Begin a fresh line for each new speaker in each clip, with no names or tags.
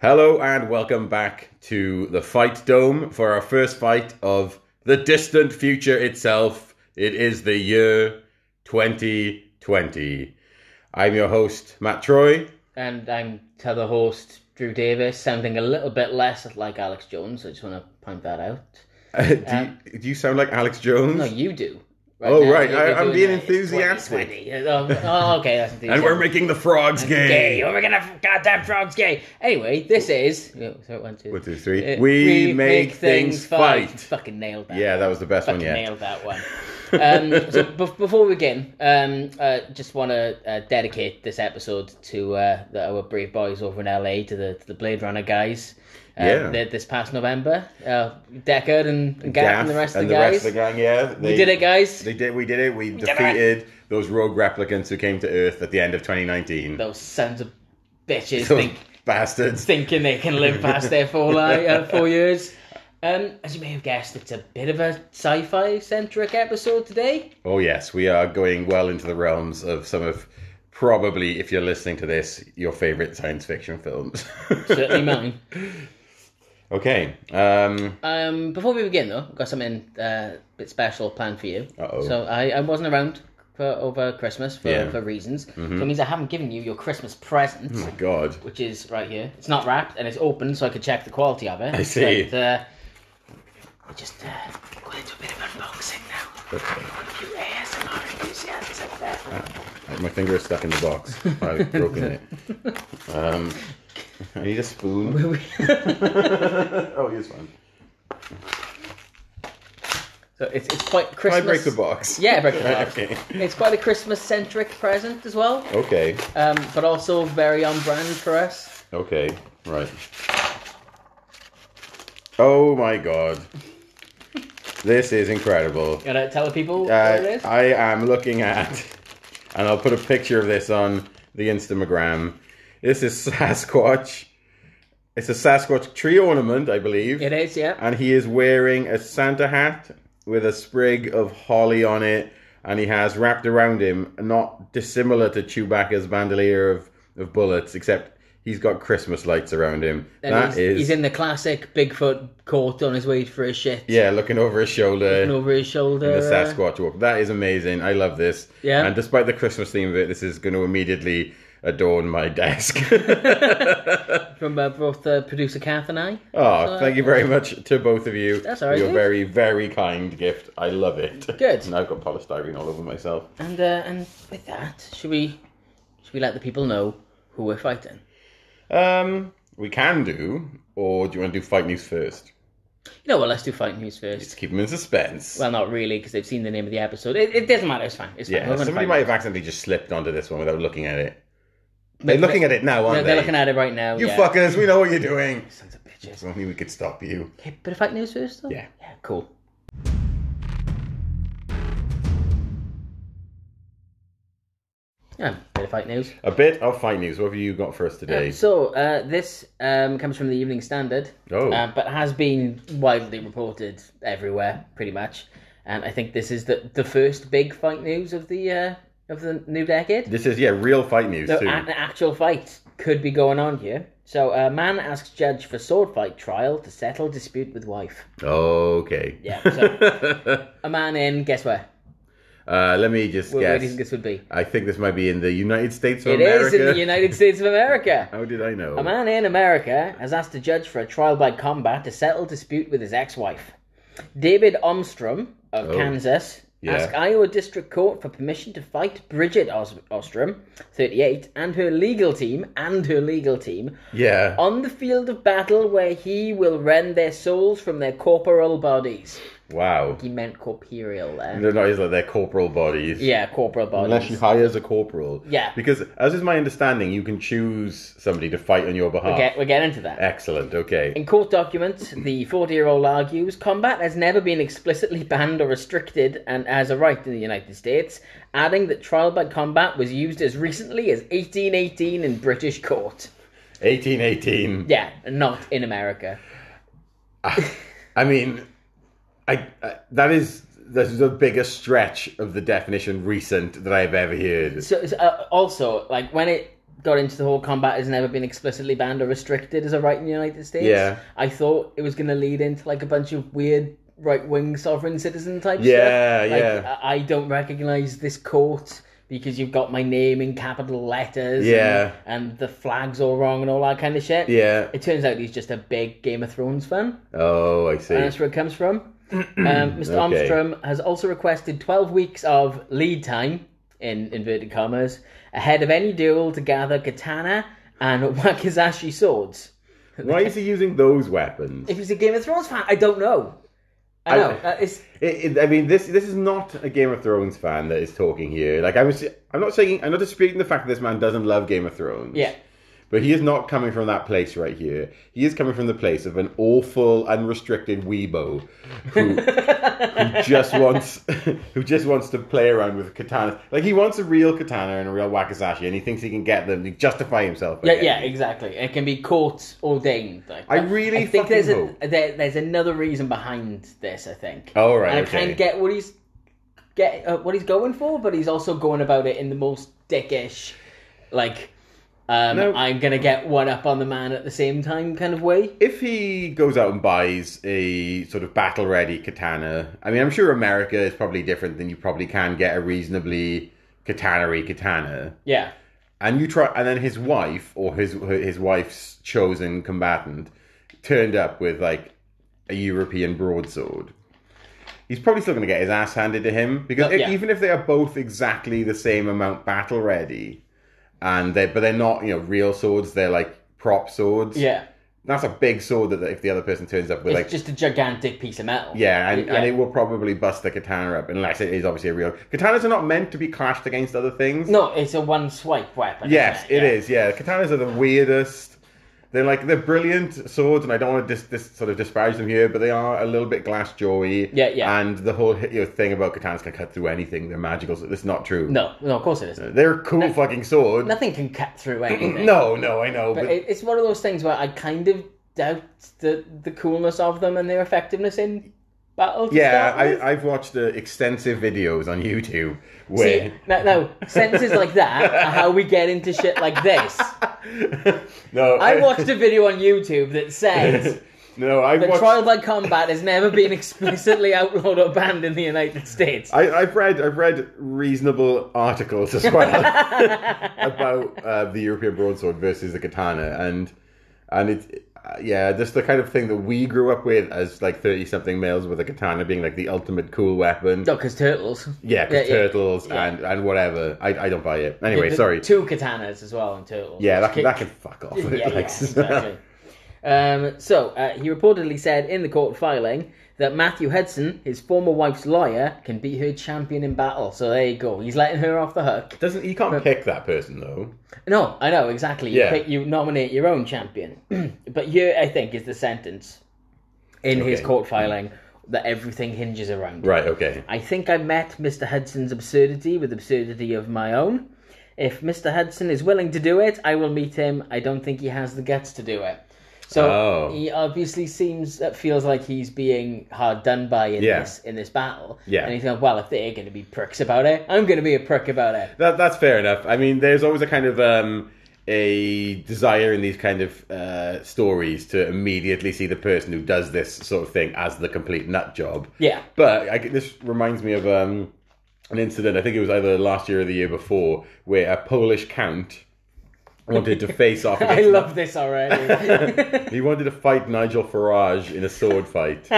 Hello and welcome back to the Fight Dome for our first fight of the distant future itself. It is the year 2020. I'm your host, Matt Troy.
And I'm tether host Drew Davis, sounding a little bit less like Alex Jones. I just want to point that out.
Uh, do,
Um,
you, do you sound like Alex Jones?
No, you do.
Oh,
now,
right.
you're
I-
doing
I'm being
a- it's
enthusiastic.
2020. Oh, oh, okay, that's enthusiastic.
and we're making the frogs gay.
gay. Oh, we're gonna goddamn frogs gay. Anyway, this is. oh, sorry, one, two-
One, two, three.
Uh,
we, make, things fight.
Fucking nailed that.
Yeah, that was the best one
Fucking
yet.
nailed that one. Um, so bef- before we begin, um, uh, just want to uh, dedicate this episode to uh, the, our brave boys over in LA, to the, to the Blade Runner guys. Uh,
Yeah.
they- This past November, uh, Deckard and, and Gaff, and the rest of the guys.
rest of the gang, yeah. They,
we did it, guys.
They did. We did it. We
did it.
defeated those rogue replicants who came to Earth at the end of 2019.
Those sons of bitches
Those
think,
bastards.
thinking they can live past their four, li- uh, four years. Um, as you may have guessed, it's a bit of a sci-fi centric episode today.
Oh yes, we are going well into the realms of some of probably, if you're listening to this, your favorite science fiction films.
Certainly mine.
okay. Um,
Um, before we begin, though, I've got something uh, a bit special planned for you.
Uh-oh.
So I, I wasn't around for over Christmas for,
Yeah. Mm-hmm. Hmm.
for reasons. So it means I haven't given you your Christmas present,
oh my God.
which is right here. It's not wrapped and it's open, so I could check the quality of it.
I see.
But, uh, we're just uh, going into a bit of unboxing now.
Okay.
You ASMR enthusiasts out there.
My finger is stuck in the box. I've broken it. Um, I need a spoon. oh, here's one.
so it's, it's quite
Can I
Christmas.
break the box?
Yeah, break the box.
Okay.
It's quite a Christmas-centric present as well,
Okay.
um, but also very on brand for us.
Okay. Right. Oh my God. This is incredible.
You gotta tell the people what it
Uh,
is?
I am looking at, and I'll put a picture of this on the Instagram. This is Sasquatch. It's a Sasquatch tree ornament, I believe.
it is, yeah.
And he is wearing a Santa hat with a sprig of holly on it, and he has wrapped around him, not dissimilar to Chewbacca's bandolier of, of bullets, except he's got Christmas lights around him.
And
that
he's,
is.
he's in the classic Bigfoot coat on his way for his shit.
yeah, looking over his shoulder.
And over his shoulder.
the
uh,
Sasquatch walk. That is amazing. I love this.
Yeah.
And despite the Christmas theme of it, this is going to immediately adorn my desk. Ah,
From uh, both uh, producer Kath and I.
oh, thank you very much to both of you.
That's all right,
Your
dude.
very, very kind gift. I love it.
Good.
And I've got polystyrene all over myself.
And uh, and with that, should we should we let the people know who we're fighting?
Um, we can do, or do you want to do fight news first?
You know what? Let's do fight news first.
Let's keep them in suspense.
Well, not really, because they've seen the name of the episode. It, it doesn't matter. It's fine. It's fine.
yeah,
We're gonna
somebody
fight
might
news.
have accidentally just slipped onto this one without looking at it. They're looking at it now, aren't
They're,
they?
they're looking at it right now.
you
yeah.
fuckers, we know what you're doing.
Sons of bitches.
If only we could stop you.
Okay, bit of fight news first, though.
Yeah.
Yeah. Cool. Yeah, bit of fight news.
A bit of fight news. What have you got for us
Um,
today?
so uh, this um, comes from the Evening Standard,
Oh.
uh, but has been widely reported everywhere, pretty much. And I think this is the the first big fight news of the uh, of the new decade.
This is yeah, real fight news
So
too.
an actual fight could be going on here. So a man asks judge for sword fight trial to settle dispute with wife.
okay.
Yeah. So a man in guess where?
Uh, let me just
Where, where do
guess.
you think this would be?
I think this might be in the United States of
It
America.
is in the United States of America.
How did I know?
A man in America has asked a judge for a trial by combat to settle dispute with his ex-wife. David Ostrom of
Oh.
Kansas
Yeah.
asked Iowa District Court for permission to fight Bridget Os- Ostrom, 38, and her legal team and her legal team
yeah.
on the field of battle where he will rend their souls from their corporal bodies.
Wow.
He meant corporeal there.
They're not it's like their corporal bodies.
Yeah, corporal
Unless
bodies.
you hire as a corporal.
Yeah.
Because as is my understanding, you can choose somebody to fight on your behalf.
Okay, we're getting into that.
Excellent. Okay.
In court documents, the 40 year old argues combat has never been explicitly banned or restricted and as a right in the United States, adding that trial by combat was used as recently as 1818 in British court.
1818.
Yeah, not in America.
I mean, I, I that is that is the biggest stretch of the definition recent that I have ever heard.
So, so, uh, also, like when it got into the whole combat has never been explicitly banned or restricted as a right in the United States.
Yeah.
I thought it was going to lead into like a bunch of weird right wing sovereign citizen type
Yeah,
stuff.
yeah.
I I don't recognize this court because you've got my name in capital letters.
Yeah.
And, and the flag's all wrong and all that kind of shit.
Yeah.
It turns out he's just a big Game of Thrones fan.
Oh, I see.
And that's where it comes from. um, Mr.
Okay.
Armstrong has also requested 12 weeks of lead time, in inverted commas, ahead of any duel to gather katana and wakizashi swords.
Why is he using those weapons?
If he's a Game of Thrones fan, I don't know. I know.
I-
uh, it's,
It, it, I mean, this this is not a Game of Thrones fan that is talking here. Like I was, I'm not saying I'm not disputing the fact that this man doesn't love Game of Thrones.
Yeah.
But he is not coming from that place right here. He is coming from the place of an awful, unrestricted weebo who, who just wants who just wants to play around with katanas. Like he wants a real katana and a real wakizashi, and he thinks he can get them to justify himself. by
yeah,
getting
yeah,
it.
exactly. It can be court ordained. Like,
I really
I think there's
fucking
a, there, there's another reason behind this. I think.
Oh, right,
And I
okay.
kind of get what he's get uh, what he's going for, but he's also going about it in the most dickish, like um,
No.
I'm gonna get one up on the man at the same time kind of way.
if he goes out and buys a sort of battle ready katana, I mean, I'm sure America is probably different than you probably can get a reasonably katanery katana.
Yeah,
And you try, and then his wife or his his wife's chosen combatant turned up with like a European broadsword. He's probably still going to get his ass handed to him because e-,
Yeah.
even if they are both exactly the same amount battle ready, and they but they're not you know real swords, they're like prop swords.
yeah.
That's a big sword that if the other person turns up with,
It's
like,
just a gigantic piece of metal.
yeah, and,
yeah.
and it will probably bust the katana up unless it is obviously a real. Katanas are not meant to be clashed against other things.
No, it's a one swipe weapon.
Yes,
isn't
it
Yeah.
is. Yeah, katanas are the weirdest. They're like they're brilliant swords, and I don't want to dis, dis, sort of disparage them here, but they are a little bit glass jawy.
Yeah, yeah.
And the whole you know, thing about katanas can cut through anything. They're magical. So that's not true.
No, no, of course it isn't.
they're cool fucking swords.
Nothing can cut through anything.
Uh. No, no, I know, but,
But it, it's one of those things where I kind of doubt the the coolness of them and their effectiveness in battle. to
yeah,
start with.
I, I've watched uh, extensive videos on YouTube where.
See, no, no, sentences like that are how we get into shit like this.
no,
I watched a video on YouTube that says
no, I
that
watched.
trial by combat has never been explicitly outlawed or banned in the United States.
I, I've read I've read reasonable articles as well about uh, the European broadsword versus the katana, and and it uh, yeah, just the kind of thing that we grew up with as like thirty something males with a katana being like the ultimate cool weapon.
No, because turtles.
Yeah, 'cause
Oh, Yeah, yeah.
turtles
Yeah.
and and whatever. I, I don't buy it. Anyway,
The-
sorry.
Two katanas as well in turtles.
yeah, that
Kick-
can, that can fuck off.
yeah, yeah,
Like,
exactly. Um, so uh, he reportedly said in the court filing that Matthew Hudson, his former wife's lawyer, can be her champion in battle. So there you go. He's letting her off the hook.
Doesn't you can't pick that person though?
No, I know exactly. You
Yeah.
pick, you nominate your own champion, but here I think is the sentence in his
Okay.
court filing that everything hinges around.
Right. Okay.
I think I met Mr. Hudson's absurdity with absurdity of my own. If Mr. Hudson is willing to do it, I will meet him. I don't think he has the guts to do it. So
Oh.
he obviously seems that feels like he's being hard done by in
Yeah.
this in this battle.
Yeah.
And he's going, well, if they're going to be pricks about it, I'm going to be a prick about it.
That, that's fair enough. I mean, there's always a kind of um, a desire in these kind of uh, stories to immediately see the person who does this sort of thing as the complete nut job.
Yeah.
But I, this reminds me of um, an incident. I think it was either last year or the year before, where a Polish count wanted to face off.
I
Against,
love this already.
He wanted to fight Nigel Farage in a sword fight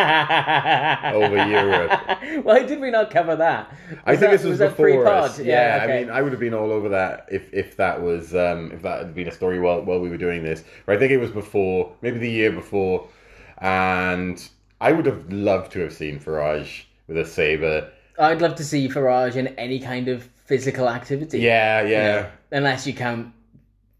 over Europe.
Why did we not cover that?
I
Was
think
that-
this was,
that
before
pre-pod?
us. Yeah,
okay.
I mean, I would have been all over that if if that was um, if that had been a story while while we were doing this. But I think it was before, maybe the year before, and I would have loved to have seen Farage with a saber.
I'd love to see Farage in any kind of physical activity.
Yeah,
Yeah.
yeah,
Unless you count,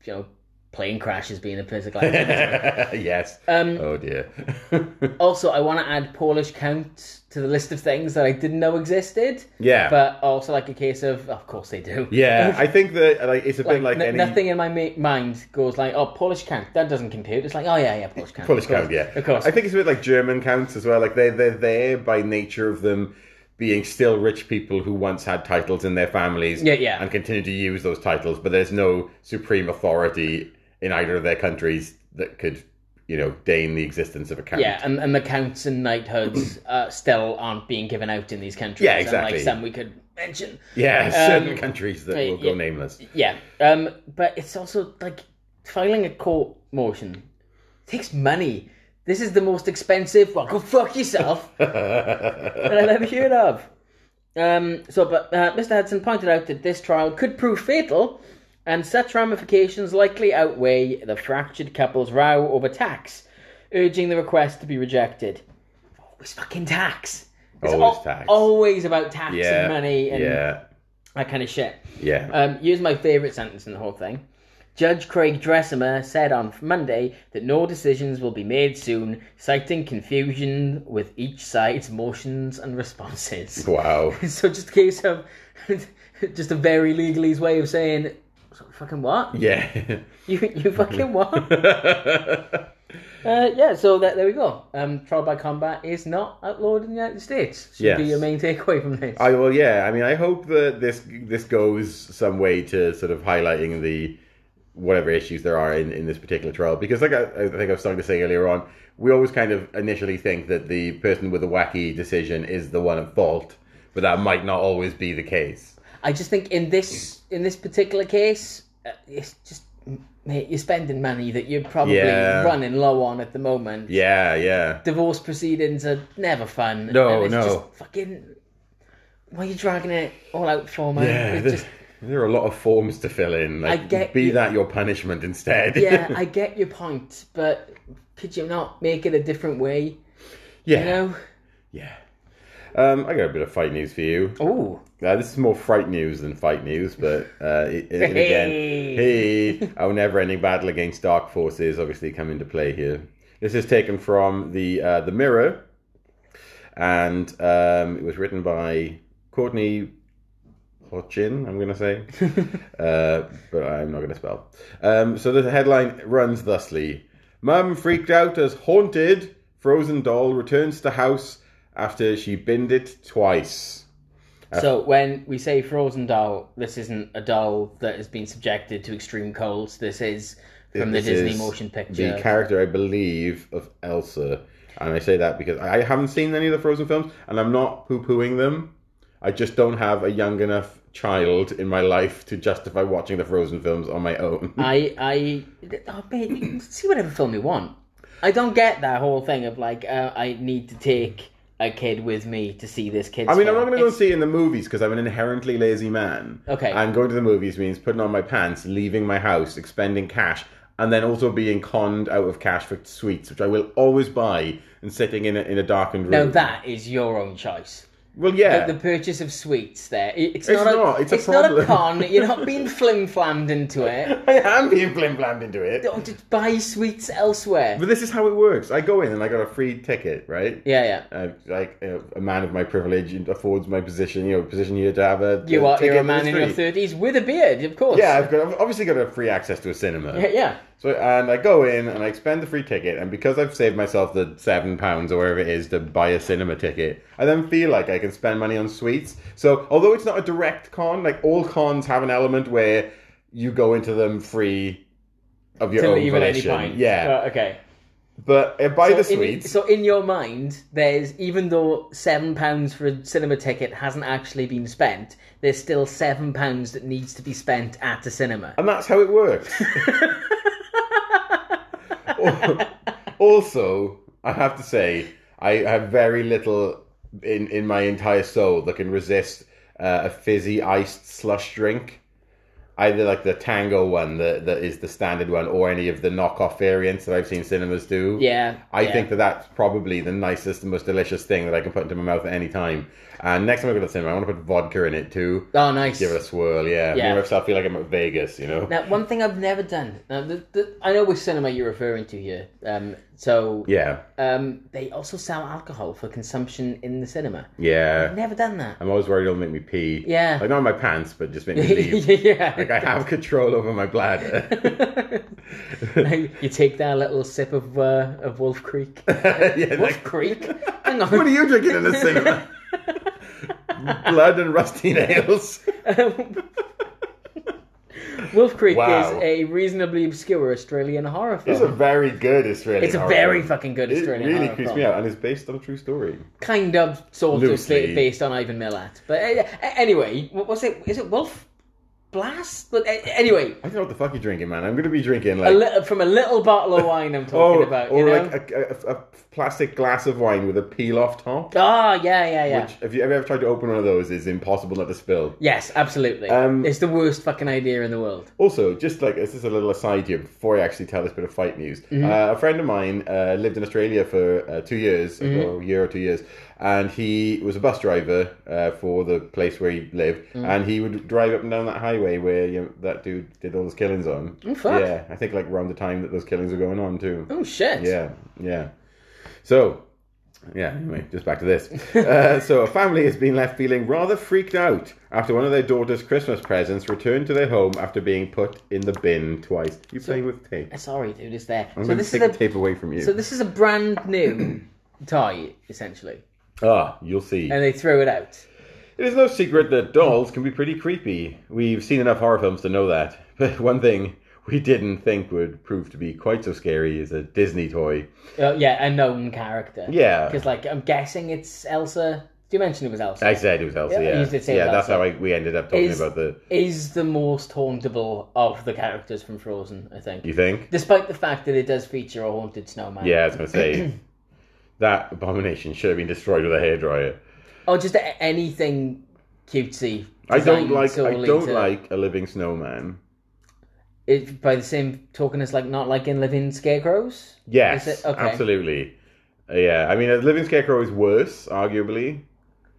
you know, plane crashes being a physical activity.
yes.
Um,
oh dear.
also, I want to add Polish count to the list of things that I didn't know existed.
yeah,
But also, like a case of, of course they do.
yeah. I think that like it's a bit like
no-
any
nothing in my ma- mind goes like, oh, Polish count. That doesn't compute. It's like, oh yeah, yeah, Polish count.
Polish
of course,
count, yeah.
of course.
I think it's a bit like German counts as well. Like they're they're there by nature of them being still rich people who once had titles in their families
Yeah, yeah.
and continue to use those titles, but there's no supreme authority in either of their countries that could, you know, deign the existence of a count.
Yeah, and, and the counts and knighthoods uh, still aren't being given out in these countries.
Yeah,
And,
exactly.
like some we could mention.
Yeah,
Um,
certain countries that will go
yeah.
nameless.
Yeah, um, but it's also like filing a court motion takes money. This is the most expensive. Well, go fuck yourself. that I've ever heard of. Um, so, but uh, Mr. Hudson pointed out that this trial could prove fatal, and such ramifications likely outweigh the fractured couple's row over tax, urging the request to be rejected. Always fucking tax. It's
Always
al-
tax.
Always about tax
yeah.
and money and
yeah.
that kind of shit.
Yeah.
Um, here's my favourite sentence in the whole thing. Judge Craig Dressimer said on Monday that no decisions will be made soon, citing confusion with each side's motions and responses.
wow.
so just a case of just a very legalese way of saying "So fucking what?
Yeah.
You you fucking what? uh, yeah, so that, there we go. Um, trial by combat is not outlawed in the United States. Should be
Yes.
your main takeaway from this.
I well, yeah. I mean, I hope that this this goes some way to sort of highlighting the whatever issues there are in, in this particular trial because like I, I think I was starting to say earlier on we always kind of initially think that the person with the wacky decision is the one at fault but that might not always be the case
I just think in this in this particular case, uh, it's just mate, you're spending money that you're probably
Yeah.
running low on at the moment.
yeah yeah
Divorce proceedings are never fun.
No,
and it's
no.
Just fucking, why are you dragging it all out for, man?
yeah
It's
there,
just,
there are a lot of forms to fill in like
get
be
you-
that your punishment instead
yeah. I get your point, but could you not make it a different way?
yeah
You know.
yeah um, I got a bit of fight news for you
Oh,
Uh, this is more fright news than fight news, but uh, it, it- and again, hey, our never-ending battle against dark forces obviously come into play here. This is taken from the uh, the Mirror, and um, it was written by Courtney Hodgin. I'm going to say, uh, but I'm not going to spell. Um, so the headline runs thusly: Mum freaked out as haunted frozen doll returns to house after she binned it twice.
So when we say frozen doll, this isn't a doll that has been subjected to extreme colds. This is from
This
the Disney
is
motion picture.
the character, I believe, of Elsa. And I say that because I I haven't seen any of the Frozen films, and I'm not poo pooing them. I just don't have a young enough child in my life to justify watching the Frozen films on my own.
I, I, oh, mate, you can see whatever film you want. I don't get that whole thing of like, uh, I need to take a kid with me to see this kid.
I mean, I'm not going to go and see it in the movies because I'm an inherently lazy man.
Okay.
And going to the movies means putting on my pants, leaving my house, expending cash, and then also being conned out of cash for sweets, which I will always buy, and sitting in a, in a darkened room.
No, that is your own choice.
Well, yeah.
The purchase of sweets, there, it- it's,
It's
not,
not,
a,
it's a
not a
problem.
con. You're not being flim flammed into it.
I am being blim blammed into it.
Don't just buy sweets elsewhere.
But this is how it works. I go in and I got a free ticket, right?
Yeah, yeah.
Uh, like uh, a man of my privilege and affords my position, you know, position here to have a.
You
a
are
ticket
you're a
to the
man in your
street.
thirties with a beard, of course.
Yeah, I've got I've obviously got a free access to a cinema.
yeah, yeah.
So and I go in and I expend the free ticket, and because I've saved myself the seven pounds or whatever it is to buy a cinema ticket, I then feel like I can spend money on sweets. So although it's not a direct con, like all cons have an element where you go into them free of your
To
own
leave at any
volition.
point.
Yeah,
Uh, okay.
but uh, buy
So
the
in-
sweets.
so in your mind, there's even though seven pounds for a cinema ticket hasn't actually been spent, there's still seven pounds that needs to be spent at a cinema.
And that's how it works. Al- also, I have to say, I have very little in, in my entire soul that can resist uh, a fizzy iced slush drink. Either like the Tango one that, that is the standard one, or any of the knockoff variants that I've seen cinemas do.
Yeah.
I
yeah.
think that that's probably the nicest and most delicious thing that I can put into my mouth at any time. And next time I go to the cinema, I want to put vodka in it too.
Oh, nice.
Give it a swirl, yeah.
Yeah.
Makes I feel like I'm at Vegas, you know.
Now, one thing I've never done. Now, the, the, I know which cinema you're referring to here. Um, so
Yeah,
um, they also sell alcohol for consumption in the cinema.
yeah.
I've never done that.
I'm always worried it'll make me pee.
Yeah.
Like not in my pants, but just make me leave.
yeah.
like I have control over my bladder.
you take that little sip of uh, of Wolf Creek.
yeah,
Wolf
like,
Creek? Hang on.
what are you drinking in the cinema? blood and rusty nails.
Wolf Creek
Wow.
is a reasonably obscure Australian horror film.
It's a very good Australian.
It's a
horror
very
film.
fucking good
It
Australian
really
horror
creeps
film.
me out, and it's based on a true story.
kind of sort
Loosely.
of based on Ivan Milat. But uh, uh, anyway, what was it? Is it Wolf Blast? But uh, anyway,
I don't know what the fuck you're drinking, man. I'm going to be drinking
a
like
little, from a little bottle of wine, I'm talking
or,
about.
or
you know?
like a, a, a plastic glass of wine with a peel off top.
Ah, yeah, yeah, yeah.
Which, if you ever tried to open one of those, it's impossible not to spill.
Yes, absolutely.
Um,
it's the worst fucking idea in the world.
Also, just like this is a little aside here before I actually tell this bit of fight news.
Mm-hmm.
Uh, a friend of mine uh, lived in Australia for uh, two years,
Mm-hmm.
or a year or two years, and he was a bus driver uh, for the place where he lived,
Mm.
and he would drive up and down that highway where you know, that dude did all those killings on.
Oh, fuck.
Yeah, I think like around the time that those killings were going on too.
Oh shit.
Yeah, yeah. So, yeah, anyway, just back to this. Uh, so, a family has been left feeling rather freaked out after one of their daughter's Christmas presents returned to their home after being put in the bin twice. You playing with tape?
Uh, Sorry, dude, it's there.
I'm going
so
to
this
take
is a
the tape away from you.
so this is a brand new tie, essentially,
ah, you'll see.
and they throw it out.
It is no secret that dolls can be pretty creepy. We've seen enough horror films to know that. But one thing we didn't think would prove to be quite so scary is a Disney toy.
Uh, yeah, a known character.
Yeah.
Because like I'm guessing it's Elsa. Do you mention it was Elsa?
I said it was Elsa.
Yeah,
Yeah,
you did say it
yeah
was
that's
Elsa.
how I, we ended up talking
Is-
about the.
is the most hauntable of the characters from Frozen, I think.
You think?
Despite the fact that it does feature a haunted snowman.
Yeah, I was gonna say that abomination should have been destroyed with a hairdryer.
Or just a- anything cutesy.
I don't
designed
like I
solely
don't
to-
like a living snowman.
It, by the same token, it's like not liking living scarecrows.
Yes,
Is it? Okay.
absolutely. Uh, yeah, I mean, a living scarecrow is worse, arguably.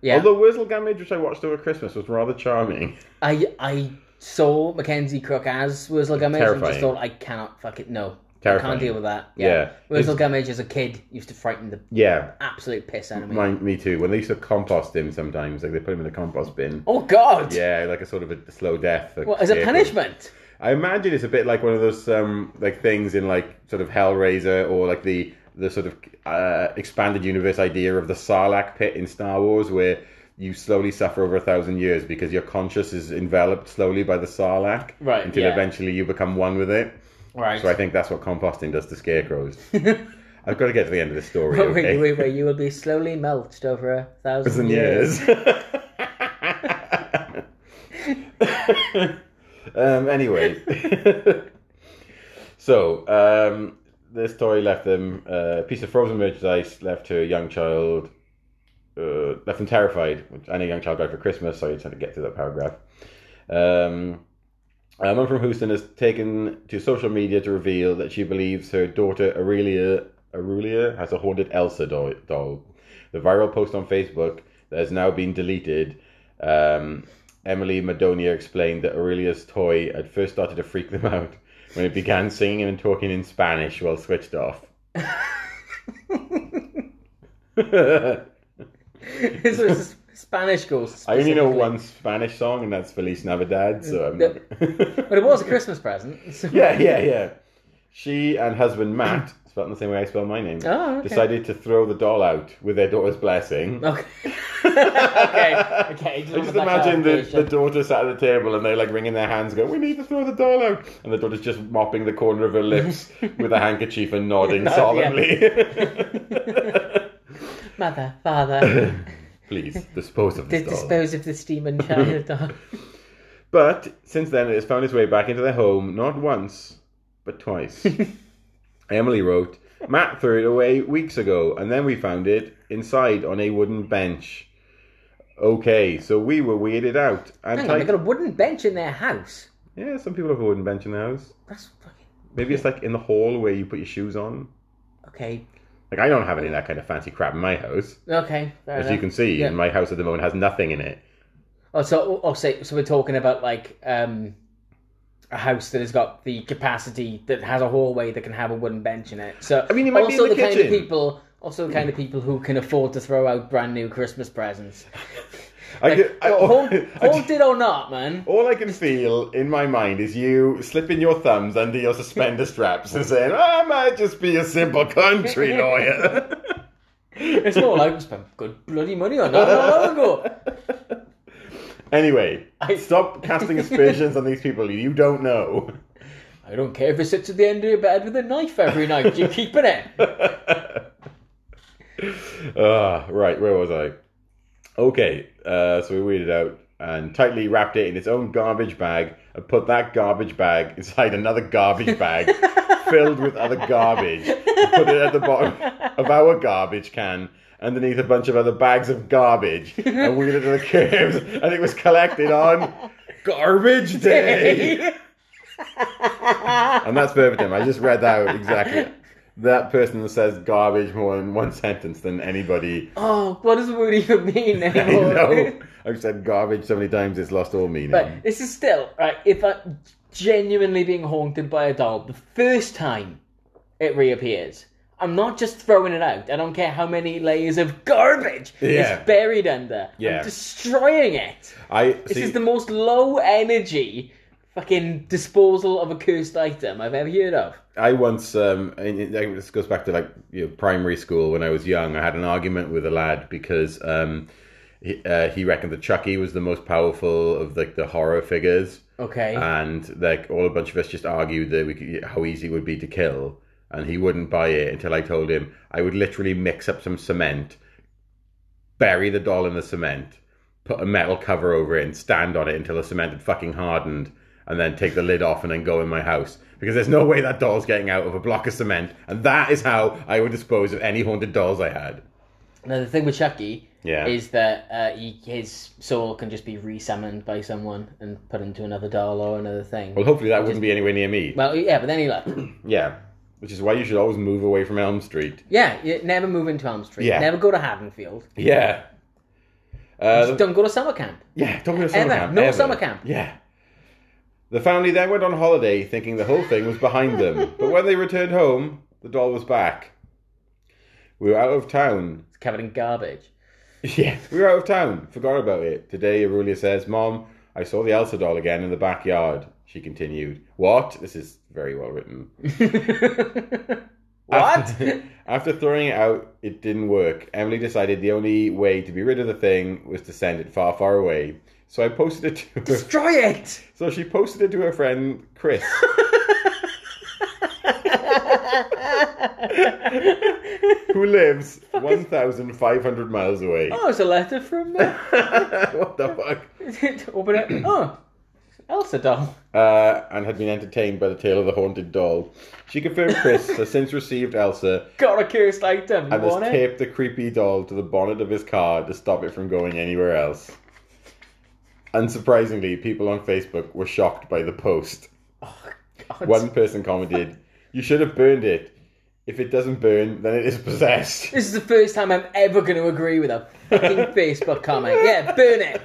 Yeah.
Although Wurzel Gummidge, which I watched over Christmas, was rather charming.
I I saw Mackenzie Crook as Wurzel Gummidge and just
Terrifying.
thought I cannot fuck it no. I
Terrifying.
can't deal with that.
Yeah.
Wurzel Gummidge as a kid used to frighten the
Yeah,
absolute piss out of me.
mine, me too. When they used to compost him, sometimes like they put him in the compost bin.
Oh god.
Yeah, like a sort of a slow death. for
Well, as a
scarecrows.
punishment.
I imagine it's a bit like one of those um, like things in like sort of Hellraiser or like the the sort of uh, expanded universe idea of the Sarlacc pit in Star Wars, where you slowly suffer over a thousand years because your conscious is enveloped slowly by the Sarlacc,
Right,
Until
yeah.
eventually you become one with it.
Right.
So I think that's what composting does to scarecrows. I've got to get to the end of this story.
Wait,
okay?
wait, wait, wait, you will be slowly mulched over a thousand,
thousand
years.
years. um, anyway, so um, this toy left them uh, a piece of frozen merchandise left to a young child, uh, left them terrified. Which I know a young child died for Christmas, so I just had to get through that paragraph. Um, a mum from Houston has taken to social media to reveal that she believes her daughter Aurelia Aurelia has a haunted Elsa doll. doll. The viral post on Facebook that has now been deleted. Um, Emily Madonia explained that Aurelia's toy had first started to freak them out when it began singing and talking in Spanish while switched off.
this was a s- Spanish ghost.
I only know
specifically.
one Spanish song, and that's Feliz Navidad. So I'm not...
But it was a Christmas present. so-
yeah, yeah, yeah. She and husband Matt, spelled the same way I spell my name,
Oh, okay.
decided to throw the doll out with their daughter's blessing.
Okay. okay. Okay.
I just imagine the, the daughter sat at the table and they're like wringing their hands, going, "We need to throw the doll out," and the daughter's just mopping the corner of her lips with a handkerchief and nodding
Nod, yeah.
solemnly.
Mother, father,
Please dispose of
d-
this doll.
dispose of this demon child.
But since then, it has found its way back into their home not once, but twice. Emily wrote, Matt threw it away weeks ago, and then we found it inside on a wooden bench. Okay, so we were weirded out. And
Hang on,
typed-
they've got a wooden bench in their house.
Yeah, some people have a wooden bench in their house.
That's fucking
Maybe it's like in the hall where you put your shoes on.
okay.
Like, I don't have any of that kind of fancy crap in my house.
Okay. Fair
As
enough.
you can see,
Yeah.
and my house at the moment has nothing in it.
Oh, so oh, so, so we're talking about like um, a house that has got the capacity that has a hallway that can have a wooden bench in it. So
I mean, it might be
also
in the
kind of
kitchen.
people, also the kind of people who can afford to throw out brand new Christmas presents,
I
Like, oh,
could- I- Oh,
haunt-
I-
haunted or not, man.
All I can feel in my mind is you slipping your thumbs under your "Ah, suspender straps and saying, I might just be a simple country lawyer.
It's not like we spent good bloody money on that not long ago.
Anyway,
I-
stop casting aspersions on these people you don't know.
I don't care if it sits at the end of your bed with a knife every night. You're keeping it.
Ah, right, where was I? Okay, uh, so we weeded out and tightly wrapped it in its own garbage bag and put that garbage bag inside another garbage bag filled with other garbage. And put it at the bottom of our garbage can underneath a bunch of other bags of garbage and wheeled it to the curbs and it was collected on garbage day. And that's verbatim. I just read that out exactly. That person says garbage more in one sentence than anybody
oh, what does the word even mean
I
anymore?
know. I've said garbage so many times it's lost all meaning.
But this is still right. If I'm genuinely being haunted by a doll, the first time it reappears, I'm not just throwing it out. I don't care how many layers of garbage
Yeah.
it's buried under.
Yeah.
I'm destroying it.
I see,
This is the most low energy fucking disposal of a cursed item I've ever heard of.
I once um, and it- like, this goes back to like you know, primary school when I was young. I had an argument with a lad because um, he, uh, he reckoned that Chucky was the most powerful of like the horror figures,
Okay.
and like all a bunch of us just argued that we could, how easy it would be to kill, and he wouldn't buy it until I told him I would literally mix up some cement, bury the doll in the cement, put a metal cover over it, and stand on it until the cement had fucking hardened, and then take the lid off and then go in my house. Because there's no way that doll's getting out of a block of cement, and that is how I would dispose of any haunted dolls I had.
now the thing with Chucky
Yeah.
is that uh, he, his soul can just be re-summoned by someone and put into another doll or another thing.
Well, hopefully that wouldn't be anywhere near me.
well yeah, but then he like.
Yeah. Which is why you should always move away from Elm Street.
Yeah, you never move into Elm Street.
Yeah.
Never go to Haddonfield.
Yeah. Uh,
Just don't go to summer camp.
Yeah, don't go to summer
Ever.
camp.
No summer camp.
Yeah. The family then went on holiday thinking the whole thing was behind them. But when they returned home, the doll was back. We were out of town.
It's covered in garbage.
Yeah. We were out of town. Forgot about it. Today, Aurelia says, Mom, I saw the Elsa doll again in the backyard. She continued, What? This is very well written.
what?
After throwing it out, it didn't work. Emily decided the only way to be rid of the thing was to send it far, far away. So I posted it to her
Destroy it!
So she posted it to her friend Chris. who lives 1,500 miles away.
Oh, it's a letter from. Uh,
what the fuck?
open it. Oh, Elsa doll.
Uh, and had been entertained by the tale of the haunted doll. She confirmed Chris has since received Elsa
Got a cursed item. You
and has
want it?
taped the creepy doll to the bonnet of his car to stop it from going anywhere else. Unsurprisingly, people on Facebook were shocked by the post.
God.
One person commented, You should have burned it. If it doesn't burn, then it is possessed.
This is the first time I'm ever going to agree with a fucking Facebook comment. Yeah, burn it.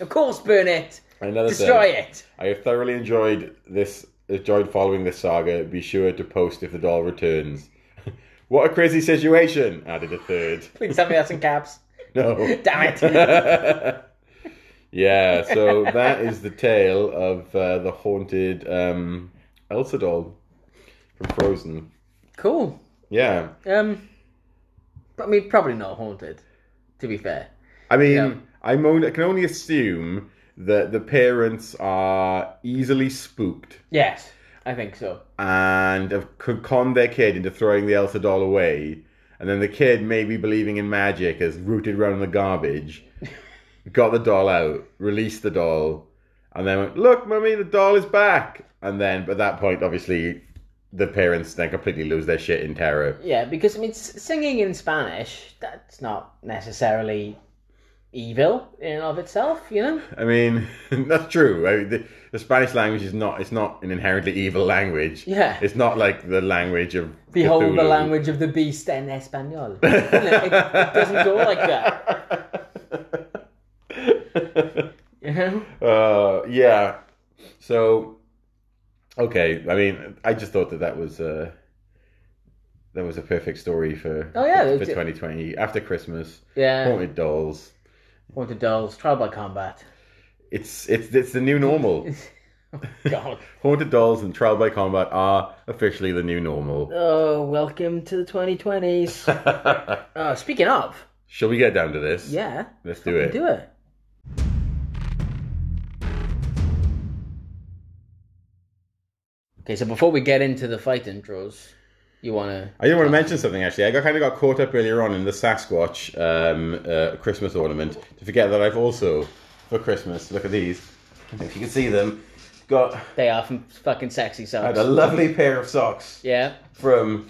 Of course, burn it.
Another
Destroy
thing,
it.
I have thoroughly enjoyed this, enjoyed following this saga. Be sure to post if the doll returns. what a crazy situation, added a third.
Please tell me that's in caps.
No.
Damn it.
yeah, so that is the tale of uh, the haunted um, Elsa doll from Frozen.
cool.
Yeah.
Um, I mean, probably not haunted. To be fair,
I mean,
Yeah.
I'm only, I can only assume that the parents are easily spooked
yes, I think so.
and have could con their kid into throwing the Elsa doll away, and then the kid, maybe believing in magic, has rooted around in the garbage, got the doll out, released the doll, and then went, "Look, mummy, the doll is back!" And then, at that point, obviously, the parents then completely lose their shit in terror.
Yeah, because I mean, s- singing in Spanish—that's not necessarily evil in and of itself, you know.
I mean, that's true. I mean, the, the Spanish language is not—it's not an inherently evil language.
Yeah.
it's not like the language of
Behold the
Cthulhu.
language of the beast en español. You know, it, it doesn't go like that, you know.
Uh, yeah. So, okay. I mean, I just thought that that was uh, that was a perfect story for
Oh, yeah,
for,
it's-
2020 after Christmas.
Yeah,
Haunted dolls.
haunted dolls, trial by combat.
It's it's it's the new normal.
God.
Haunted dolls and trial by combat are officially the new normal.
Oh, welcome to the 2020s. uh, speaking of,
Shall we get down to this?
yeah,
Let's do it.
do it. Okay, so before we get into the fight intros, you want to.
I didn't want to mention something actually. I got kind of got caught up earlier on in the Sasquatch um, uh, Christmas ornament to forget that I've also for Christmas. Look at these. If you can see them, got
They are from fucking sexy
I
songs.
had a lovely pair of socks.
Yeah.
from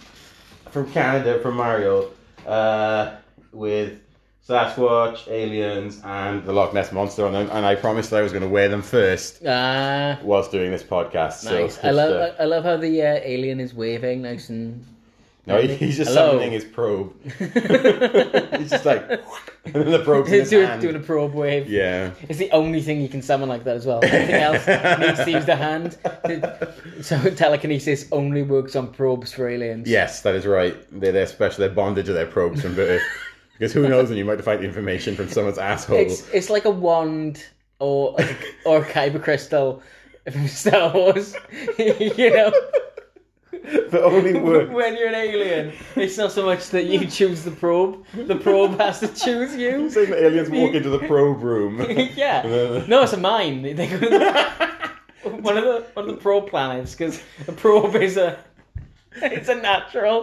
from Canada from Mario uh, with Sasquatch, aliens, and the Loch Ness monster on them. And I promised I was going to wear them first
Ah,
whilst doing this podcast.
nice.
So
I love.
it's, uh,
I, I love how the uh, alien is waving, nice and.
no, he- he's just
Hello.
summoning his probe. he's just like and then the probe.
He's doing, doing a
a...
probe wave.
Yeah.
It's the only thing you can summon like that as well. Everything else needs to use the hand. So telekinesis only works on probes for aliens.
Yes, that is right. They're, they're special. They're bonded to their probes from birth. Because who knows when you might find information from someone's asshole.
It's it's like a wand or or a kyber crystal from Star Wars. you know,
The only word.
when you're an alien, it's not so much that you choose the probe; the probe has to choose you.
Saying that aliens walk into the probe room.
yeah. No, it's a mine. They they go to the, one of the one of the probe planets because a probe is a it's a natural.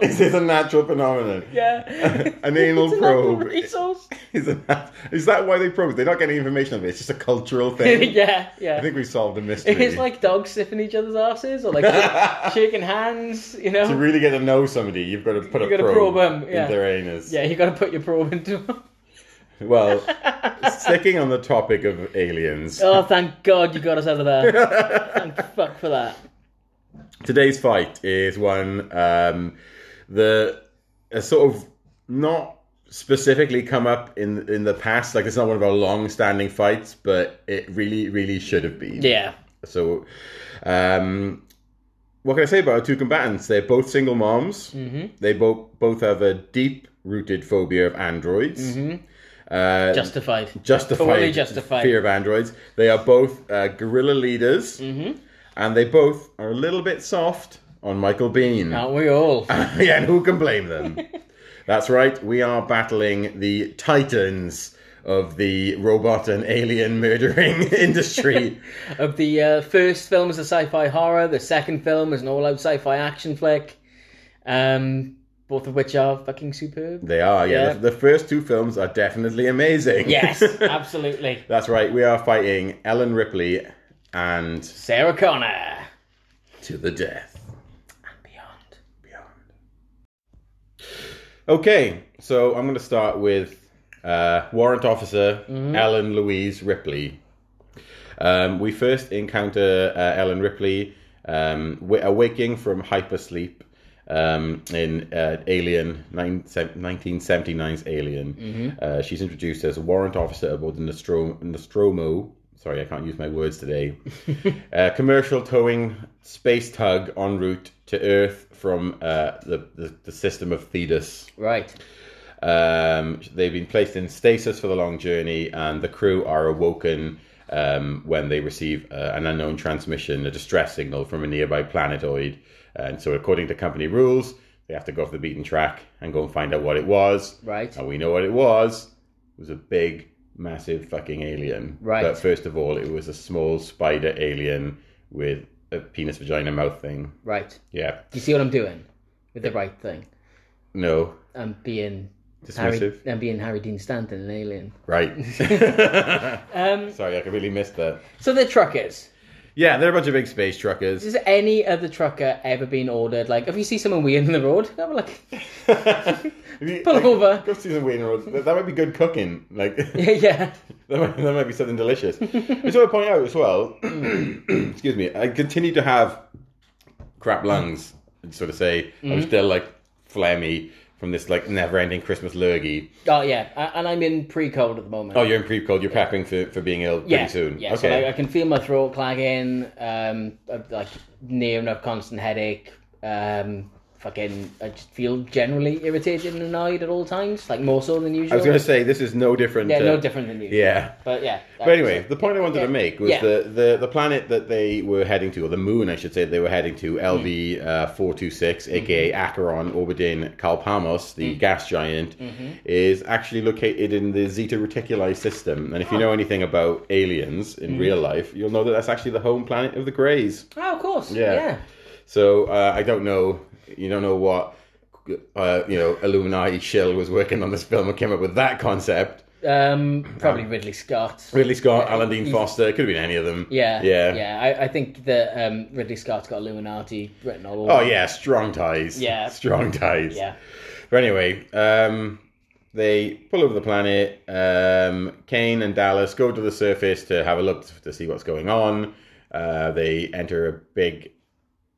This is a natural phenomenon.
Yeah.
An anal
It's a natural
probe.
resource.
Is that, is that why they probe? They're not getting information of it. It's just a cultural thing.
yeah, yeah.
I think we solved the mystery.
it's like dogs sniffing each other's asses or like shaking hands, you know?
to really get to know somebody, you've got to put
You
a
gotta
probe,
probe 'em, yeah.
in their anus.
yeah, you gotta put your probe into them.
Well, sticking on the topic of aliens,
Oh, thank God you got us out of there. thank fuck for that.
today's fight is one um, the has sort of not specifically come up in in the past. Like it's not one of our long-standing fights, but it really, really should have been.
Yeah.
So, um, what can I say about our two combatants? They're both single moms. Mm-hmm. They both both have a deep rooted phobia of androids. Uh,
Justified.
justified,
Fully justified.
fear of androids. They are both uh, guerrilla leaders, and they both are a little bit soft on Michael Bean.
Aren't we all?
yeah, and who can blame them? That's right. We are battling the titans of the robot and alien murdering industry.
of the uh, first film is a sci-fi horror. The second film is an all-out sci-fi action flick. Um, both of which are fucking superb.
They are, yeah.
Yeah.
The, the first two films are definitely amazing.
Yes, absolutely.
That's right. We are fighting Ellen Ripley and
Sarah Connor
To the Death
and beyond.
Beyond. Okay, so I'm going to start with uh, Warrant Officer Ellen Louise Ripley. Um, we first encounter uh, Ellen Ripley um, w- awaking from hypersleep um, in uh, Alien, nine, se- 1979's Alien. Uh, she's introduced as a warrant officer aboard the Nostromo. Nostromo sorry, I can't use my words today. uh, commercial towing space tug en route to Earth from uh, the, the, the system of Thetis.
Right.
Um, they've been placed in stasis for the long journey, and the crew are awoken um, when they receive uh, an unknown transmission, a distress signal from a nearby planetoid. And so, according to company rules, they have to go off the beaten track and go and find out what it was.
Right.
And we know what it was. It was a big, massive fucking alien.
Right.
But first of all, it was a small spider alien with a penis, vagina, mouth thing.
Right.
Yeah.
You see what I'm doing with the right thing?
No.
I'm being Harry.
Dismissive.
I'm being Harry Dean Stanton, an alien.
Right.
Um,
Sorry, I completely missed that.
so they're truckers.
Yeah, they're a bunch of big space truckers.
Has any other trucker ever been ordered? Like, if you see someone weird in the road, have a look.
Pull
over.
Go see some waiting roads. That, that might be good cooking. Like that
yeah.
might, that might be something delicious. I just want to point out as well. excuse me. I continue to have crap lungs. I'd sort of say I'm still like phlegmy from this like never-ending Christmas lurgy.
Oh yeah. I, and I'm in pre-cold at the moment.
Oh, you're in pre-cold. You're prepping for, for being ill pretty
yeah,
soon.
Yeah, so like, I can feel my throat clagging, um, I've, like near enough constant headache, um, fucking I just feel generally irritated and annoyed at all times, like more so than usual.
I was going to say this is no different.
yeah,
to-
no different than usual.
Yeah.
but yeah.
But anyway, the point I wanted
Yeah.
to make was
Yeah.
the, the the planet that they were heading to, or the moon, I should say, they were heading to,
Mm-hmm.
LV uh, four two six, aka Acheron, orbiting Kalpamos,
Mm-hmm.
the gas giant, is actually located in the Zeta Reticuli system. And if you know anything about aliens
Mm-hmm.
in real life, you'll know that that's actually the home planet of the Greys.
oh, of course.
Yeah.
Yeah.
So uh, I don't know. You don't know what uh, you know Illuminati shill was working on this film and came up with that concept.
Um, probably Ridley Scott.
Ridley Scott, Alan Dean Foster, could have been any of them.
Mm-hmm. Yeah,
yeah,
yeah. I, I think that um, Ridley Scott's got Illuminati written all over.
Oh
it.
yeah, strong ties.
Yeah.
strong ties.
yeah.
But anyway, um, they pull over the planet. Um, Kane and Dallas go to the surface to have a look to see what's going on. Uh, they enter a big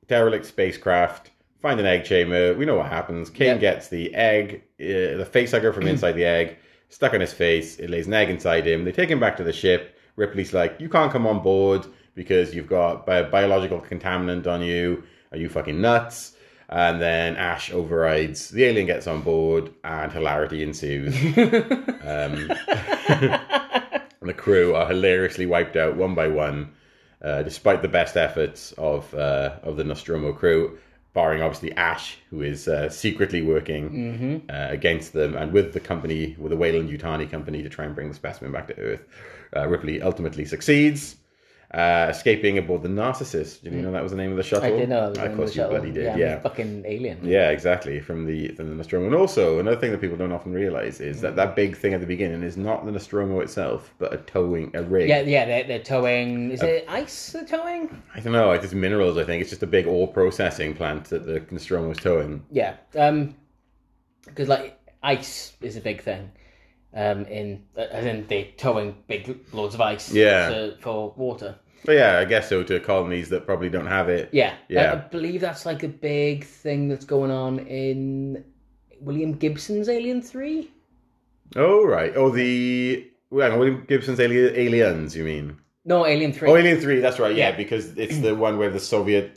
derelict spacecraft, find an egg chamber. We know what happens. Kane
Yep.
gets the egg, uh, the facehugger from inside the egg, stuck on his face. It lays an egg inside him. They take him back to the ship. Ripley's like, "You can't come on board because you've got bi- biological contaminant on you. Are you fucking nuts?" And then Ash overrides. The alien gets on board, and hilarity ensues. um, and the crew are hilariously wiped out one by one, uh, despite the best efforts of uh, of the Nostromo crew, barring obviously Ash, who is uh, secretly working
Mm-hmm.
uh, against them and with the company, with the Wayland Yutani company, to try and bring the specimen back to Earth. Uh, Ripley ultimately succeeds. Uh, escaping aboard the Narcissus. Did you know that was the name of the shuttle?
Mm. I did know. That
Of
was the name of
course,
the
you
shuttle.
bloody did.
I'm a
yeah.
fucking alien.
Yeah, exactly. From the from the Nostromo, and also another thing that people don't often realize is
Mm.
that that big thing at the beginning is not the Nostromo itself, but a towing a rig.
Yeah, yeah, they're, they're towing.
Uh,
Is it ice they're towing?
I don't know. It's just minerals. I think it's just a big ore processing plant that the Nostromo is towing.
Yeah. Um, because like ice is a big thing. Um, in as in they towing big loads of ice.
Yeah.
to- for water.
But yeah, I guess so to colonies that probably don't have it.
Yeah.
Yeah.
I, I believe that's like a big thing that's going on in William Gibson's Alien Three.
Oh right. Oh the well, hang on, William Gibson's Ali- Aliens. You mean?
No, Alien Three.
Oh, Alien Three. That's right. Yeah,
Yeah.
because it's the one where the Soviet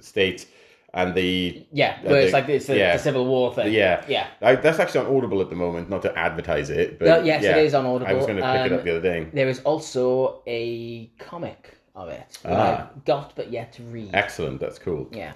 states and the
yeah, where it's
think-
like it's the,
yeah.
the Civil War thing.
Yeah.
Yeah.
I, that's actually on Audible at the moment, not to advertise it, but
No, yes,
yeah,
it is on Audible.
I was going to pick it
Um,
up the other day.
There is also a comic of it that
Ah.
I've got but yet to read.
Excellent, that's cool.
Yeah.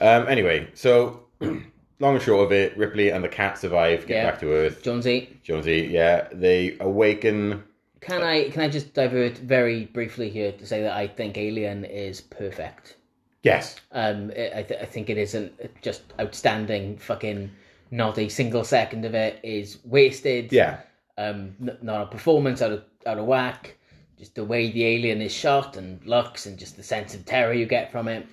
Um, anyway, so long and short of it, Ripley and the cat survive, get
Yeah.
back to Earth.
Jonesy,
Jonesy, yeah, they awaken.
can I can I just divert very briefly here to say that I think Alien is perfect.
Yes,
Um, I, I th- I think it isn't just outstanding. Fucking not a single second of it is wasted.
yeah,
um, n- not a performance out of out of whack. Just the way the alien is shot and looks, and just the sense of terror you get from it.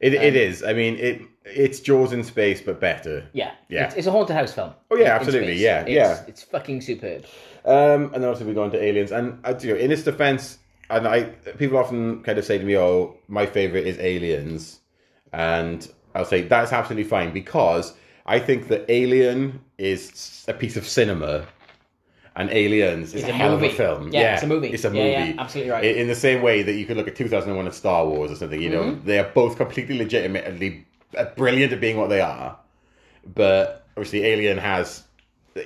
it, it
Um,
is. I mean, it it's Jaws in space, but better.
Yeah,
Yeah.
It's, it's a haunted house film.
Oh, yeah,
In- in
absolutely,
space.
yeah,
it's,
yeah.
It's fucking superb.
Um, and then obviously we go on to aliens, and uh, you know, in its defense, and I people often kind of say to me, "Oh, my favorite is Aliens," and I'll say that's absolutely fine because I think that Alien is a piece of cinema, and Aliens is
It's
a,
a
hell of a
movie.
film.
Yeah, it's a movie.
It's a
Yeah,
movie.
yeah, absolutely right.
I- In the same way that you could look at 2001 and Star Wars or something, you know,
Mm-hmm.
they are both completely legitimately uh, brilliant at being what they are but obviously Alien has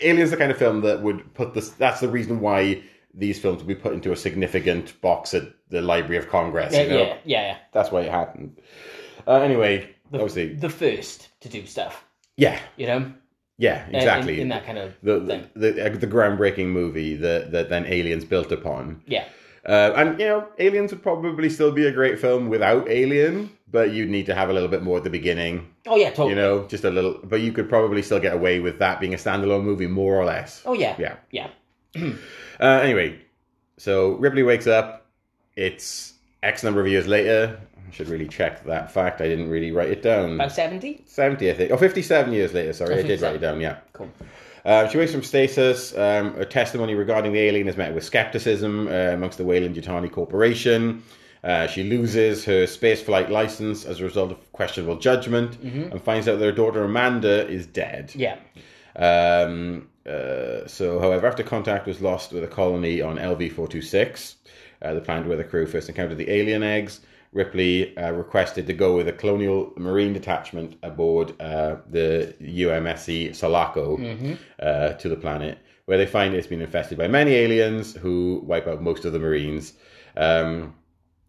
Alien's the kind of film that would put this that's the reason why these films would be put into a significant box at the Library of Congress.
Yeah,
you know?
Uh, yeah, yeah.
That's why it happened. Uh, anyway, obviously
The first to do stuff,
Yeah.
you know,
Yeah,
In-
exactly.
in, in that kind of
the,
thing.
the uh, the the groundbreaking movie that, that then Aliens built upon.
Yeah,
Uh, and you know, Aliens would probably still be a great film without Alien, but you'd need to have a little bit more at the beginning.
oh yeah, totally.
You know, just a little but you could probably still get away with that being a standalone movie more or less.
Oh yeah,
Yeah.
yeah.
Uh, anyway, so Ripley wakes up. It's X number of years later. I should really check that fact. I didn't really write it down.
About seventy.
70, I think. Or 57 years later, sorry. I did write it down, yeah.
Cool.
Uh, she wakes from stasis. Um, her testimony regarding the alien is met with skepticism uh, amongst the Wayland Yutani Corporation. Uh, she loses her spaceflight license as a result of questionable judgment and finds out that her daughter Amanda is dead.
Yeah,
Um, uh, so, however, after contact was lost with a colony on LV 426, uh, the planet where the crew first encountered the alien eggs, Ripley uh, requested to go with a colonial marine detachment aboard uh, the UMSC E Sulaco uh, to the planet, where they find it's been infested by many aliens who wipe out most of the marines. Um,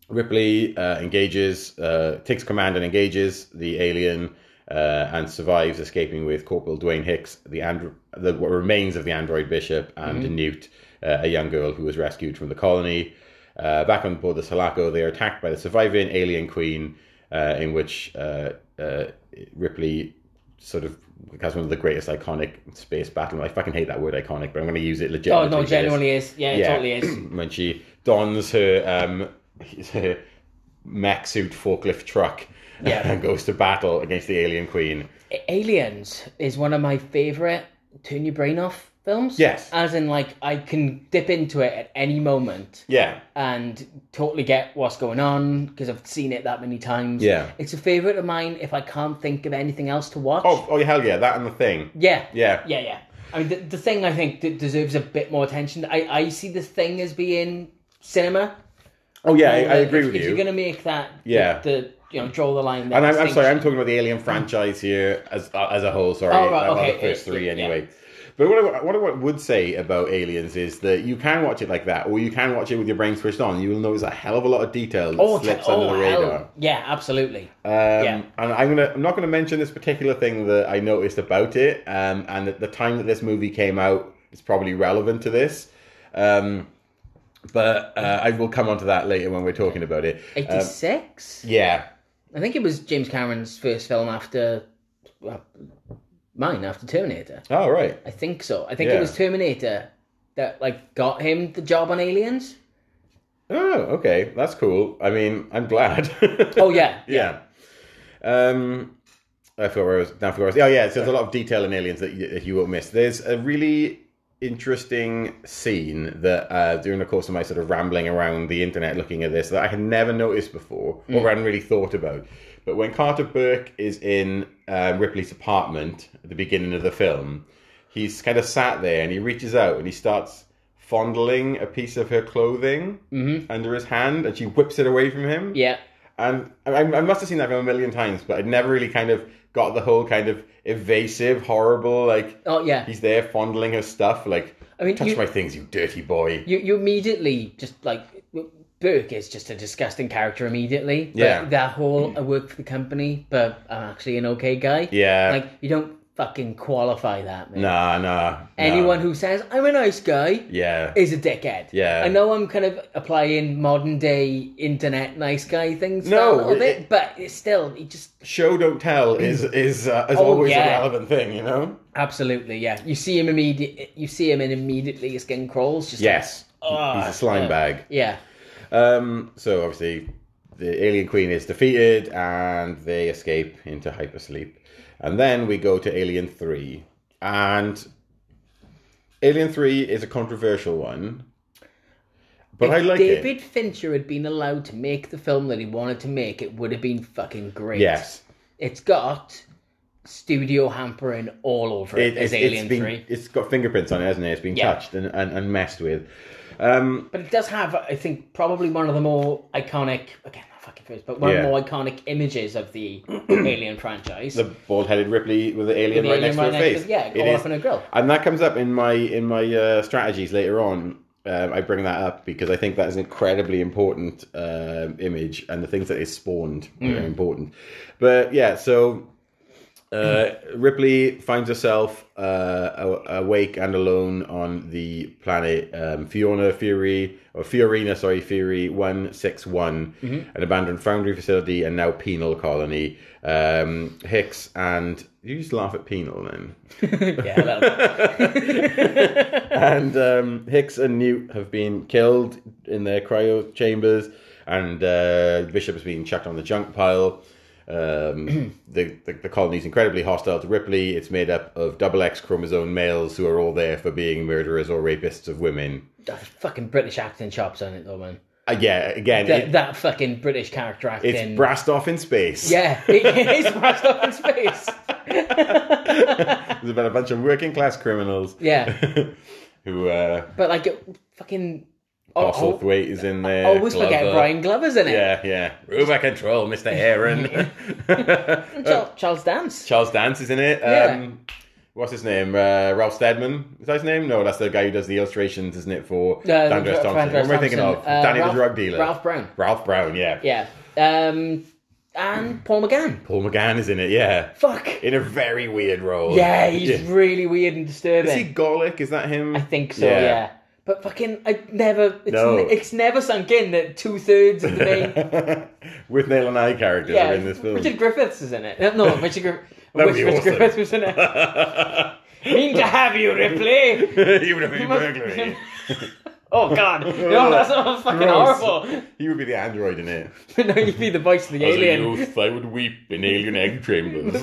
Ripley uh, engages, uh, takes command and engages the alien, uh, and survives, escaping with Corporal Dwayne Hicks, the andro- the what remains of the android bishop, and
Mm-hmm.
Newt, uh, a young girl who was rescued from the colony. Uh, back on board the Sulaco, they are attacked by the surviving alien queen, uh, in which uh, uh, Ripley sort of has one of the greatest iconic space battle. I fucking hate that word iconic, but I'm going to use it
Oh,
legitimately.
no,
it is
genuinely is. Yeah, it totally is.
when she dons her um her mech suit forklift truck
Yeah.
and goes to battle against the alien queen.
Aliens is one of my favorite turn your brain off films.
Yes.
As in, like, I can dip into it at any moment
Yeah.
and totally get what's going on because I've seen it that many times.
Yeah.
It's a favorite of mine if I can't think of anything else to watch.
Oh, oh hell yeah, that and the thing.
Yeah.
Yeah.
Yeah, yeah. I mean, the, the thing I think that deserves a bit more attention. I, I see the thing as being cinema.
Oh yeah, I, I
Like,
agree
if,
with
If
you.
you're going to make that,
Yeah.
the, the- you know, draw the line. There,
and I'm, I'm sorry,
distinction.
I'm talking about the Alien franchise here as uh, as a whole. Sorry,
Oh, right,
about
okay,
the first
yeah,
three
yeah.
anyway. But what I, what I would say about Aliens is that you can watch it like that, or you can watch it with your brain switched on. You will notice a hell of a lot of detail that
Oh, te-
slips
oh,
under the radar.
hell. Yeah, absolutely.
Um, And I'm gonna, I'm not gonna mention this particular thing that I noticed about it, um, and at the time that this movie came out is probably relevant to this, um, but uh, I will come onto that later when we're talking about it. Um,
86?
yeah,
I think it was James Cameron's first film after well, mine, after Terminator.
oh, right,
I think so. I think
Yeah.
it was Terminator that like got him the job on Aliens.
oh, okay, that's cool. I mean, I'm glad.
Oh yeah,
yeah. Um, I forgot where I was. Now I forgot where I was. Oh yeah, so there's a lot of detail in Aliens that you, that you won't miss. There's a really interesting scene that uh, during the course of my sort of rambling around the internet looking at this that I had never noticed before or hadn't really thought about. But when Carter Burke is in uh, Ripley's apartment at the beginning of the film, he's kind of sat there and he reaches out and he starts fondling a piece of her clothing under his hand and she whips it away from him.
yeah.
And I, I must have seen that film a million times, but I never really kind of got the whole kind of evasive, horrible, like
Oh yeah.
he's there fondling her stuff, like
I mean,
touch
you-
my things, you dirty boy.
You you immediately just like Burke is just a disgusting character immediately. But
Yeah. Mm.
That whole I work for the company, but I'm actually an okay guy.
yeah,
Like you don't fucking qualify that. Man.
nah, nah. nah.
Anyone who says I'm a nice guy
yeah,
is a dickhead.
Yeah.
I know I'm kind of applying modern day internet nice guy things
No,
no, a little
it-
bit, but it's still it just
show don't tell is is uh, is
Oh,
always
yeah.
a relevant thing, you know.
absolutely yeah. You see him immediate you see him and immediately his skin crawls. Just
Yes,
Ah,
he's a slime
yeah.
bag.
like- yeah.
Um, so obviously, the alien queen is defeated, and they escape into hypersleep. And then we go to Alien Three, and Alien Three is a controversial one, but I like
David
it.
Fincher had been allowed to make the film that he wanted to make, it would have been fucking great.
Yes,
It's got studio hampering all over it,
it,
as
it's,
Alien
it's been
3.
it's got fingerprints on it, hasn't it? It's been
Yeah.
touched and, and, and messed with. Um,
But it does have, I think, probably one of the more iconic, again, not fucking first, but one
Yeah.
of the more iconic images of the Alien franchise.
the bald-headed Ripley with the alien
The
right
alien
next to her face.
yeah,
It
all
is-
up in a grill.
and that comes up in my in my uh, strategies later on. Um, I bring that up because I think that is an incredibly important um image, and the things that it spawned are important. But yeah, so uh, Ripley finds herself uh, a- awake and alone on the planet um, Fiona Fury or Fiorina, sorry, Fury One Six One, an abandoned foundry facility and now penal colony. Um, Hicks and you just laugh at penal then
yeah, a little bit.
and um, Hicks and Newt have been killed in their cryo chambers, and uh, Bishop has been chucked on the junk pile. Um, the, the the colony is incredibly hostile to Ripley. It's made up of double X chromosome males who are all there for being murderers or rapists of women.
That's fucking British acting chops on it, though, man.
Uh, yeah, again,
That,
it,
that fucking British character acting.
it's brassed off in space.
yeah, it is brushed up in space.
it's about a bunch of working class criminals
Yeah.
who uh,
But like, it, fucking Oh, oh,
Postlethwaite is in there.
always forget
Glover.
Brian Glover's in it.
Yeah, yeah. Room I control, Mr. Aaron.
And
Uh,
Charles, Charles Dance.
Charles Dance is in it. Um, What's his name? Uh, Ralph Steadman? Is that his name? No, that's the guy who does the illustrations, isn't it, for
Uh,
Dan Dress
for
Thompson.
Andress
what am I thinking
Thompson.
of?
Uh,
Danny
Ralph-
the Drug Dealer.
Ralph Brown.
Ralph Brown, yeah.
Yeah. Um, and Paul McGann.
Paul McGann is in it, yeah.
Fuck.
In a very weird role.
Yeah, he's really weird and disturbing.
Is he Gorlick? Is that him?
I think so. Yeah.
Yeah.
But fucking, I never. It's,
No.
it's never sunk in that two thirds of the main.
With Nail and I characters
yeah,
are in this film.
Richard Griffiths is in it. No, no, Richard Griffiths.
That would be
Which Richard
awesome.
Griffiths was in it? Mean to have you, Ripley.
he would have been
You must-
burglary.
Oh God, no, that's not fucking
Gross.
horrible.
He would be the android in it.
no, you'd be the voice of the alien.
I would weep in alien egg chambers.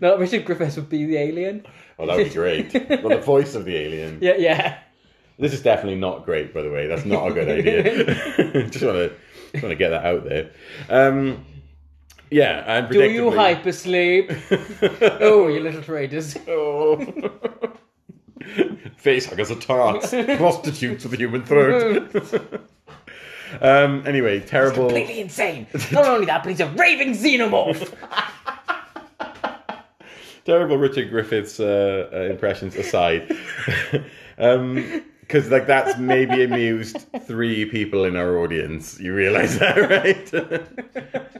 No, Richard Griffiths would be the alien.
oh, that would be great. Well, the voice of the alien.
Yeah, yeah.
This is definitely not great, by the way. That's not a good idea. just want to want to get that out there. Um, yeah, and
Do you
predictably-
hyper sleep? oh, you little traitors.
Oh. Face huggers are tarts, prostitutes of the human throat. um, anyway, terrible.
completely insane. Not only that, but he's a raving xenomorph.
terrible Richard Griffiths uh, uh, impressions aside, um, because like that's maybe amused three people in our audience. You realise that, right?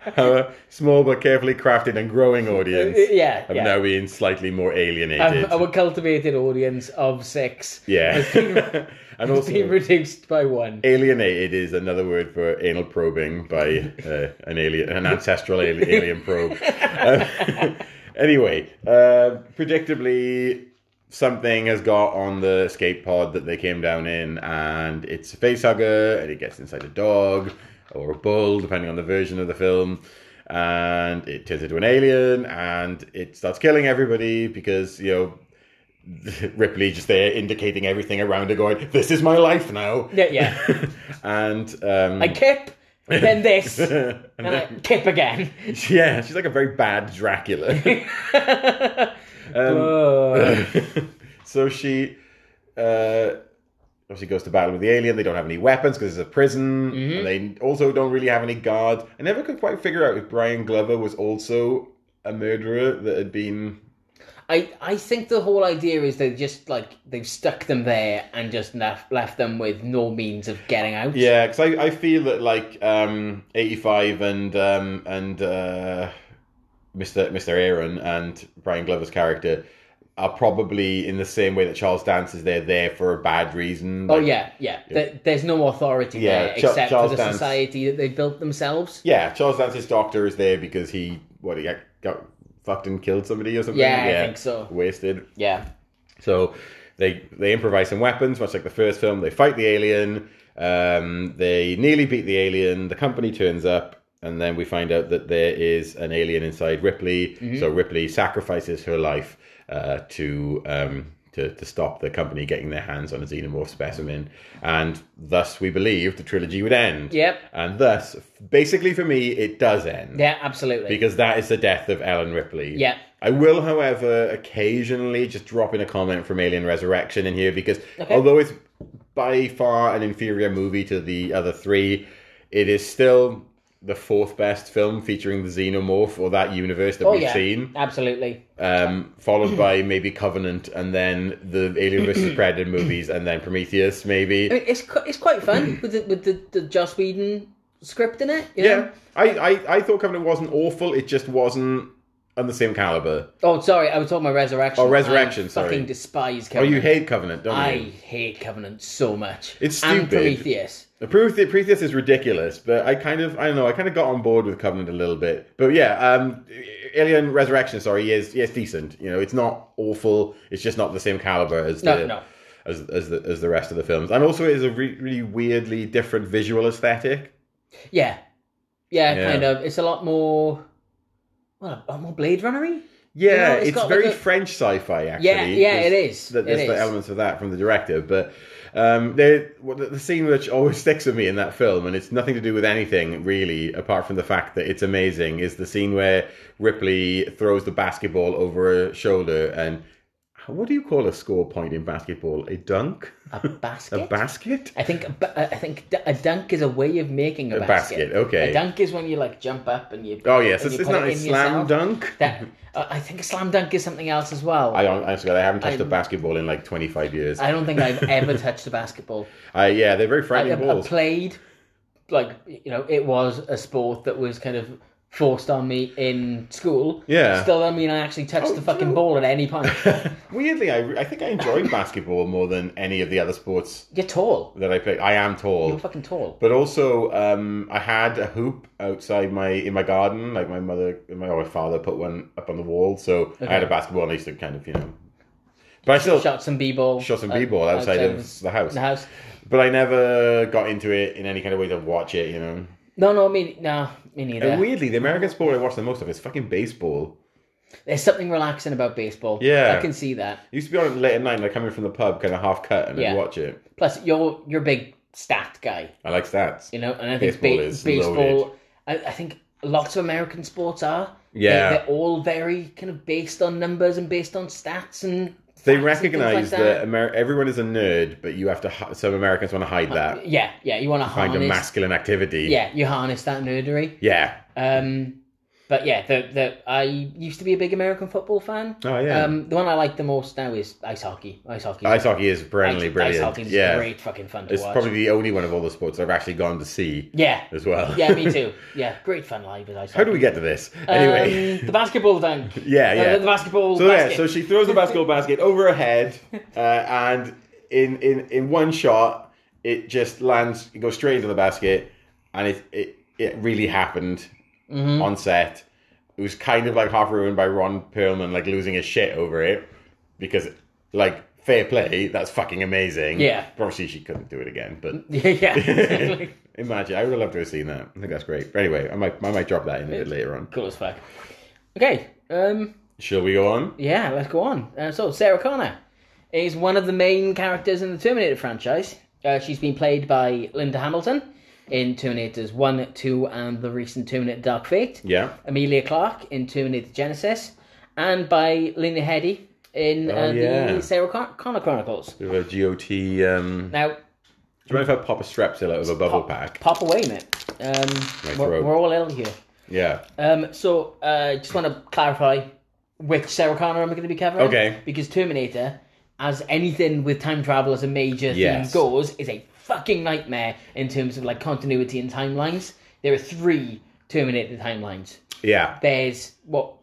our small but carefully crafted and growing audience
yeah,
have
Uh, yeah.
now been slightly more alienated.
Um, our cultivated audience of six
yeah, and
being
also.
reduced by one.
Alienated is another word for anal probing by uh, an alien, an ancestral alien, alien probe. Um, anyway, uh, predictably, something has got on the escape pod that they came down in, and it's a facehugger, and it gets inside a dog or a bull, depending on the version of the film. And it turns into an alien, and it starts killing everybody because you know. Ripley just there indicating everything around her, going, "This is my life now."
Yeah, yeah.
and um,
I kip, then this, and
and
I
then-
kip again.
yeah, she's like a very bad Dracula.
Whoa.
so she uh, obviously goes to battle with the alien. They don't have any weapons because it's a prison.
Mm-hmm.
And they also don't really have any guards. I never could quite figure out if Brian Glover was also a murderer that had been.
I, I think the whole idea is they just like they've stuck them there and just left left them with no means of getting out.
Yeah, because I, I feel that like um, eighty five and um, and uh, Mister Mister Aaron and Brian Glover's character are probably in the same way that Charles Dance is. They're there for a bad reason.
Oh
Like,
yeah, yeah. There, there's no authority
Yeah,
there
Cha-
except
Charles
for the
Dance.
society that they built themselves.
Yeah, Charles Dance's doctor is there because he what he got, got fucked and killed somebody or something.
Yeah, I think so.
Wasted.
Yeah.
So they they improvise some weapons, much like the first film. They fight the alien. Um, they nearly beat the alien. The company turns up, and then we find out that there is an alien inside Ripley. So Ripley sacrifices her life uh, to. Um, to, to stop the company getting their hands on a xenomorph specimen, and thus we believe the trilogy would end.
Yep.
And thus, basically for me, it does end
Yeah, absolutely.
because that is the death of Ellen Ripley.
Yeah.
I will, however, occasionally just drop in a comment from Alien Resurrection in here because
Okay.
although it's by far an inferior movie to the other three, it is still the fourth best film featuring the xenomorph or that universe that
oh
we've
yeah.
seen,
Absolutely.
um, followed by maybe Covenant and then the Alien vs. Predator movies and then Prometheus, maybe.
I mean, it's qu- it's quite fun with the, with the, the Joss Whedon script in it. you
yeah,
know?
I, I, I thought Covenant wasn't awful, it just wasn't on the same caliber.
Oh, sorry, I was talking about Resurrection.
Oh, Resurrection,
I
sorry.
Fucking despise
Oh,
Covenant.
you hate Covenant, don't
I
you?
hate Covenant so much.
It's
And
stupid.
Prometheus.
The Promethe- Prometheus is ridiculous, but I kind of, I don't know, I kind of got on board with Covenant a little bit. But yeah, um, Alien Resurrection, sorry, is yes, decent. You know, it's not awful. It's just not the same caliber as
No,
the
no.
as as the as the rest of the films, and also it is a re- really weirdly different visual aesthetic.
Yeah. yeah,
Yeah.
kind of. It's a lot more. Well, a lot more Blade Runnery.
Yeah,
it's
it's
got
very
like a-
French sci-fi, actually.
Yeah, yeah,
There's-
it is.
that there's
It
the
is.
elements of that from the director. But um, there, what- the the scene which always sticks with me in that film, and it's nothing to do with anything really, apart from the fact that it's amazing, is the scene where Ripley throws the basketball over her shoulder and What do you call a score point in basketball? A dunk?
A basket.
A basket?
I think a ba- I think d- a dunk is a way of making a,
A basket, okay.
A dunk is when you like jump up and you.
Oh yes,
and
it's,
you
it's
put
not
it
a
in
slam
yourself.
dunk.
That uh, I think a slam dunk is something else as well.
I
I,
don't. I swear, I haven't touched a
I-
basketball in like 25 years.
don't think I've ever touched a basketball.
I, yeah, they're very
I,
frightening
I- I
balls.
played, like you know, it was a sport that was kind of forced on me in school.
Yeah.
Still, I mean, I actually touched
Oh,
the fucking
no.
ball at any point.
Weirdly, I, re- I think I enjoyed basketball more than any of the other sports
You're tall.
that I play. I am
You're
tall,
fucking tall.
but also um, I had a hoop outside my in my garden. Like my mother, my, or my father put one up on the wall, so I had a basketball. and I used to kind of you know, but I still shot,
Shot some b-ball.
some
uh,
b-ball outside of the house.
the house.
But I never got into it in any kind of way to watch it. You know,
No, no, me, no, me neither.
and weirdly, the American sport I watch the most of is fucking baseball.
There's something relaxing about baseball.
Yeah.
I can see that.
It used to be on late at night, and I come in from the pub, kind of half cut, and
Yeah.
I'd watch it.
Plus, you're you're a big stat guy,
I like stats.
you know, and I think
Baseball
ba-
is
baseball.
loaded.
I, I think lots of American sports are.
Yeah.
they, are all very kind of based on numbers and based on stats and.
They
facts and
recognize
things like
that, Amer- everyone is a nerd, but you have to. hi- Some Americans want to hide that.
Yeah, yeah, you want to
Find a
harness.
masculine activity.
Uh, Yeah, you harness that nerdery.
Yeah.
Um, but yeah, the the I used to be a big American football fan.
Oh yeah.
Um, the one I like the most now is ice hockey. Ice hockey.
ice hockey is brilliantly
Ice
brilliant.
hockey's
yeah.
great fucking fun to
It's
watch.
probably the only one of all the sports I've actually gone to see
Yeah.
as well.
Yeah, me too. Yeah, great fun live as I
How do we get to this? Anyway.
Um, the basketball dunk.
yeah.
Uh,
Yeah.
the basketball
So
basket.
yeah, so she throws the basketball basket over her head, uh, and in, in in one shot, it just lands, it goes straight into the basket, and it it, it really happened
Mhm.
on set. It was kind of like half ruined by Ron Perlman, like losing his shit over it, because like fair play, that's fucking amazing.
Yeah.
But obviously she couldn't do it again, but.
yeah, yeah, exactly.
Imagine, I would have loved to have seen that. I think that's great. But anyway, I might, I might drop that in a bit later on.
cool as fuck. Okay, um,
Shall we go on?
yeah, let's go on. Uh, so Sarah Connor is one of the main characters in the Terminator franchise. Uh, she's been played by Linda Hamilton in Terminators One, Two, and the recent Terminator Dark Fate.
Yeah.
Amelia Clark in Terminator Genesis, and by Lena Headey in uh,
Oh, yeah.
the Sarah Con- Connor Chronicles.
Bit of a GOT um,
Now,
Do you mind if I pop a strepsil out of a bubble
pop,
pack?
pop away, mate. Um, we're,
throat.
we're all ill here.
Yeah.
Um, so uh, just want to clarify which Sarah Connor am I going to be covering?
Okay.
Because Terminator, as anything with time travel as a major
Yes.
theme goes, is a fucking nightmare in terms of like continuity and timelines. There are three Terminator timelines.
Yeah.
There's what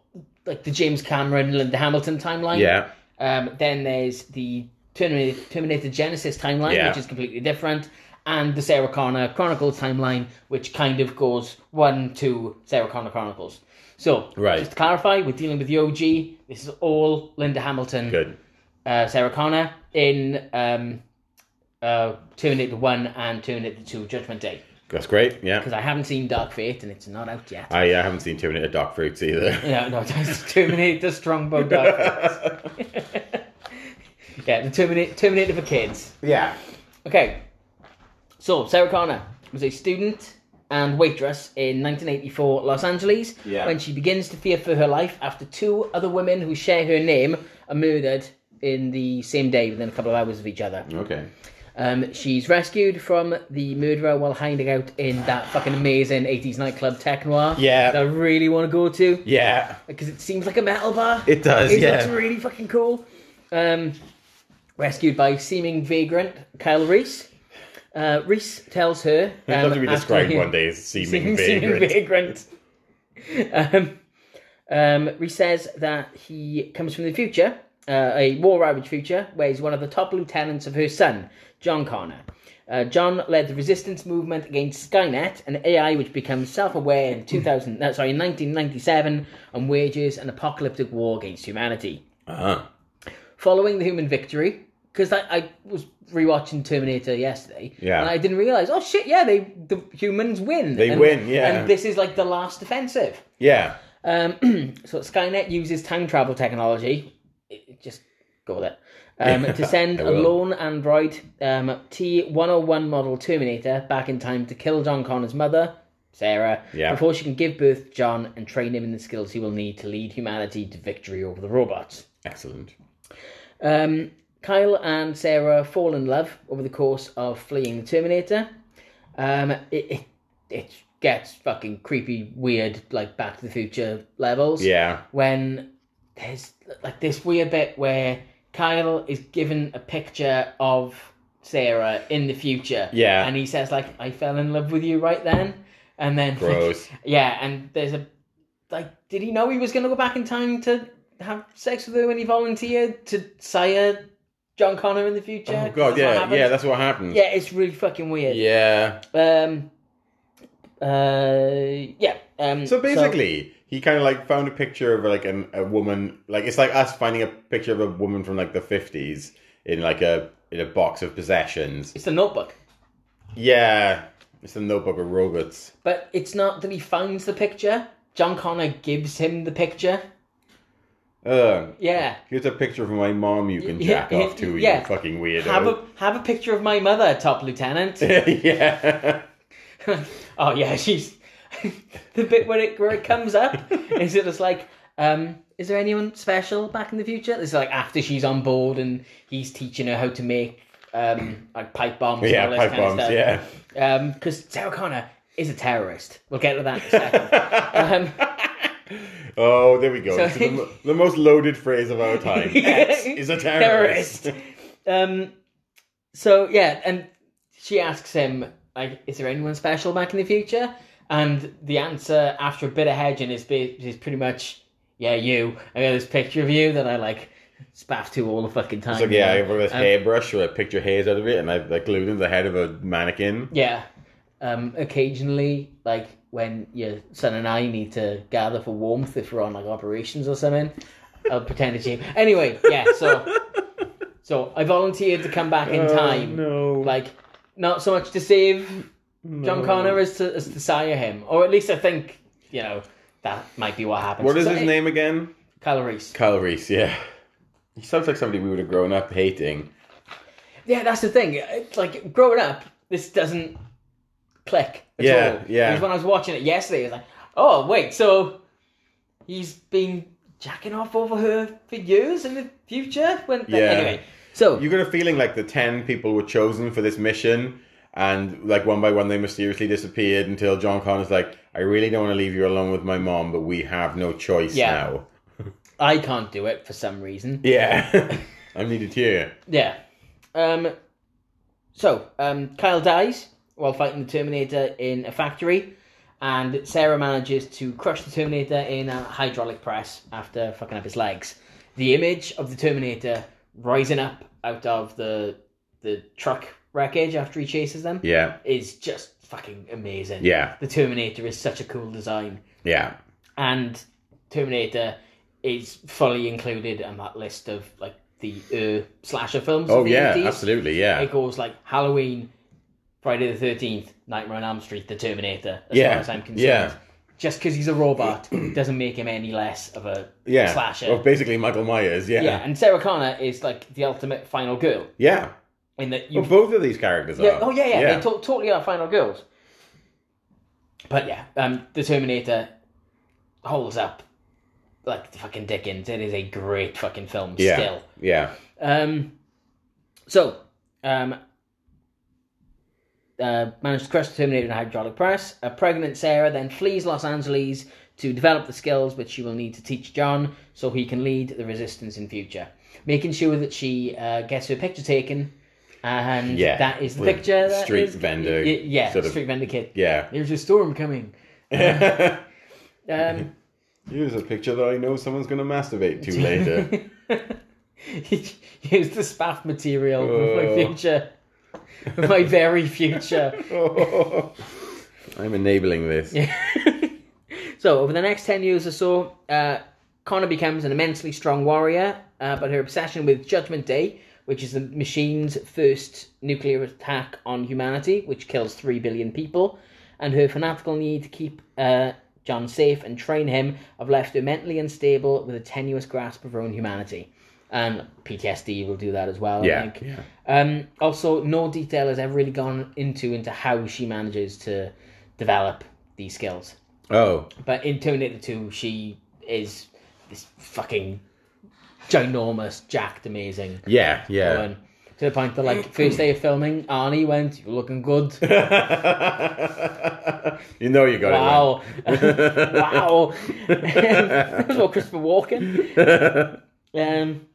like the James Cameron Linda Hamilton timeline.
Yeah.
Um, then there's the Terminator, Terminator Genesis timeline,
Yeah.
which is completely different, and the Sarah Connor Chronicles timeline, which kind of goes one to Sarah Connor Chronicles. So,
Right.
just to clarify, we're dealing with the OG. This is all Linda Hamilton,
Good.
uh, Sarah Connor in um, uh, Terminator 1 and Terminator 2 Judgment Day.
That's great. Yeah.
Because I haven't seen Dark Fate and it's not out yet.
I, I haven't seen Terminator Dark Fruits either.
No, no, it's Terminator Strongbow Dark Fate. Yeah, the Terminator, Terminator for kids.
yeah.
Okay. So, Sarah Connor was a student and waitress in 1984 Los Angeles
Yeah.
when she begins to fear for her life after two other women who share her name are murdered in the same day within a couple of hours of each other.
Okay.
Um, she's rescued from the murderer while hiding out in that fucking amazing 80s nightclub Tech Noir
Yeah.
that I really want to go to
Yeah.
because it seems like a metal bar.
It does.
It looks
yeah.
really fucking cool. Um, rescued by seeming vagrant Kyle Reese. Uh, Reese tells her. Um,
I'd love to be
after
described
he-
one day as seeming
Seeming seeming
vagrant.
vagrant. Um, um, Reese says that he comes from the future, uh, a war ravaged future, where he's one of the top lieutenants of her son, John Connor. Uh, John led the resistance movement against Skynet, an AI which becomes self-aware in 2000, no, sorry, in 1997, and wages an apocalyptic war against humanity
Uh-huh.
following the human victory because I, I was rewatching Terminator yesterday,
Yeah.
and I didn't realize. Oh shit! Yeah, they the humans win.
They
And-
win, yeah.
and this is like the last offensive.
Yeah.
Um, so Skynet uses time travel technology. It- it just go with it. Um, to send
I
a
will.
lone android um, T101 model Terminator back in time to kill John Connor's mother, Sarah,
Yeah.
before she can give birth to John and train him in the skills he will need to lead humanity to victory over the robots.
Excellent.
Um, Kyle and Sarah fall in love over the course of fleeing the Terminator. Um, it, it it gets fucking creepy, weird, like Back to the Future levels.
Yeah.
When there's like this weird bit where Kyle is given a picture of Sarah in the future.
Yeah.
And he says like, "I fell in love with you right then," and then
Gross.
yeah, and there's a like, did he know he was gonna go back in time to have sex with her when he volunteered to sire John Connor in the future?
Oh god,
That's what
yeah,
happens.
yeah, that's what happened.
yeah, it's really fucking weird.
Yeah.
Um. Uh. Yeah. Um.
So basically, he kind of like found a picture of like an, a woman. Like it's like us finding a picture of a woman from like the fifties in like a in a box of possessions.
it's the Notebook,
Yeah, it's a notebook of robots.
but it's not that he finds the picture. John Connor gives him the picture.
Ugh.
Yeah.
Here's a picture of my mom you can
Yeah,
jack
yeah,
off to,
yeah.
you fucking weirdo.
Have a have a picture of my mother, top lieutenant.
yeah.
oh yeah, she's the bit where it where it comes up is it just like, um, is there anyone special back in the future? It's like after she's on board and he's teaching her how to make um like pipe bombs.
Yeah,
and all this
pipe
kind
bombs,
Of stuff.
yeah.
Um, because Sarah Connor is a terrorist. We'll get to that in a second. um,
Oh, there we go.
So-
This is the, mo- the most loaded phrase of our time. X is a terrorist.
um, so yeah, and she asks him like, "Is there anyone special back in the future?" And the answer after a bit of hedging is ba- is pretty much, "Yeah, you. I got this picture of you that I like spaff to all the fucking time."
So yeah, I have this
Um,
hairbrush where I picture hairs out of it, and I like glued in the head of a mannequin.
Yeah. Um, occasionally, like when your son and I need to gather for warmth if we're on like operations or something, I'll pretend it's you. Anyway, yeah. So, so I volunteered to come back in time.
Oh, no.
Like, not so much to save John Connor as to as to sire him, or at least I think you know that might be what happens.
What is
So,
his
eh,
name again?
Kyle Reese.
Kyle Reese, yeah. He sounds like somebody we would have grown up hating.
Yeah, that's the thing. It's Like growing up, this doesn't click at
Yeah,
all.
yeah.
Because when I was watching it yesterday, it was like, oh wait, so he's been jacking off over her for years in the future. When
Yeah.
anyway, so
You got a feeling like the 10 people were chosen for this mission, and like one by one they mysteriously disappeared until John Connor's like, I really don't want to leave you alone with my mom, but we have no choice
Yeah.
now.
I can't do it for some reason.
Yeah. I'm needed here.
Yeah. Um. So um, Kyle dies while fighting the Terminator in a factory. And Sarah manages to crush the Terminator in a hydraulic press after fucking up his legs. The image of the Terminator rising up out of the the truck wreckage after he chases them
Yeah.
is just fucking amazing.
Yeah.
The Terminator is such a cool design,
Yeah.
and Terminator is fully included on that list of like the uh, slasher films. of
Oh,
the
yeah.
80s.
Absolutely. Yeah.
It goes like Halloween, Friday the Thirteenth, Nightmare on Elm Street, The Terminator. As
Yeah,
far as I'm concerned,
yeah.
just because he's a robot doesn't make him any less of a
Yeah.
slasher.
Well, basically, Michael Myers. Yeah. Yeah.
yeah, and Sarah Connor is like the ultimate final girl in that you.
Well, both of these characters
yeah,
are.
oh yeah, yeah, they to- totally are final girls. But yeah, um, the Terminator holds up like the fucking Dickens. It is a great fucking film
yeah.
still.
Yeah.
Um, so, um, uh, managed to crush the Terminator in a hydraulic press. A pregnant Sarah then flees Los Angeles to develop the skills which she will need to teach John so he can lead the resistance in future. Making sure that she uh, gets her picture taken, and
Yeah,
that is the
with
picture. that
street
is-
vendor
y- yeah,
sort of-
street vendor kid.
Yeah.
There's a storm coming. Um,
Here's a picture that I know someone's going to masturbate to later.
Use the spaff material of
Oh.
my future, of my very future.
I'm enabling this.
So, over the next 10 years or so, uh, Connor becomes an immensely strong warrior, uh, but her obsession with Judgment Day, which is the machine's first nuclear attack on humanity, which kills 3 billion people, and her fanatical need to keep uh, John safe and train him have left her mentally unstable with a tenuous grasp of her own humanity. And PTSD will do that as well, I
Yeah,
think.
yeah.
Um, also, no detail has ever really gone into into how she manages to develop these skills.
Oh,
But in Terminator 2, she is this fucking ginormous, jacked, amazing.
Yeah, yeah.
Owen. To the point that, like, first day of filming, Arnie went, You're looking good.
you know you got
Wow.
it. man.
wow. that was all Christopher Walken. Um,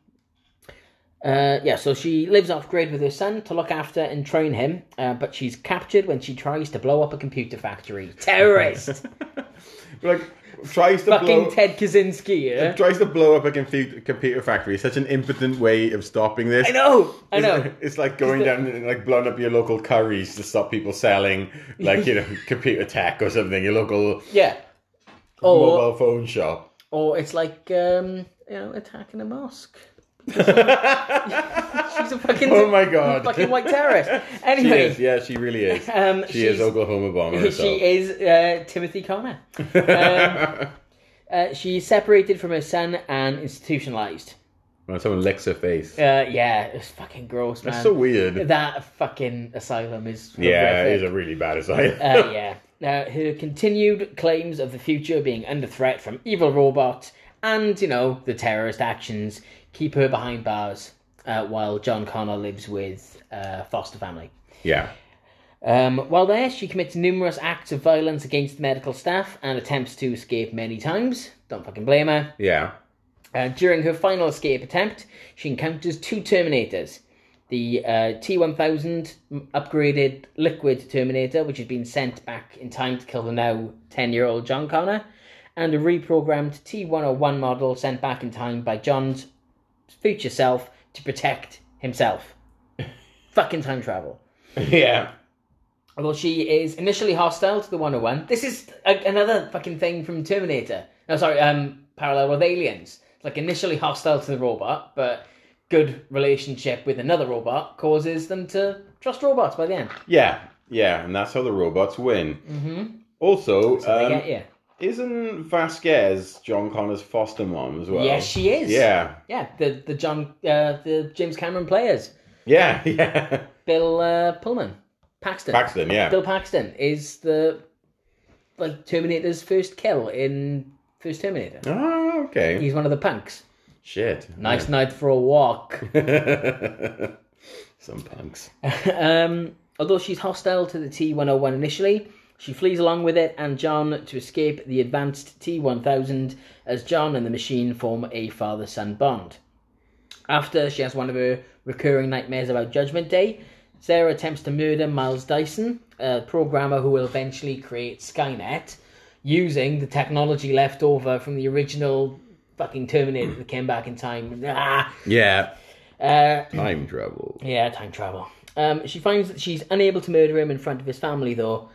uh, yeah, so she lives off grid with her son to look after and train him, uh, but she's captured when she tries to blow up a computer factory. Terrorist!
like tries to
Fucking
blow,
Ted Kaczynski, yeah?
tries to blow up a computer computer factory. Such an impotent way of stopping this.
I know! I know!
It's, it's like going down and like blowing up your local curries to stop people selling, like you know, computer tech or something. Your local
Yeah. Or, Oh.
mobile phone shop.
or it's like, um, you know, attacking a mosque. She's a fucking,
Oh my god!
fucking white terrorist.
she
Anyway,
is. Yeah, she really is.
um,
She is
she's-
Oklahoma bomber.
She is uh, Timothy Connor. Um, uh, she's separated from her son and institutionalized.
When someone licks her face.
Uh, yeah, it's fucking gross, man.
That's so weird.
That fucking asylum is.
Yeah, it
horrific.
is a really bad aside.
Uh, yeah. Now, her continued claims of the future being under threat from evil robots and, you know, the terrorist actions keep her behind bars uh, while John Connor lives with uh, foster family.
yeah.
Um, while there, she commits numerous acts of violence against medical staff and attempts to escape many times. Don't fucking blame her.
Yeah.
Uh, during her final escape attempt, she encounters two Terminators the uh, T 1000 upgraded liquid Terminator, which has been sent back in time to kill the now 10 year old John Connor, and a reprogrammed T 101 model sent back in time by John's future self to protect himself. Fucking time travel.
Yeah.
Although she is initially hostile to the 101. This is a, another fucking thing from Terminator. No, sorry, um, Parallel with Aliens. Like, initially hostile to the robot, but good relationship with another robot causes them to trust robots by the end.
Yeah. Yeah. And that's how the robots win. Mm-hmm. Also,
They
um,
get you.
isn't Vasquez John Connor's foster mom as well?
yes, she is.
Yeah.
Yeah, the, the John, uh, the James Cameron players.
Yeah. Yeah.
Bill uh, Pullman. Paxton.
Paxton, yeah.
Bill Paxton is the, like, Terminator's first kill in First Terminator.
Oh, okay.
He's one of the punks.
Shit.
Nice night for a walk.
Yeah. Some punks.
Um, although she's hostile to the T 101 initially, she flees along with it and John to escape the advanced T 1000 as John and the machine form a father son bond. After she has one of her recurring nightmares about Judgment Day, Sarah attempts to murder Miles Dyson, a programmer who will eventually create Skynet, using the technology left over from the original fucking Terminator that came back in time. Ah!
Yeah.
Uh,
Time travel.
yeah, time travel. Um, she finds that she's unable to murder him in front of his family, though,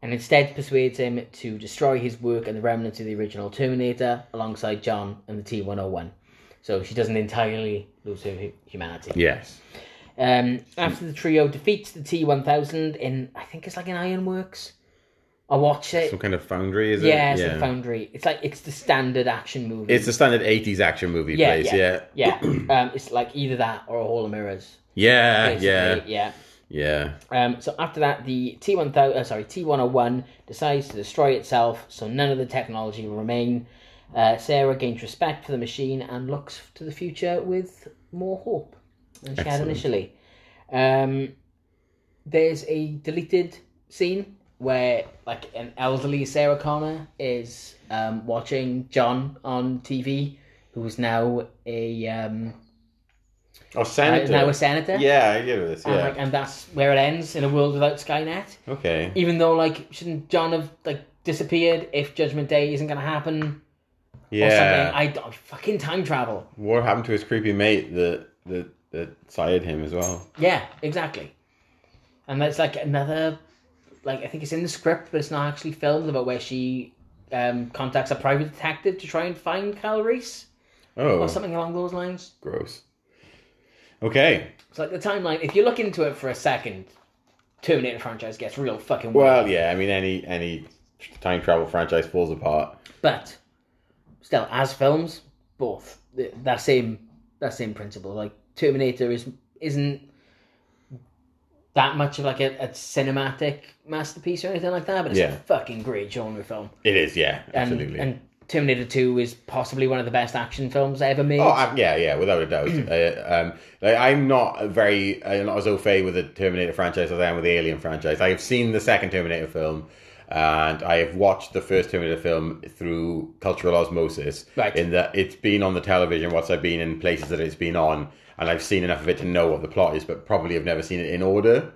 and instead persuades him to destroy his work and the remnants of the original Terminator alongside John and the T 101. So she doesn't entirely lose her hu- humanity.
Yes.
Um, after the trio defeats the T 1000 in, I think it's like an ironworks. I watch it.
Some kind of foundry, is
yeah,
it?
it's the Foundry. It's like, it's the standard action movie.
It's a standard 80s action movie
Yeah,
place, yeah.
yeah. yeah. um, it's like either that or a Hall of Mirrors.
Yeah, yeah,
basically, yeah.
yeah.
Um, so after that, the T one thousand, uh, sorry, T one hundred one decides to destroy itself, so none of the technology will remain. Uh, Sarah gains respect for the machine and looks to the future with more hope than she had
Excellent.
initially. Um, there's a deleted scene where, like, an elderly Sarah Connor is um, watching John on TV, who is now a um,
Oh,
uh,
Senator.
now Oh a senator.
yeah, I get this,
And,
yeah.
like, and that's where it ends in a world without Skynet
okay.
even though like shouldn't John have like disappeared if Judgment Day isn't gonna happen or
Yeah.
something? I don't fucking time travel.
What happened to his creepy mate that that that sired him as well?
Yeah, exactly. And that's like another like I think it's in the script, but it's not actually filmed about where she um, contacts a private detective to try and find Kyle Reese
Oh,
or something along those lines.
gross. Okay.
It's like the timeline. If you look into it for a second, Terminator franchise gets real fucking weird.
Well, yeah. I mean, any any time travel franchise falls apart.
But still, as films, both th- that same that same principle. Like Terminator is isn't that much of like a, a cinematic masterpiece or anything like that, but it's
Yeah.
a fucking great genre film.
It is, yeah,
And
absolutely.
and Terminator 2 is possibly one of the best action films ever made.
Oh, I- yeah, yeah, without a doubt. uh, um, like, I'm not a very, I'm not as au fait with the Terminator franchise as I am with the Alien franchise. I have seen the second Terminator film, and I have watched the first Terminator film through cultural osmosis.
Right.
In that it's been on the television once I've been in places that it's been on, and I've seen enough of it to know what the plot is, but probably have never seen it in order.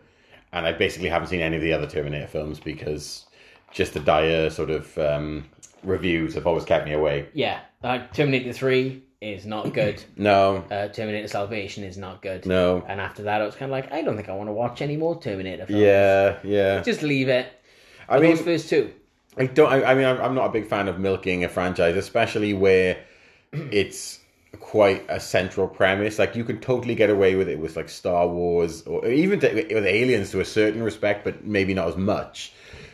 And I basically haven't seen any of the other Terminator films because just the dire sort of um, reviews have always kept me away.
yeah, uh, Terminator 3 is not good.
No,
uh, Terminator Salvation is not good.
no.
And after that, I was kind of like, I don't think I want to watch any more Terminator films.
Yeah, yeah.
Just leave it.
I
Those
mean,
first two.
I don't. I, I mean, I'm I'm not a big fan of milking a franchise, especially where it's quite a central premise. Like you can totally get away with it with like Star Wars or even to, with Aliens to a certain respect, but maybe not as much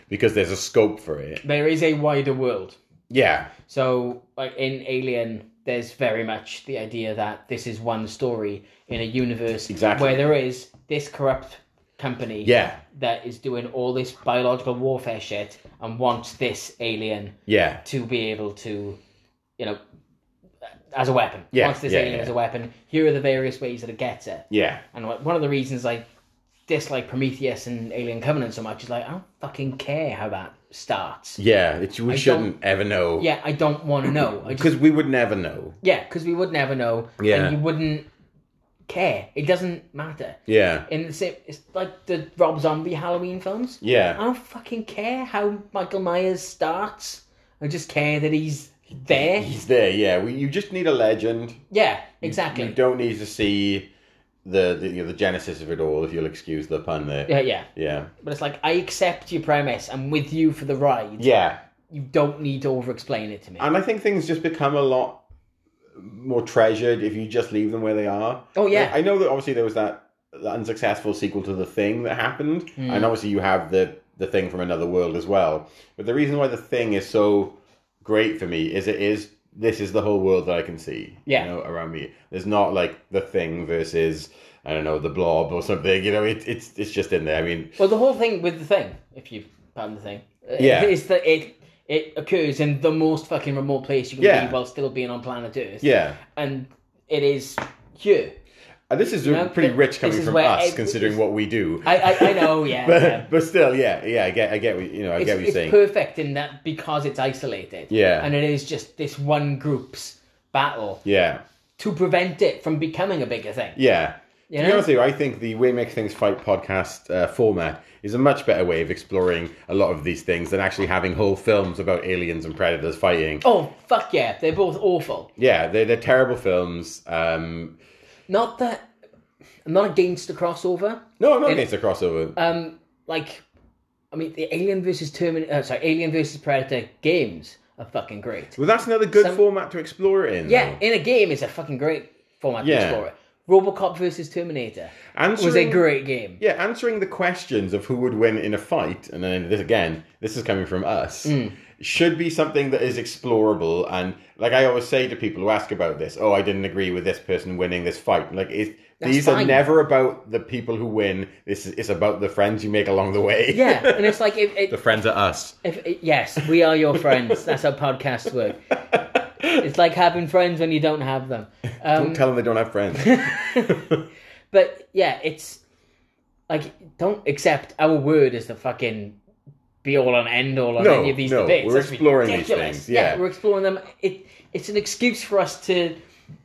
because there's a scope for it.
There is a wider world.
Yeah,
So, like in Alien, there's very much the idea that this is one story in a universe
Exactly.
where there is this corrupt company
yeah,
that is doing all this biological warfare shit and wants this alien
yeah,
to be able to, you know, as a weapon.
Yeah,
Wants this
yeah,
alien
yeah.
as a weapon. Here are the various ways that it gets it.
yeah,
And like, one of the reasons I dislike Prometheus and Alien Covenant so much is like I don't fucking care how that starts.
yeah. It's, we
I
shouldn't ever know.
Yeah, I don't want to know. I just,
because we would never know.
yeah, because we would never know.
Yeah.
and you wouldn't care. It doesn't matter.
Yeah,
In the same, it's like the Rob Zombie Halloween films. I
yeah,
don't fucking care how Michael Myers starts. I just care that he's there.
he's there. Yeah, we, you just need a legend.
Yeah, exactly.
You don't need to see the the, you know, the genesis of it all, if you'll excuse the pun there.
yeah, yeah.
Yeah.
But it's like I accept your premise. I'm with you for the ride.
Yeah.
You don't need to over-explain it to me.
And I think things just become a lot more treasured if you just leave them where they are.
oh yeah.
I know that obviously there was that, that unsuccessful sequel to The Thing that happened.
Hmm.
And obviously you have the the thing from another world as well. But the reason why the thing is so great for me is it is this is the whole world that I can see.
Yeah.
You know, around me. There's not like the thing versus I don't know, the blob or something. You know, it, it's it's just in there. I mean
Well, the whole thing with the thing, if you pardon the thing, uh,
Yeah.
is that it it occurs in the most fucking remote place you can
Yeah.
be while still being on planet Earth.
yeah.
and it is here.
And this is
know,
pretty
th-
rich coming
this is
from
where
us,
ev-
considering what we do.
I I, I know, yeah.
but,
yeah.
but still, yeah, yeah, I get, I get what you know, I
It's,
get what you're
it's
saying.
perfect in that because it's isolated.
Yeah.
and it is just this one group's battle
yeah,
to prevent it from becoming a bigger thing.
yeah.
You
To be
know?
honest with you, I think the We Make Things Fight podcast uh, format is a much better way of exploring a lot of these things than actually having whole films about aliens and predators fighting.
Oh fuck yeah, they're both awful.
Yeah, they're, they're terrible films. Um,
Not that I'm not against the crossover.
no, I'm not
It-
against a crossover.
um, like, I mean, the Alien versus Terminator, uh, sorry, Alien versus Predator games are fucking great.
well, that's another good
some-
format to explore it in.
Yeah,
though.
in a game is a fucking great format
Yeah.
to explore it. RoboCop versus Terminator was a
Answering-
great game.
Yeah, answering the questions of who would win in a fight, and then this again, this is coming from us,
Hmm.
should be something that is explorable. And like I always say to people who ask about this, oh, I didn't agree with this person winning this fight. Like, it, these are
fine.
never about the people who win. This is it's about the friends you make along the way.
Yeah, and it's like if,
the
if,
friends are us.
if, yes, we are your friends. That's how podcasts work. It's like having friends when you don't have them. Um,
Don't tell them they don't have friends.
But yeah, it's like don't accept our word as the fucking be all and end all on
No,
any of these
no,
debates.
we're exploring these
ridiculous.
things, yeah.
we're exploring them. It it's an excuse for us to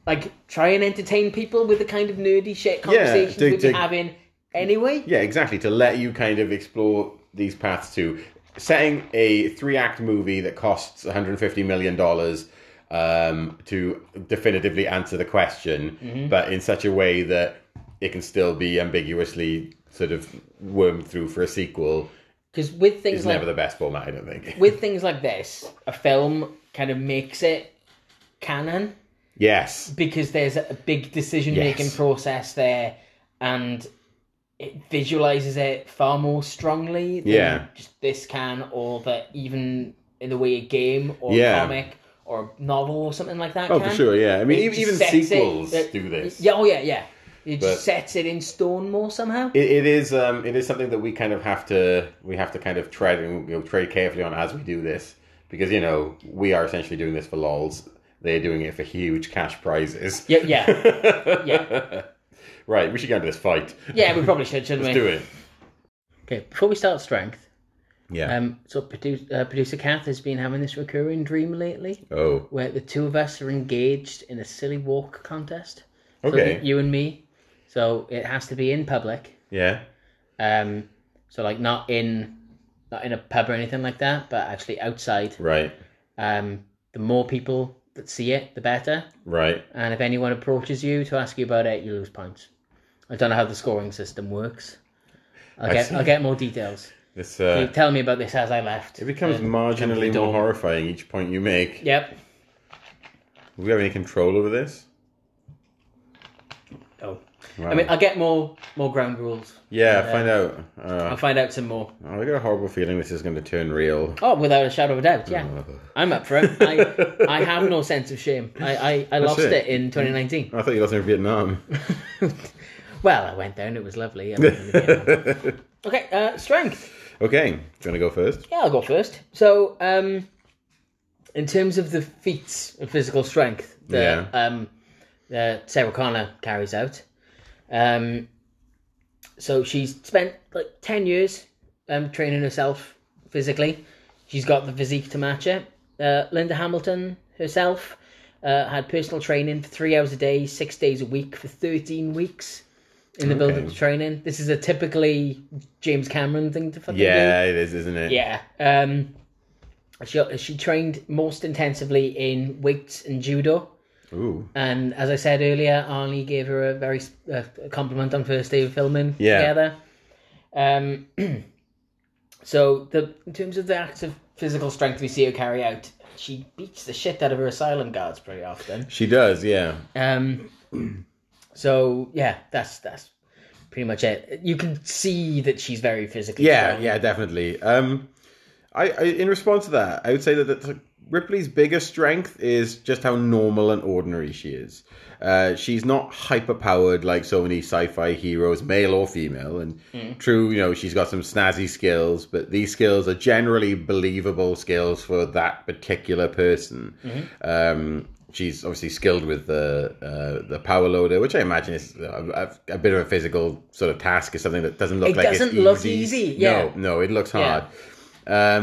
like try and entertain people with the kind of nerdy shit conversations
dig-
we've been
dig-
having anyway.
Yeah, exactly. To let you kind of explore these paths to setting a three act movie that costs $150 million um, to definitively answer the question,
Mm-hmm.
but in such a way that it can still be ambiguously sort of wormed through for a sequel
Because with things
is
like
never the best format, I don't think.
with things like this, a film kind of makes it canon.
yes.
because there's a big decision making
Yes.
process there and it visualizes it far more strongly than
Yeah.
just this can or that even in the way a game or
Yeah.
a comic or a novel or something like that
Oh,
can.
for sure, yeah. I mean,
It
even,
just
even
sets it-
sequels
it-
do this.
yeah oh yeah yeah it
But-
just sets it in stone more somehow
It, it is um, it is something that we kind of have to we have to kind of tread you know, tread carefully on as we do this because you know we are essentially doing this for lols. They're doing it for huge cash prizes.
Yeah, yeah,
yeah. right, we should get into this fight.
yeah. We probably should, shouldn't
Let's
we?
do it.
Okay, before we start strength,
Yeah.
um, so produce, uh, producer Kath has been having this recurring dream lately,
oh,
where the two of us are engaged in a silly walk contest. So
Okay.
you and me. So it has to be in public.
yeah.
Um, so like not in, not in a pub or anything like that, but actually outside.
Right.
Um, the more people that see it, the better.
Right.
And if anyone approaches you to ask you about it, you lose points. I don't know how the scoring system works. I'll
I
get
see.
I'll get more details.
This
You
uh,
tell me about this as I left.
it becomes
Uh,
marginally more
dawn.
horrifying each point you make.
Yep.
Do we have any control over this?
Oh.
Wow.
I mean, I'll get more more ground rules.
yeah, find out. Uh, oh,
I'll find out some more.
I got a horrible feeling this is going to turn real.
Oh, without a shadow of a doubt, yeah.
Ugh.
I'm up for it. I, I have no sense of shame. I, I, I lost
it.
it. in 2019.
I thought you lost in Vietnam.
Well, I went down. It was lovely. I went in the Vietnam. okay, uh, strength.
Okay, do you want to go first?
Yeah, I'll go first. So, um, in terms of the feats of physical strength that um, that Sarah Connor carries out, um, so she's spent like 10 years um, training herself physically. She's got the physique to match it. Uh, Linda Hamilton herself uh, had personal training for three hours a day, six days a week for 13 weeks in the build up
Okay.
to training. This is a typically James Cameron thing to fucking do.
Yeah, it is, isn't it?
Yeah. Um, she she trained most intensively in weights and judo,
Ooh.
and as I said earlier, Arnie gave her a very uh, compliment on first day of filming
Yeah.
together. Um, so the in terms of the acts of physical strength we see her carry out, she beats the shit out of her asylum guards pretty often.
She does, yeah.
Um, so yeah, that's that's pretty much it. You can see that she's very physically.
Yeah,
strong.
yeah, definitely. Um, I, I in response to that, I would say that that's, like, Ripley's biggest strength is just how normal and ordinary she is. Uh, she's not hyper powered like so many sci-fi heroes, male or female. And
Hmm.
true, you know, she's got some snazzy skills, but these skills are generally believable skills for that particular person.
Mm-hmm.
Um, she's obviously skilled with the uh, the power loader, which I imagine is a, a, a bit of a physical sort of task. Is something that doesn't look
It
like it's
doesn't look easy, yeah.
No, no, it looks
Yeah.
hard.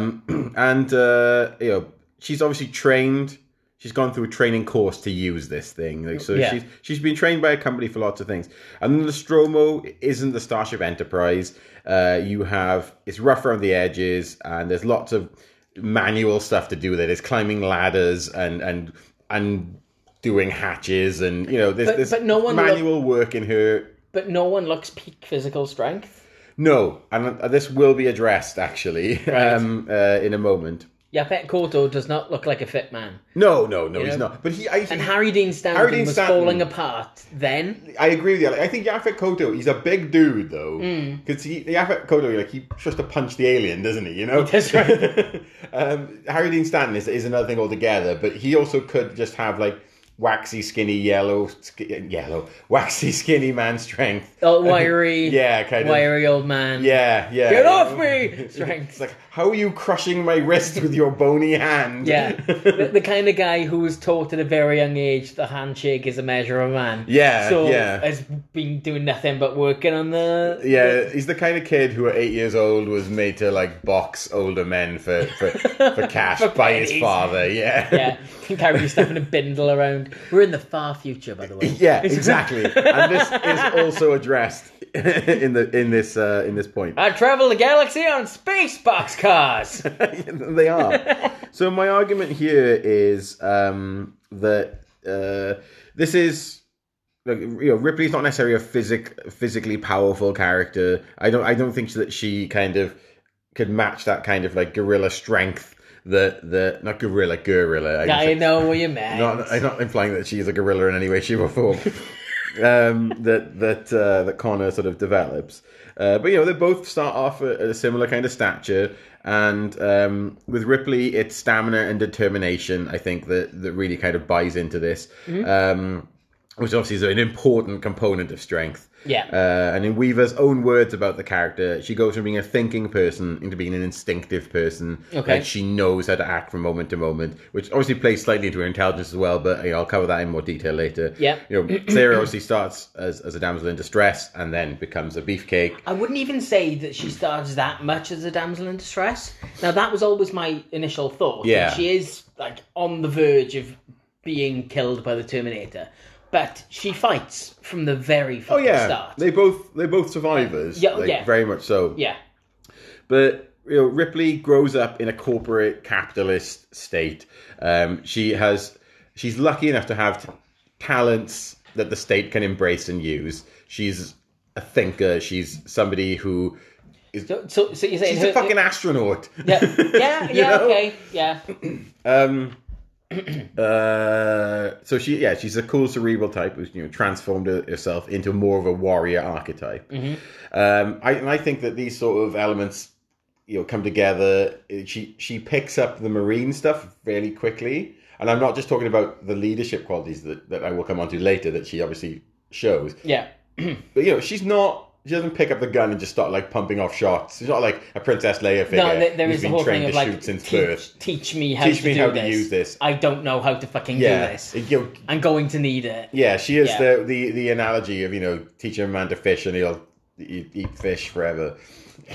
Um, and uh, you know, she's obviously trained. She's gone through a training course to use this thing. Like, so
Yeah.
she's she's been trained by a company for lots of things. And the Nostromo isn't the Starship Enterprise. Uh, you have it's rough around the edges, and there's lots of manual stuff to do with it. It's climbing ladders and and and doing hatches, and you know, there's,
But-
there's
but no one look-
manual work in her
but no one looks peak physical strength.
no, and uh, this will be addressed actually um, uh, in a moment.
Yapet Koto does not look like a fit man.
No, no, no, he's
know?
not. But he, I,
And Harry Dean Stanton
Harry Dean
was
Stanton.
falling apart then.
I agree with you. Like, I think Yaphet Koto, he's a big dude though,
Hmm.
because he Yaphet Koto, like he tries to punch the alien, doesn't he? You know,
does, right.
um, Harry Dean Stanton is, is another thing altogether, but he also could just have like waxy, skinny, yellow, sk- yellow, waxy, skinny man strength.
Oh, wiry,
Yeah, kind of.
wiry old man.
Yeah, yeah.
Get off me! Strength.
It's like, how are you crushing my wrist with your bony hand?
Yeah. the, the kind of guy who was taught at a very young age the handshake is a measure of a man.
Yeah,
So
yeah.
has been doing nothing but working on the.
Yeah, he's the kind of kid who at eight years old was made to like box older men for for, for cash
For
by his
pennies.
father. Yeah.
Yeah, can carry your stuff in a bindle around. We're in the far future, by the way.
Yeah, exactly. and this is also addressed in the in this uh, in this point.
I travel the galaxy on space boxcars.
they are. so my argument here is um, that uh, this is like you know Ripley's not necessarily a physic physically powerful character. I don't I don't think that she kind of could match that kind of like gorilla strength. The the not gorilla gorilla. I
I
guess.
know what you meant.
Not, I'm not implying that she's a gorilla in any way, shape, or form. um, that that uh, that Connor sort of develops. Uh, but you know, they both start off at a similar kind of stature, and um, with Ripley, it's
Mm-hmm.
stamina and determination. I think that that really kind of buys into this. Um, which obviously is an important component of strength.
Yeah.
Uh, and in Weaver's own words about the character, she goes from being a thinking person into being an instinctive person.
Okay.
Like she knows how to act from moment to moment, which obviously plays slightly into her intelligence as well, but you know, I'll cover that in more detail later.
Yeah.
You know, Sarah obviously starts as, as a damsel in distress and then becomes a beefcake.
I wouldn't even say that she stars that much as a damsel in distress. Now that was always my initial thought. that
Yeah.
she is like on the verge of being killed by the Terminator, but she fights from the very
Oh
fucking
yeah.
start.
They both they're both survivors.
Yeah, oh,
like,
yeah.
Very much so.
yeah,
But you know, Ripley grows up in a corporate capitalist state. Um, she has she's lucky enough to have t- talents that the state can embrace and use. She's a thinker. She's somebody who is
so so, so you're saying
she's
her,
a fucking astronaut.
yeah yeah,
You
yeah
know?
okay yeah
Um, uh, so she, yeah, she's a cool cerebral type who's you know transformed her- herself into more of a warrior archetype.
Mm-hmm.
Um, I and I think that these sort of elements, you know, come together. Uh, She she picks up the marine stuff fairly quickly, and I'm not just talking about the leadership qualities that that I will come onto later that she obviously shows,
yeah
but you know, she's not. She doesn't pick up the gun and just start like pumping off shots. She's not like a Princess Leia figure.
no there, there
who's
is the
been
whole thing
trained
of
to
like
shoot since birth.
teach, teach me how
Teach
to
me
do
how to
this.
use this.
I don't know how to fucking do
Yeah,
this.
you know,
I'm going to need it.
Yeah, she is
Yeah.
The, the the analogy of you know teaching a man to fish and he'll eat, eat fish forever.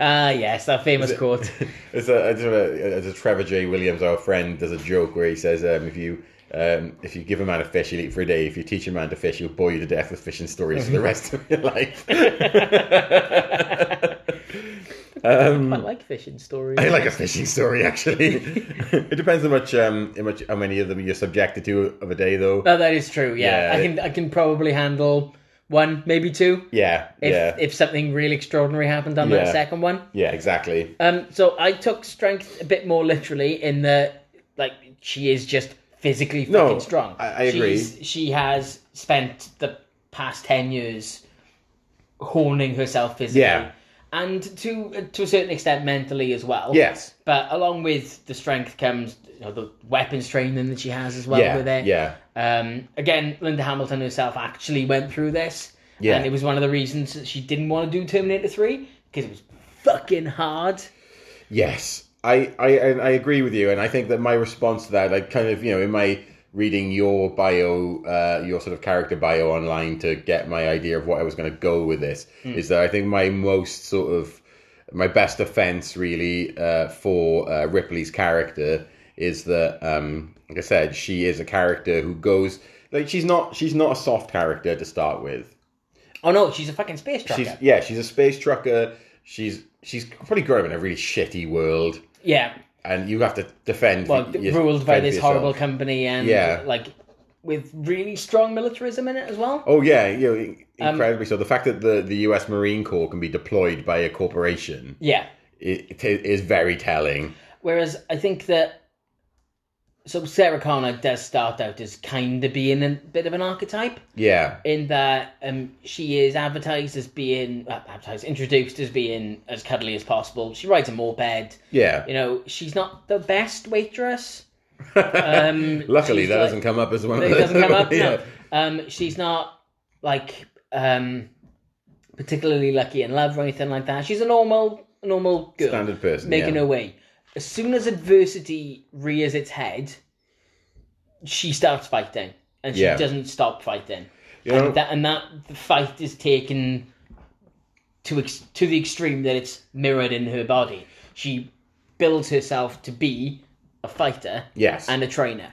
Ah yes, that famous quote.
It's a, it's uh, a, it's a Trevor J. Williams, our friend, does a joke where he says um, if you um, if you give a man a fish, he'll eat for a day. If you teach a man to fish, he'll bore you to death with fishing stories for the rest of your life.
I like fishing stories.
I like a fishing story, actually. it depends how much um, how much how many of them you're subjected to of a day, though.
No, that is true. Yeah,
Yeah.
I can I can probably handle one, maybe two,
yeah,
if
yeah,
if something really extraordinary happened on that
Yeah.
second one.
yeah, exactly.
Um, so I took strength a bit more literally in the like she is just physically fucking
No,
strong.
I- I agree.
She's, she has spent the past ten years honing herself physically,
Yeah.
and to to a certain extent mentally as well.
Yes.
But along with the strength comes you know, the weapons training that she has as well
Yeah.
with it.
Yeah.
Um, again, Linda Hamilton herself actually went through this.
Yeah.
And it was one of the reasons that she didn't want to do Terminator 3 because it was fucking hard.
Yes, I, I and I agree with you, and I think that my response to that, like, kind of, you know, in my reading your bio, uh, your sort of character bio online to get my idea of what I was going to go with this, is that I think my most sort of my best offense really uh, for uh, Ripley's character is that, um, like I said, she is a character who goes like she's not she's not a soft character to start with.
Oh no, she's a fucking space trucker.
She's yeah, she's a space trucker. She's she's probably grown up in a really shitty world
Yeah.
and you have to defend.
Well,
your-
ruled by
defend
this
yourself.
horrible company and
Yeah.
like with really strong militarism in it as well.
Oh yeah, you know, in-
Um,
incredibly. so the fact that the, the U.S. Marine Corps can be deployed by a corporation
Yeah.
it, it is very telling.
Whereas I think that so Sarah Connor does start out as kind of being a bit of an archetype.
Yeah,
in that um, she is advertised as being uh, advertised introduced as being as cuddly as possible. She rides a moped.
yeah.
You know, she's not the best waitress. Um,
Luckily,
she's
that
like-
doesn't come up as one. of
It
the,
doesn't come up. no.
yeah.
Um, she's not like um, particularly lucky in love or anything like that. She's a normal, normal girl
Standard person.
making
yeah.
her way. As soon as adversity rears its head, she starts fighting, and she
Yeah.
doesn't stop fighting.
You know,
and that and that the fight is taken to ex- to the extreme that it's mirrored in her body. She builds herself to be a fighter
yes.
and a trainer.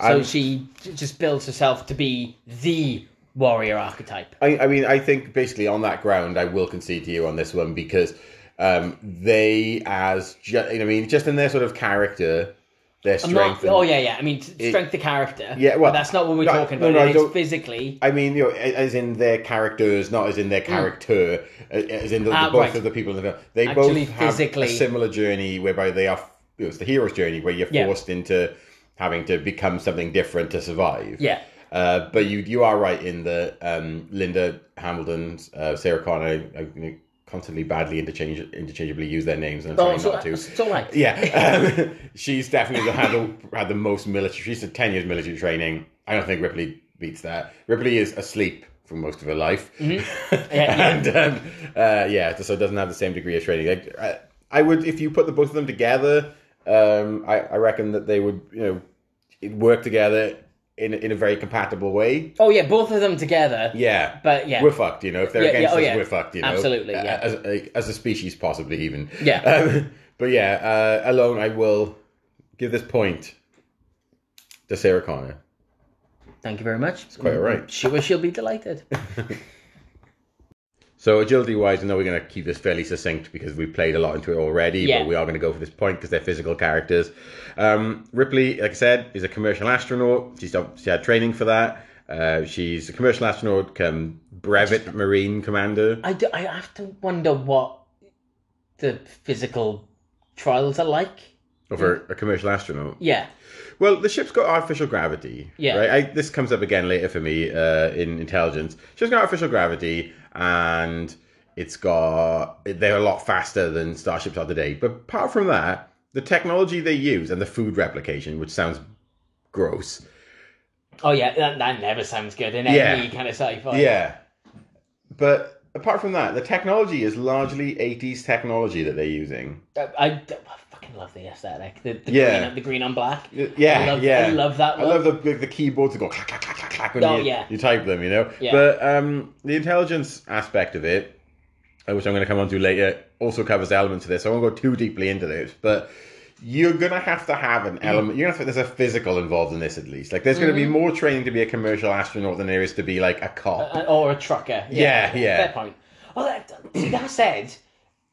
So
I'm-
she j- just builds herself to be the warrior archetype.
I, I mean, I think basically on that ground, I will concede to you on this one because um, they, as ju- I mean, just in their sort of character, their
I'm
strength.
not,
and-
oh yeah, yeah. I mean, t- strength of character.
Yeah, well,
but that's not what we're
no,
talking
no,
about.
no, I
it's
don't-
physically.
I mean, you know, a- as in their characters, not as in their character, a- as in the, the
Hmm. Ah,
both
right.
of the people in the film. They
Actually,
both have
physically-
a similar journey whereby they are. It was the hero's journey where you're
Yeah.
forced into having to become something different to survive.
Yeah.
Uh, but you you are right in the um, Linda Hamilton, uh, Sarah Connor. I, I constantly badly interchange interchangeably use their names, and I'm
Oh,
trying
it's all,
not to.
it's all right.
Yeah, um, she's definitely the, had the had the most military. She's had ten years military training. I don't think Ripley beats that. Ripley is asleep for most of her life,
Mm-hmm. yeah.
and um, uh, yeah, so it doesn't have the same degree of training. Like, I, I would, if you put the both of them together, um, I, I reckon that they would, you know, it work together in in a very compatible way.
Oh yeah, both of them together.
Yeah,
But yeah,
we're fucked, you know. If they're
Yeah, yeah,
against
oh,
us,
yeah.
we're fucked, you know.
Absolutely,
Uh,
yeah.
As, a- as a species, possibly even.
Yeah.
Um, but yeah, uh, alone, I will give this point to Sarah Connor.
thank you very much. It's
quite all right.
Sure, she'll be delighted.
So agility wise, I know we're going to keep this fairly succinct because we've played a lot into it already,
Yeah.
but we are going to go for this point because they're physical characters. Um, Ripley, like I said, is a commercial astronaut. She's done- she had training for that. Uh, she's a commercial astronaut, um, brevet marine commander.
I, do, I have to wonder what the physical trials are like.
Over a commercial astronaut.
Yeah,
Well, the ship's got artificial gravity.
Yeah.
Right. I, this comes up again later for me uh, in intelligence. She's got artificial gravity, and it's got they're a lot faster than starships are today. But apart from that, the technology they use and the food replication, which sounds gross.
Oh yeah, that, that never sounds good in
Yeah.
any kind of sci-fi.
Yeah. But apart from that, the technology is largely 80s technology that they're using.
Uh, I, d- I fucking love the aesthetic. The, the
Yeah.
green, the green on black.
Y- Yeah,
I love,
yeah.
I love
I
that one.
love the the, the keyboards that go clack clack clack clack clack when
Oh,
you,
yeah.
you type them, you know.
Yeah.
But um, the intelligence aspect of it, uh, which I'm going to come on to later, also covers elements of this. I won't go too deeply into this, but you're going to have to have
Mm.
an element. You're going to have to, there's a physical involved in this at least. Like there's going to be more training to be a commercial astronaut than there is to be like a cop.
Mm-hmm. Uh, or a trucker.
Yeah, yeah.
Fair point. Well, that, that said,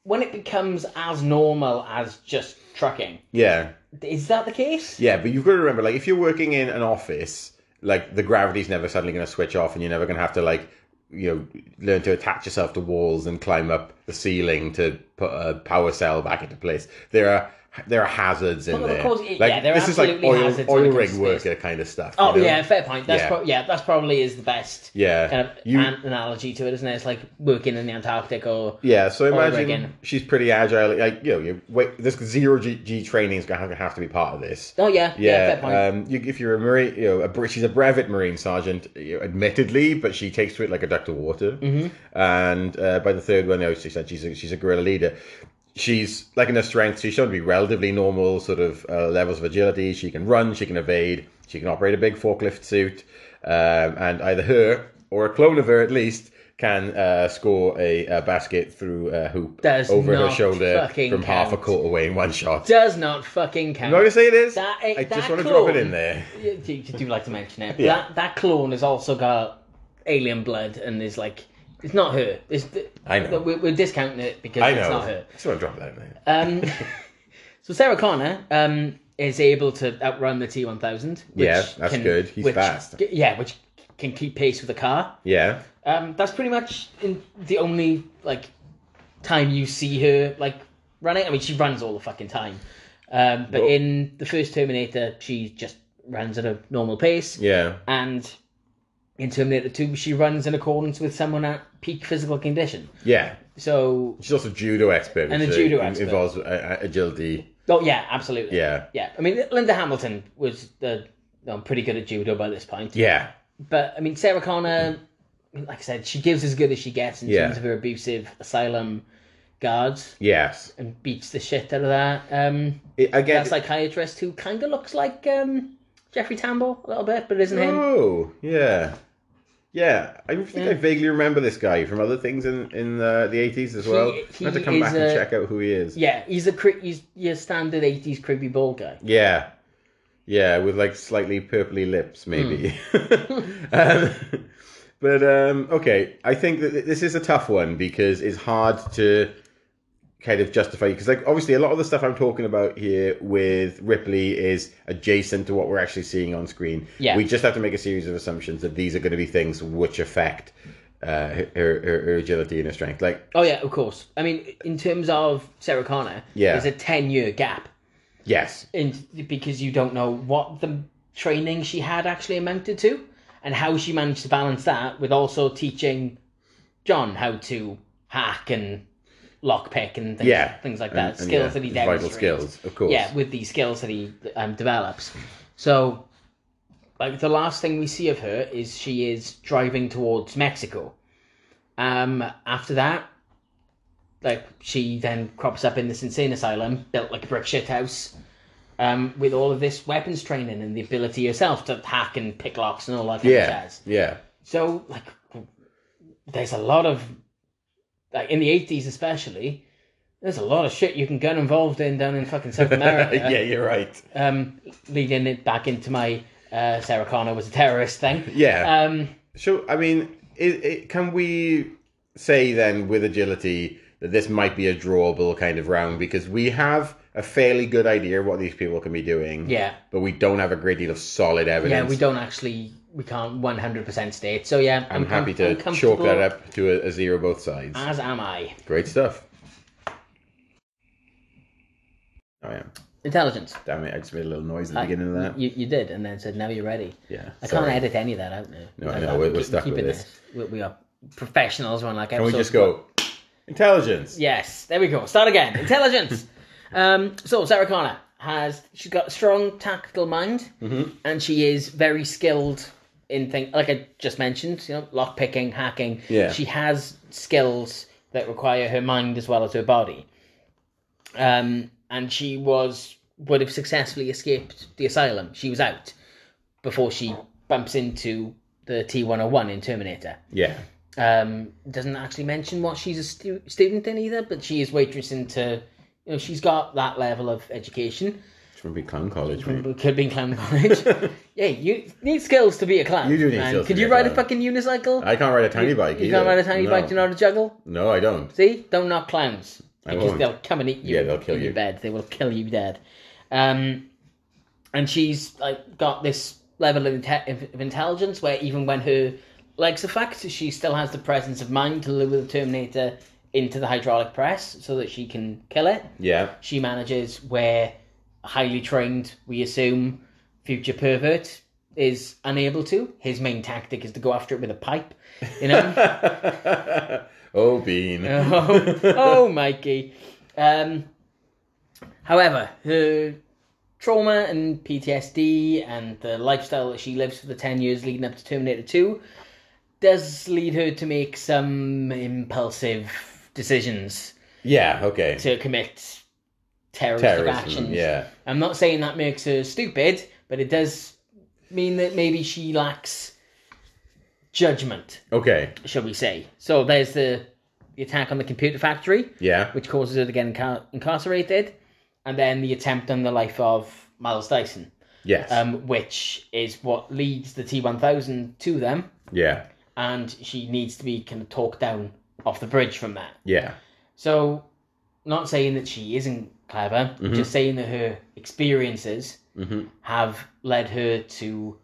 when it becomes as normal as just trucking,
yeah.
is that the case?
Yeah, but you've got to remember, like, if you're working in an office, like, the gravity's never suddenly going to switch off, and you're never going to have to, like, you know, learn to attach yourself to walls and climb up the ceiling to put a power cell back into place. There are there are hazards in
Well, of
there.
course, yeah, there are
this is like
absolutely
oil
hazards when
oil
it comes
rig
to space.
worker kind of stuff.
Oh
you know?
yeah, fair point. That's
Yeah.
yeah. Pro- yeah, that's probably is the best
yeah.
kind of
You-
an- analogy to it, isn't it? It's like working in the Antarctic or
Yeah, so imagine
rigging.
she's pretty agile. Like you know, you wait, this zero G, G training is going to have to be part of this.
oh yeah, yeah, fair point.
Yeah, um, you, if you're a marine, you know, a, Brit- she's a brevet marine sergeant, you know, admittedly, but she takes to it like a duck to water.
Mm-hmm.
And uh, by the third one, you know, she said she's a, she's a guerrilla leader. She's like in her strength, she's shown to be relatively normal sort of uh, levels of agility. She can run, she can evade, she can operate a big forklift suit, um, and either her or a clone of her, at least. Can uh, score a, a basket through a hoop
Does
over her
not
shoulder
fucking
from half a
count.
court away in one shot.
Does not fucking count.
I'm not gonna say it is.
That-
I
that
just want to drop it
clone-
in there.
You, you do like to mention it.
Yeah.
That that clone has also got alien blood and is like it's not her. It's the,
I know.
We're, we're discounting it because
I know.
it's not her.
I just want to drop that in there.
Um, so Sarah Connor um, is able to outrun the T one thousand.
Yeah, that's good. He's fast.
Yeah, which can keep pace with the car.
yeah.
Um, that's pretty much in the only like time you see her like running. I mean, she runs all the fucking time, um, but
Well-
in the first Terminator, she just runs at a normal pace,
Yeah.
and in Terminator Two, she runs in accordance with someone at peak physical condition.
Yeah.
So,
She's also a judo expert.
And a
which, uh,
judo
in-
expert.
Involves uh, uh, agility.
oh yeah, absolutely,
Yeah.
yeah. I mean, Linda Hamilton was uh, um, pretty good at judo by this point.
Yeah.
but I mean, Sarah Connor, I mean, like I said, she gives as good as she gets in
Yeah.
terms of her abusive asylum guards
Yes.
and beats the shit out of that um,
It, again.
that psychiatrist who kind of looks like um, Jeffrey Tambor a little bit, but isn't him.
oh, yeah. Yeah. I think I vaguely remember this guy from other things in, in the, the 80s as well. I have to
he
come back
is
and
a-
check out who he is.
Yeah, he's a cre- he's your standard '80s creepy bald guy.
Yeah. Yeah, with like slightly purpley lips, maybe.
Hmm.
um, but um, okay, I think that th- this is a tough one because it's hard to kind of justify because like obviously a lot of the stuff I'm talking about here with Ripley is adjacent to what we're actually seeing on screen.
Yeah.
we just have to make a series of assumptions that these are going to be things which affect uh, her, her, her agility and her strength. Like,
Oh yeah, of course. I mean, in terms of Sarah Connor,
Yeah.
there's a ten-year gap,
yes,
in, because you don't know what the training she had actually amounted to and how she managed to balance that with also teaching John how to hack and lockpick and things,
Yeah.
things like
And-
that.
and
skills
yeah,
that he
it's
demonstrates.
vital skills, of course.
Yeah, with the skills that he um, develops. So like the last thing we see of her is she is driving towards Mexico. Um, after that, like she then crops up in this insane asylum built like a brick shit house, um, with all of this weapons training and the ability herself to hack and pick locks and all that kind of
Yeah.
jazz.
Yeah.
So like, there's a lot of like in the eighties especially. There's a lot of shit you can get involved in down in fucking South America.
yeah, you're right.
Um, leading it back into my uh, Sarah Connor was a terrorist thing.
Yeah.
Um,
So, I mean, it, it, can we say then with agility that this might be a drawable kind of round because we have a fairly good idea of what these people can be doing,
yeah.
but we don't have a great deal of solid evidence.
Yeah, we don't actually, we can't 100% state. So, yeah,
I'm, happy
com- I'm
to chalk that
comfortable, Uh,
up to a, a zero both sides.
As am I.
Great stuff. Oh yeah,
Intelligence.
damn it! I just made a little noise at the beginning of that.
You, you did, and then said, now you're ready.
Yeah,
I
sorry.
can't edit any of that out now.
No, I
Like,
know,
I'm
we're- we're
keep-
stuck with
keeping
this.
We, we are professionals. We're like,
Can we just go intelligence?
Yes, there we go. Start again. Intelligence. um, so Sarah Connor has she's got a strong tactical mind, and she is very skilled in things like I just mentioned. You know, lock picking, hacking.
Yeah.
she has skills that require her mind as well as her body. Um, and she was would have successfully escaped the asylum. She was out before she bumps into the T one hundred one in Terminator.
Yeah,
Um, doesn't actually mention what she's a stu- student in either, but she is waitressing to, you know, she's got that level of education.
it's from big clown college, mate.
But could be in clown college. yeah, you need skills to be a clown.
You do need
man.
skills to
Could
be
you
a
ride a
clown.
fucking unicycle?
I can't ride a tiny bike.
you
either.
can't ride a tiny
no.
bike. Do you know how to juggle?
No, I don't.
See, don't knock clowns
I
because
won't.
they'll come and eat you.
Yeah, they'll kill
in
you.
Your bed. They will kill you dead. Um, and she's like got this level of, inte- of of intelligence where even when her legs are fucked, she still has the presence of mind to lure the Terminator into the hydraulic press so that she can kill it.
Yeah,
She manages where a highly trained, we assume, future pervert is unable to. His main tactic is to go after it with a pipe. You know.
oh, Bean.
oh, oh, Mikey. Um, however, her trauma and PTSD and the lifestyle that she lives for the 10 years leading up to Terminator 2 does lead her to make some impulsive decisions
Yeah, okay.
to commit terroristic
Terrorism.
actions.
Yeah.
I'm not saying that makes her stupid, but it does mean that maybe she lacks judgment,
Okay.
shall we say. So there's the, the attack on the computer factory
Yeah.
which causes her to get inca- incarcerated, and then the attempt on the life of Miles Dyson,
Yes.
um, which is what leads the T1000 to them,
yeah.
and she needs to be kind of talked down off the bridge from that.
Yeah.
So, not saying that she isn't clever,
Mm-hmm.
just saying that her experiences
Mhm.
have led her to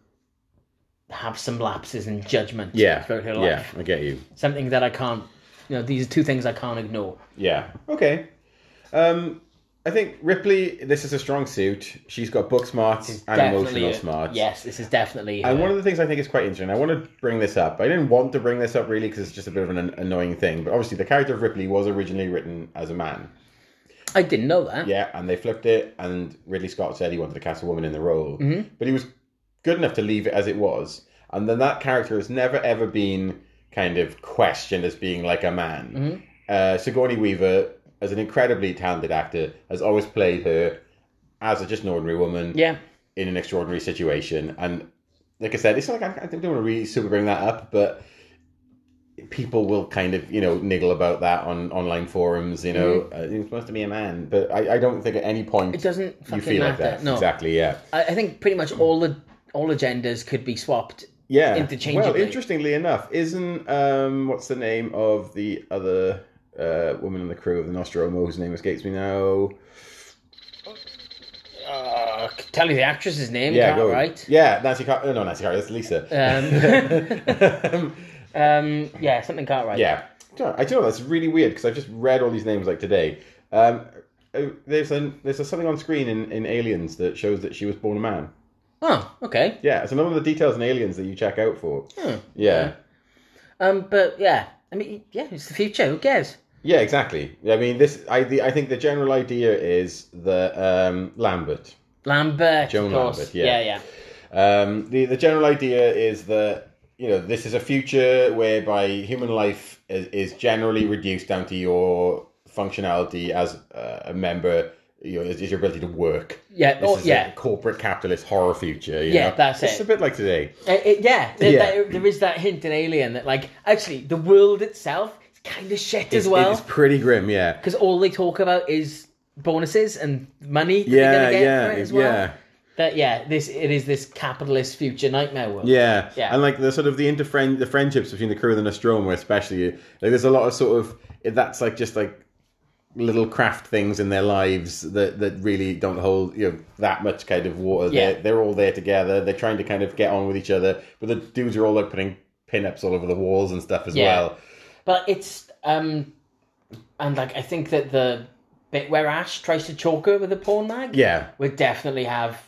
have some lapses in judgment
Yeah.
throughout her
Yeah.
life.
I get you.
Something that I can't, you know, these are two things I can't ignore.
Yeah. Okay. Um, I think Ripley. This is a strong suit. She's got book smarts and
Definitely
emotional
a-
smarts.
Yes, this is definitely.
And
her.
one of the things I think is quite interesting, I want to bring this up. I didn't want to bring this up really because it's just a bit of an an annoying thing. But obviously, the character of Ripley was originally written as a man.
I didn't know that.
Yeah, and they flipped it, and Ridley Scott said he wanted to cast a woman in the role, but he was good enough to leave it as it was. And then that character has never ever been kind of questioned as being like a man. Uh, Sigourney Weaver, as an incredibly talented actor, has always played her as a, just an ordinary woman
Yeah.
in an extraordinary situation. And like I said, it's like I, I don't want to really super bring that up, but people will kind of you know niggle about that on online forums. You know, uh, you're supposed to be a man, but I, I don't think at any point
Mm. It doesn't fucking
you feel like
matter.
that.
No,
Exactly. Yeah.
I, I think pretty much all the all the genders could be swapped.
Yeah.
Interchangeably.
Well, interestingly enough, isn't um what's the name of the other uh woman in the crew of the Nostromo whose name escapes me now?
Uh, I could tell you the actress's name,
Yeah,
can't
go
right?
Yeah, Nancy Car- oh, no, Nancy Carter. That's Lisa. Um,
Um, yeah, something can't right.
Yeah. I don't know, I don't know that's really weird because I've just read all these names like today. Um, uh, there's an, there's a, something on screen in, in Aliens that shows that she was born a man.
Oh, okay.
Yeah, it's another of the details in Aliens that you check out for.
Hmm.
Yeah.
Um, but yeah, I mean, yeah, it's the future. Who cares?
Yeah, exactly. I mean, this. I the, I think the general idea is the um, Lambert.
Lambert,
Joan
of course.
Lambert, yeah.
yeah,
Um, the the general idea is that you know this is a future whereby human life is, is generally reduced down to your functionality as uh, a member. You know, is, is your ability to work.
Yeah,
This
oh,
is
yeah,
a corporate capitalist horror future. you
Yeah,
know?
that's
it's
it.
a bit like today.
Uh, it- yeah. There,
Yeah.
there- there is that hint in Alien that, like, actually, the world itself is kind of shit as well
it's pretty grim. Yeah,
because all they talk about is bonuses and money. That they're
yeah,
gonna get
yeah,
for it as well.
yeah.
That yeah, this it is this capitalist future nightmare world.
Yeah.
Yeah.
and like the sort of the interfriend the friendships between the crew and the Nostromo, especially like there's a lot of sort of that's like just like little craft things in their lives that that really don't hold you know that much kind of water.
Yeah.
They're, they're all there together. They're trying to kind of get on with each other, but the dudes are all like putting pinups all over the walls and stuff as
Yeah.
well.
But it's um, and like I think that the bit where Ash tries to choke her with a porn mag,
Yeah,
would definitely have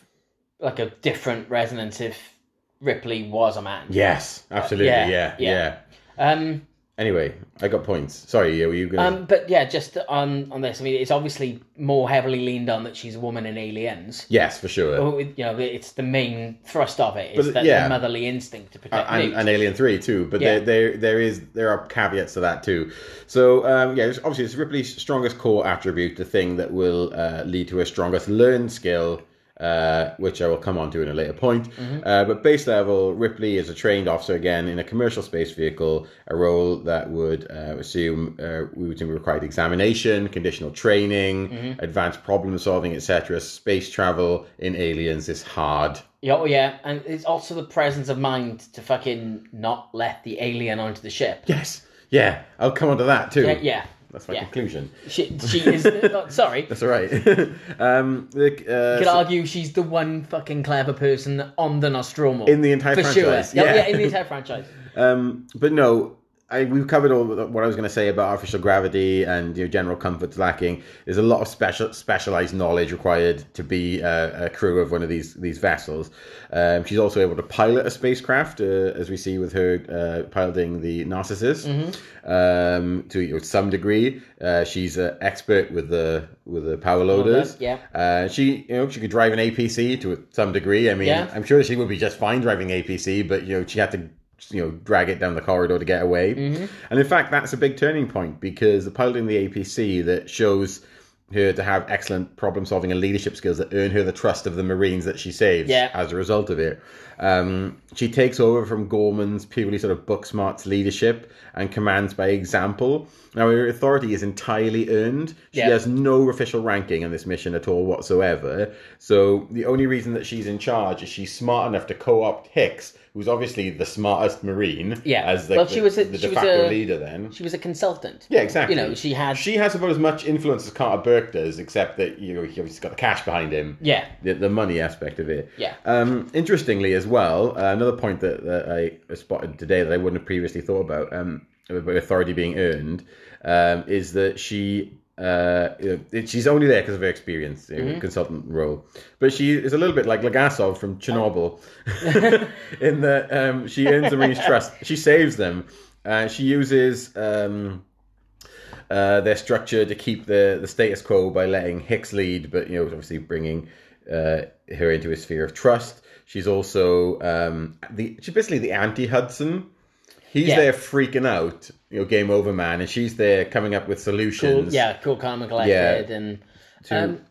like a different resonance if Ripley was a man.
yes, absolutely,
Yeah,
yeah, yeah.
yeah. Um.
Anyway, I got points. Sorry, yeah, were you gonna?
Um, but yeah, just on on this, I mean, it's obviously more heavily leaned on that she's a woman in Aliens.
yes, for sure.
But with- You know, it's the main thrust of it is
But,
that
yeah. Uh,
the motherly instinct to protect
and,
Newt.
and Alien Three too. But
Yeah.
there, there, there is there are caveats to that too. So um, yeah, it's- obviously it's Ripley's strongest core attribute, the thing that will uh, lead to her strongest learned skill. Uh, which I will come on to in a later point.
Mm-hmm.
Uh, but base level, Ripley is a trained officer again in a commercial space vehicle, a role that would uh, assume uh, we would require examination, conditional training,
Mm-hmm.
advanced problem solving, etc. Space travel in Aliens is hard.
Yeah, oh yeah, and it's also the presence of mind to fucking not let the alien onto the ship.
Yes. Yeah, I'll come on to that too.
Yeah, yeah.
That's my
Yeah.
conclusion.
She, she is. not, sorry,
That's all right. um, the, uh,
could
so-
argue she's the one fucking clever person on the Nostromo
in the entire
for
franchise,
sure.
yeah.
yeah, in the entire franchise.
um, but no, I, we've covered all the- what I was going to say about artificial gravity and you know, general comforts lacking. There's a lot of special specialized knowledge required to be uh, a crew of one of these these vessels. Um, she's also able to pilot a spacecraft, uh, as we see with her uh, piloting the Narcissus
Mm-hmm.
um, to you know, some degree. Uh, she's an expert with the with the power loaders.
yeah.
Uh, she, you know, she could drive an APC to some degree. I mean,
Yeah.
I'm sure she would be just fine driving APC, but you know, she had to, you know, drag it down the corridor to get away.
Mm-hmm.
And in fact, that's a big turning point because the pilot in the APC that shows her to have excellent problem solving and leadership skills that earn her the trust of the Marines that she saves
Yeah.
as a result of it. Um, she takes over from Gorman's purely sort of book smarts leadership and commands by example. Now, her authority is entirely earned. She
Yeah.
has no official ranking in this mission at all whatsoever. So, the only reason that she's in charge is she's smart enough to co opt Hicks, who's obviously the smartest Marine,
Yeah.
as like,
Well,
the,
she was a-
the
she
de
was
facto
a-
leader then.
She was a consultant.
Yeah, exactly.
You know, she had.
She has about as much influence as Carter Burke does, except that you know he's got the cash behind him.
yeah,
The, the money aspect of it.
Yeah.
Um, interestingly, as well, uh, another point that, that I spotted today that I wouldn't have previously thought about um, about authority being earned um, is that she uh, you know, she's only there because of her experience in a consultant role, but she is a little bit like Legasov from Chernobyl, in that um, she earns the Marines' trust. She saves them. Uh, she uses. Um, uh, their structure to keep the, the status quo by letting Hicks lead, but you know obviously bringing uh, her into a sphere of trust. She's also um, the she's basically the anti Hudson. He's
Yeah.
there freaking out, you know, game over man, and she's there coming up with
cool,
solutions.
yeah, cool, calm and collected, and
to-
um,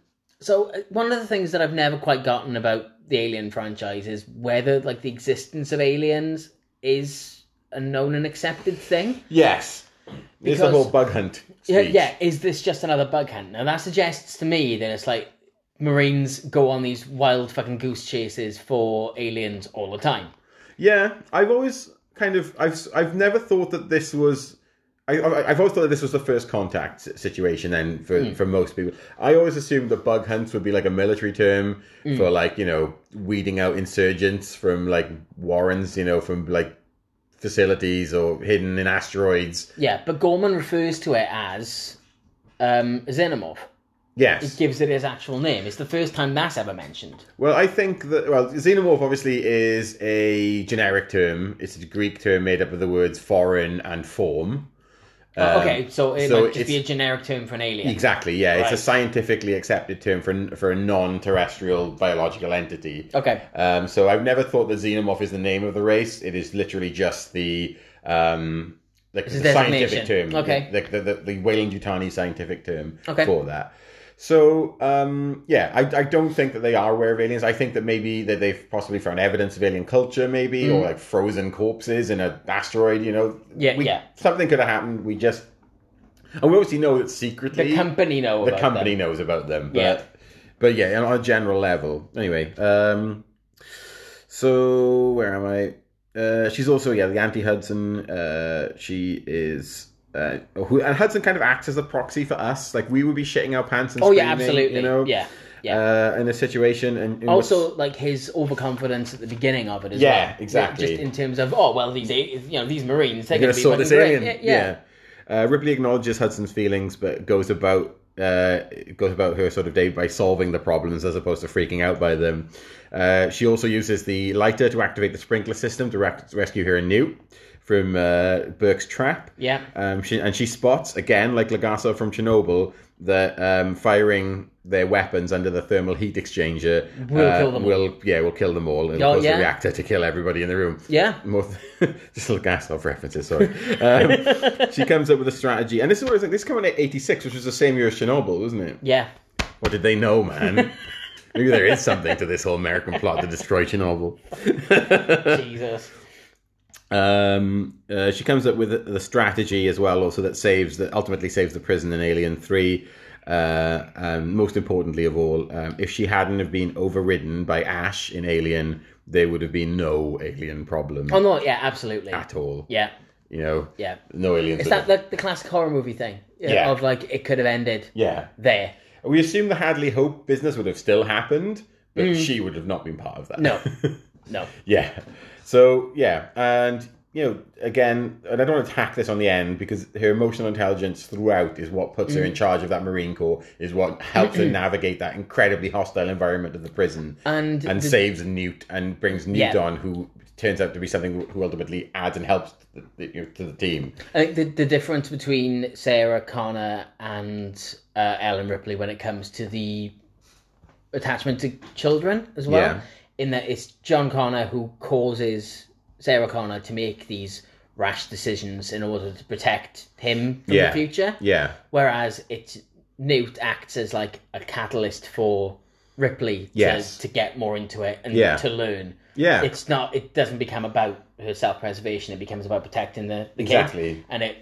so uh, one of the things that I've never quite gotten about the Alien franchise is whether like the existence of aliens is a known and accepted thing.
yes, it's the
Because-
whole bug hunt.
Yeah,
speech.
yeah. Is this just another bug hunt? Now that suggests to me that it's like Marines go on these wild fucking goose chases for aliens all the time.
Yeah, I've always kind of I've I've never thought that this was. I, I- I've always thought that this was the first contact s- situation, then for, for most people, I always assumed that bug hunts would be like a military term for like you know weeding out insurgents from like warrens, you know, from like facilities or hidden in asteroids.
Yeah, but Gorman refers to it as um, xenomorph.
Yes,
Gives it its actual name. It's the first time that's ever mentioned.
Well, I think that well, xenomorph obviously is a generic term. It's a Greek term made up of the words foreign and form.
Oh,
Um,
okay, so it
so
might just be a
it's-
generic term for an alien.
Exactly, yeah. It's
Right.
a scientifically accepted term for, for a non terrestrial biological entity.
Okay.
Um, so I've never thought that xenomorph is the name of the race. It is literally just the um, like
It's a
the scientific
designation.
term.
Okay.
The, the, the, the Weyland-Yutani scientific term
Okay.
for that. So um, yeah, I, I don't think that they are aware of aliens. I think that maybe that they've possibly found evidence of alien culture, maybe
Mm.
or like frozen corpses in an asteroid. You know,
Yeah,
we,
yeah.
something could have happened. We just and we obviously know that secretly
The company know
the
about
company
them.
knows about them but
Yeah.
but yeah on a general level anyway um so where am i uh she's also yeah the anti-hudson uh she is uh, who, and Hudson kind of acts as a proxy for us. Like we would be shitting our pants. And
Oh yeah,
screaming,
absolutely.
You know,
Yeah, yeah.
Uh, in a situation, and, and what's-
also, like his overconfidence at the beginning of it as well.
Yeah, exactly.
Just in terms of oh well, these a- you know these Marines they're
You're
going
gonna
to be
sort
fucking
this
great.
alien.
Yeah, yeah.
Yeah. Uh, Ripley acknowledges Hudson's feelings, but goes about uh, goes about her sort of day by solving the problems as opposed to freaking out by them. Uh, she also uses the lighter to activate the sprinkler system to rec- rescue her and Newt from uh, Burke's trap.
Yeah.
Um, she, and she spots again, like Lagasso from Chernobyl, that um, firing their weapons under the thermal heat exchanger uh,
Will kill them all.
will- yeah, will kill them all. It'll
Oh,
cause
yeah.
the reactor to kill everybody in the room.
Yeah.
More th- just little gas off references, sorry. Um, she comes up with a strategy, and this is what I was like. This is coming at eighty six, which was the same year as Chernobyl, wasn't it?
Yeah.
What did they know, man? Maybe there is something to this whole American plot to destroy Chernobyl.
Jesus.
Um, uh, she comes up with the- the strategy as well, also that saves that ultimately saves the prison in Alien Three. Uh, and most importantly of all, um, if she hadn't have been overridden by Ash in Alien, there would have been no alien problem
Oh no. Yeah. Absolutely.
at all.
Yeah.
You know,
Yeah.
no aliens.
It's
at all.
that the, the classic horror movie thing yeah,
Yeah.
of like it could have ended
Yeah.
there.
We assume the Hadley Hope business would have still happened, but she would have not been part of that.
Mm. No. No.
yeah. So, yeah. And, you know, again, and I don't want to tack this on the end because her emotional intelligence throughout is what puts
Mm.
her in charge of that Marine Corps, is what helps her navigate that incredibly hostile environment of the prison
And,
and
Uh, the-
saves Newt and brings Newt
Yeah.
on, who turns out to be something who ultimately adds and helps the, the, you know, to the team.
I think the, the difference between Sarah Connor and uh, Ellen Ripley when it comes to the attachment to children as well,
Yeah.
in that it's John Connor who causes Sarah Connor to make these rash decisions in order to protect him from
Yeah.
the future,
Yeah.
whereas it's Newt acts as like a catalyst for Ripley
Yes.
to, to get more into it and
Yeah.
to learn.
Yeah.
It's not. It doesn't become about her self preservation. It becomes about protecting the, the kid,
Exactly.
and it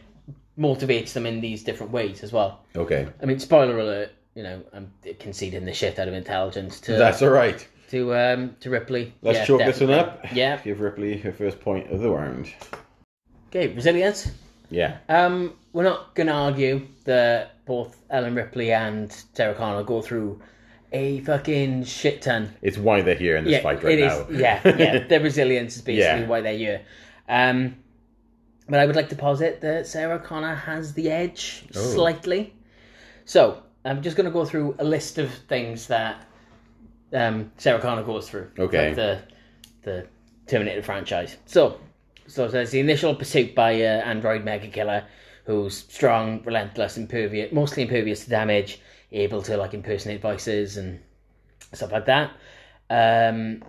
motivates them in these different ways as well.
Okay.
I mean, spoiler alert. You know, I'm conceding the shit out of intelligence to
That's all right.
to um to Ripley.
Let's
Yeah,
chalk this one
definitely.
up.
Yeah.
Give Ripley her first point of the round.
Okay, resilience.
Yeah.
Um, we're not gonna argue that both Ellen Ripley and Sarah Connor go through a fucking shit ton.
It's why they're here in this fight right
it
now.
is. Yeah, yeah. Their resilience is basically
Yeah.
why they're here. Um, but I would like to posit that Sarah Connor has the edge
Oh.
slightly. So I'm just going to go through a list of things that um, Sarah Connor goes through.
Okay.
like the the Terminator franchise. So so there's the initial pursuit by uh, android mega killer, who's strong, relentless, impervious, mostly impervious to damage, able to like impersonate voices and stuff like that. Um,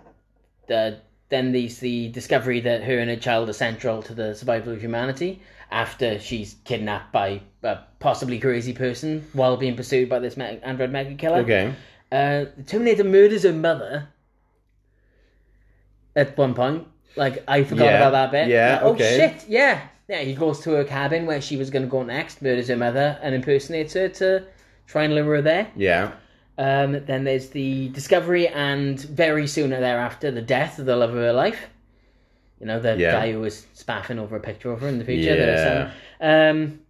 the, then there's the discovery that her and her child are central to the survival of humanity after she's kidnapped by a possibly crazy person while being pursued by this me- android mega killer.
Okay.
Uh, the Terminator murders her mother at one point. Like, I forgot
Yeah,
about that bit.
yeah,
Like,
okay.
Oh, shit, yeah. Yeah, he goes to her cabin where she was going to go next, murders her mother, and impersonates her to try and lure her there.
Yeah.
Um, then there's the discovery, and very soon thereafter, the death of the love of her life. You know, the
Yeah.
guy who was spaffing over a picture of her in the future. that
Yeah.
her son. Um,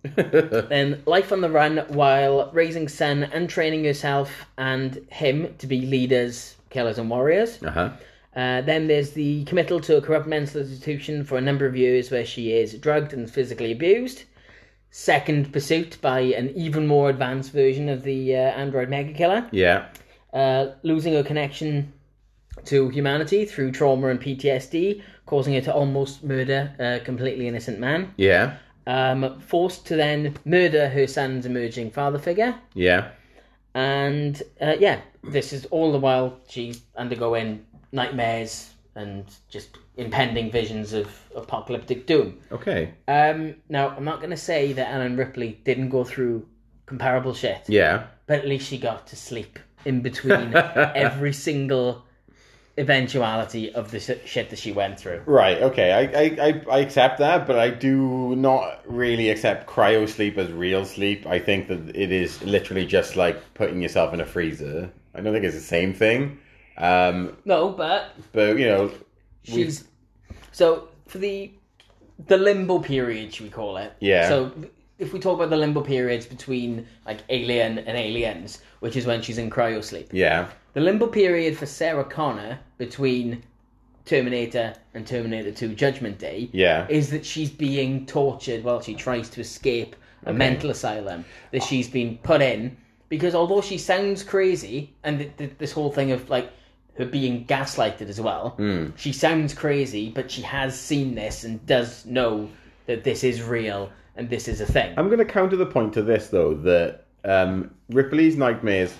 then life on the run while raising Sen and training herself and him to be leaders, killers, and warriors.
Uh huh.
Uh, then there's the committal to a corrupt mental institution for a number of years where she is drugged and physically abused. Second pursuit by an even more advanced version of the uh, android mega killer.
Yeah.
Uh, losing her connection to humanity through trauma and PTSD, causing her to almost murder a completely innocent man
Yeah.
um, forced to then murder her son's emerging father figure.
Yeah.
And uh, yeah, this is all the while she's undergoing nightmares and just impending visions of apocalyptic doom.
Okay.
Um, now, I'm not going to say that Ellen Ripley didn't go through comparable shit,
Yeah.
but at least she got to sleep in between every single eventuality of the sh- shit that she went through.
Right. Okay. I, I, I, I accept that, but I do not really accept cryo sleep as real sleep. I think that it is literally just like putting yourself in a freezer. I don't think it's the same thing. Um,
No, but
but you know,
she's so for the the limbo period should we call it
Yeah.
so if we talk about the limbo periods between like alien and aliens which is when she's in cryo sleep
yeah,
the limbo period for sarah connor between terminator and terminator 2 judgment day
yeah,
is that she's being tortured while she tries to escape a mental asylum that she's been put in. Because although she sounds crazy, and th- th- this whole thing of like her being gaslighted as well, she sounds crazy, but she has seen this and does know that this is real and this is a thing.
I'm going to counter the point to this though that um, Ripley's nightmares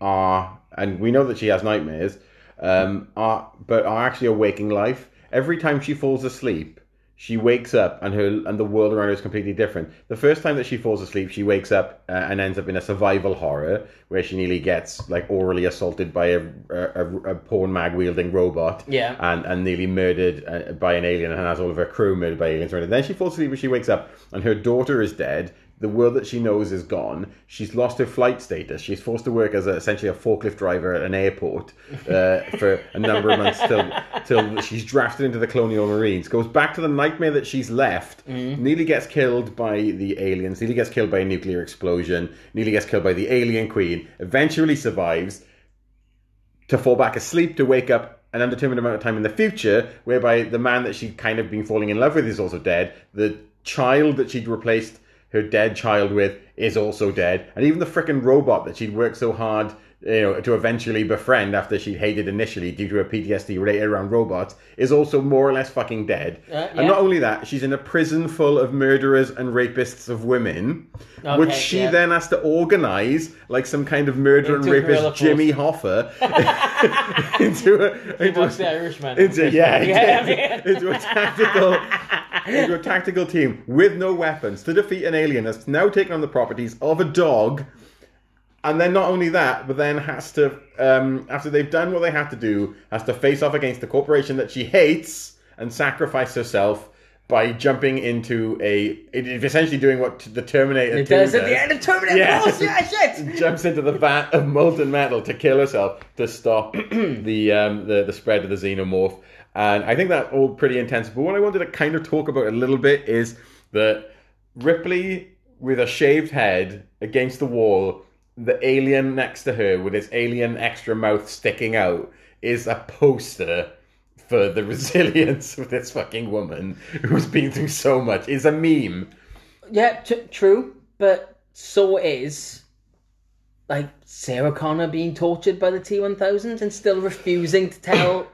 are, and we know that she has nightmares, um, are but are actually a waking life. Every time she falls asleep, she wakes up, and her and the world around her is completely different. The first time that she falls asleep, she wakes up uh, and ends up in a survival horror where she nearly gets like orally assaulted by a, a, a- a porn mag wielding robot,
Yeah.
and and nearly murdered uh, by an alien, and has all of her crew murdered by aliens. And then she falls asleep, and she wakes up, and her daughter is dead. The world that she knows is gone. She's lost her flight status. She's forced to work as a, essentially a forklift driver at an airport uh, for a number of months till till she's drafted into the Colonial Marines. Goes back to the nightmare that she's left. Nearly gets killed by the aliens. Nearly gets killed by a nuclear explosion. Nearly gets killed by the alien queen. Eventually survives to fall back asleep to wake up an undetermined amount of time in the future, whereby the man that she'd kind of been falling in love with is also dead. The child that she'd replaced her dead child with is also dead. And even the frickin' robot that she'd worked so hard you know, to eventually befriend after she'd hated initially due to her PTSD related around robots is also more or less fucking dead.
Uh, yeah.
And not only that, she's in a prison full of murderers and rapists of women, which
Okay,
she
yeah.
then has to organize like some kind of murderer and
Into a
rapist
guerrilla force.
Jimmy Hoffa into a, into,
Watch the Irishman.
into- yeah, into,
Yeah, I mean-
into a tactical into a tactical team with no weapons to defeat an alien that's now taken on the properties of a dog. And then not only that, but then has to um, after they've done what they have to do, has to face off against the corporation that she hates and sacrifice herself by jumping into a it- it's essentially doing what the Terminator
it does
2
at the end of Terminator.
Yeah.
Oh, yeah, shit!
jumps into the vat of molten metal to kill herself to stop the um, the the spread of the xenomorph. And I think that all pretty intense. But what I wanted to kind of talk about a little bit is that Ripley with a shaved head against the wall, the alien next to her with its alien extra mouth sticking out is a poster for the resilience of this fucking woman who's been through so much. It's a meme.
Yeah, t- true, but so is like Sarah Connor being tortured by the T one thousand and still refusing to tell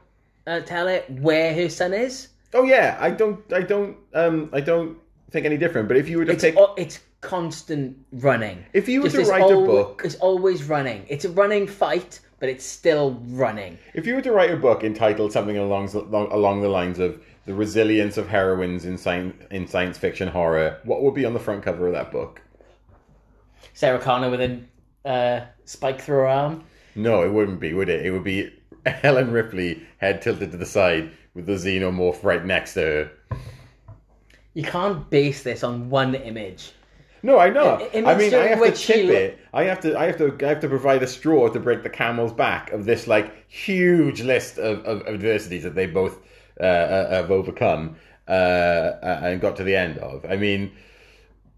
uh, tell it where her son is.
Oh yeah, I don't, I don't, um, I don't think any different. But if you were to
It's
pick,
o- Oh, it's constant running.
if you were
Just
to
it's
write
al-
a book,
It's always running. It's a running fight, but it's still running.
if you were to write a book entitled something along along, along the lines of the resilience of heroines in science in science fiction horror, what would be on the front cover of that book?
Sarah Connor with a uh, spike through her arm.
No, it wouldn't be, would it? It would be Helen Ripley, head tilted to the side, with the xenomorph right next to her.
You can't base this on one image.
No, I know.
I- I-
I mean, I
imagine
have to
which
tip
you-
it. I have to, I have to, I have to provide a straw to break the camel's back of this like huge list of, of adversities that they both uh, uh, have overcome uh, uh, and got to the end of. I mean,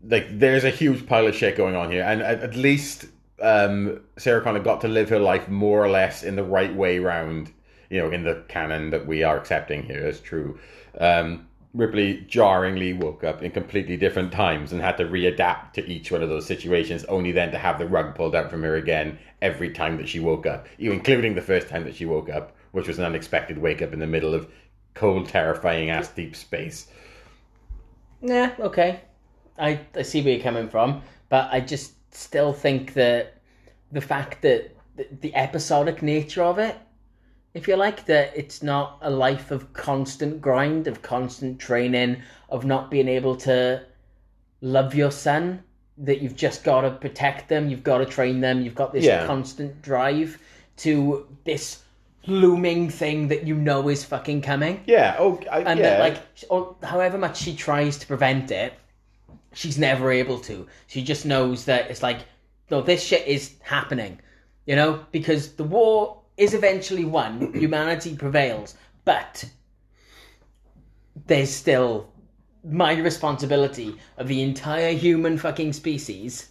like there is a huge pile of shit going on here, and at, at least um, Sarah Connor got to live her life more or less in the right way round, you know, in the canon that we are accepting here as true. Um, Ripley jarringly woke up in completely different times and had to readapt to each one of those situations, only then to have the rug pulled out from her again every time that she woke up, even including the first time that she woke up, which was an unexpected wake up in the middle of cold, terrifying ass deep space.
Nah, okay. I, I see where you're coming from, but I just still think that the fact that the, the episodic nature of it, if you like, that it's not a life of constant grind, of constant training, of not being able to love your son, that you've just got to protect them, you've got to train them, you've got this
Yeah.
constant drive to this looming thing that you know is fucking coming
Yeah. Oh, I,
and
yeah.
that like sh- or however much she tries to prevent it she's never able to she just knows that it's like no this shit is happening you know because the war is eventually won humanity prevails but there's still my responsibility of the entire human fucking species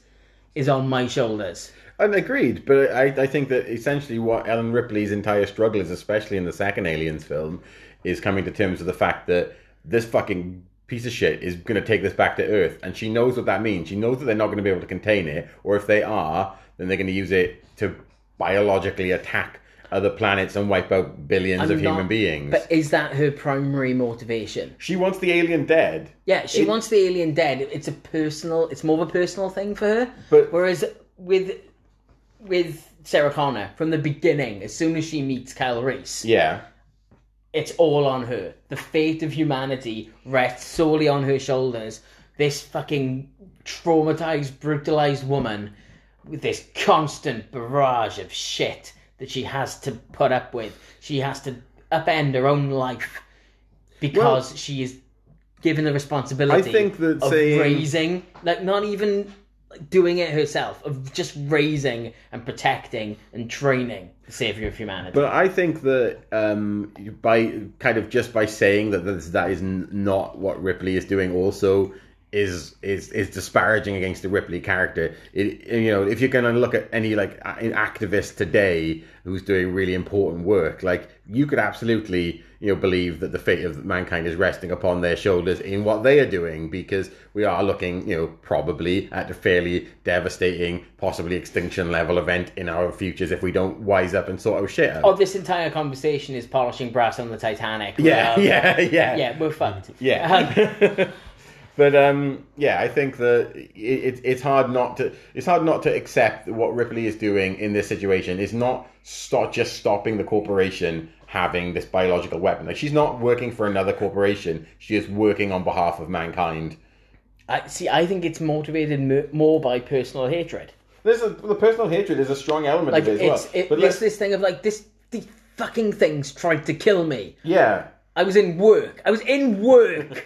is on my shoulders
And agreed, but I, I think that essentially what Ellen Ripley's entire struggle is, especially in the second Aliens film, is coming to terms with the fact that this fucking piece of shit is going to take this back to Earth, and she knows what that means. She knows that they're not going to be able to contain it, or if they are, then they're going to use it to biologically attack other planets and wipe out 1000000000s
I'm
of human
not-
beings.
but is that her primary motivation
she wants the alien dead.
Yeah, she wants the alien dead. It's a personal. It's more of a personal thing for her.
But-
whereas with with Sarah Connor from the beginning, as soon as she meets Kyle Reese,
Yeah.
it's all on her. The fate of humanity rests solely on her shoulders. This fucking traumatized, brutalized woman with this constant barrage of shit that she has to put up with. She has to upend her own life because she is given the responsibility
I think that
of
saying-
raising, like not even like, doing it herself, of just raising and protecting and training the savior of humanity.
But I think that um, by kind of just by saying that this, that is n- not what Ripley is doing, also is is is disparaging against the Ripley character. It, you know, if you're going to look at any like a- an activist today who's doing really important work, like you could absolutely you know believe that the fate of mankind is resting upon their shoulders in what they are doing because we are looking you know probably at a fairly devastating possibly extinction level event in our futures if we don't wise up and sort our shit out
Oh, this entire conversation is polishing brass on the Titanic.
yeah,
Well,
yeah, yeah,
Um, yeah, we're fucked. Um,
yeah. but um, yeah, I think that it, it, it's hard not to it's hard not to accept that what Ripley is doing in this situation is not stop just stopping the corporation having this biological weapon. Like she's not working for another corporation; she is working on behalf of mankind.
I see. I think it's motivated mo- more by personal hatred.
There's a, the personal hatred is a strong element
Like
of it as
it's
well.
it,
but
it's
let's,
this thing of like this. The fucking things tried to kill me.
yeah,
I was in work. I was in work,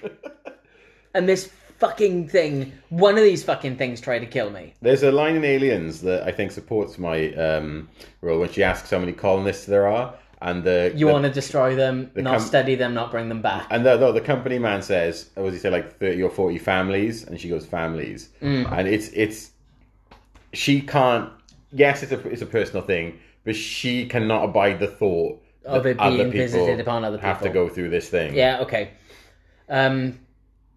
and this fucking thing. One of these fucking things tried to kill me.
There's a line in Aliens that I think supports my um, rule when she asks how many colonists there are, and the
You
the-
want to destroy them, not
com-
study them, not bring them back.
And the, no, the company man says, "Was he say like thirty or forty families?" And she goes, "Families."
Mm.
And it's it's she can't. Yes, it's a it's a personal thing, but she cannot abide the thought
Of
that
it being visited upon other
have to
people.
go through this thing.
Yeah, okay. Um,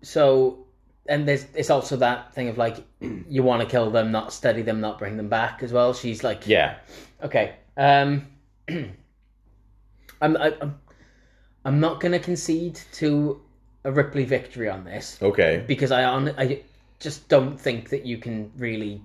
so and there's it's also that thing of like you want to kill them, not study them, not bring them back as well. She's like,
yeah,
okay. Um, I'm I, I'm I'm not gonna concede to a Ripley victory on this
okay,
because I hon- I just don't think that you can really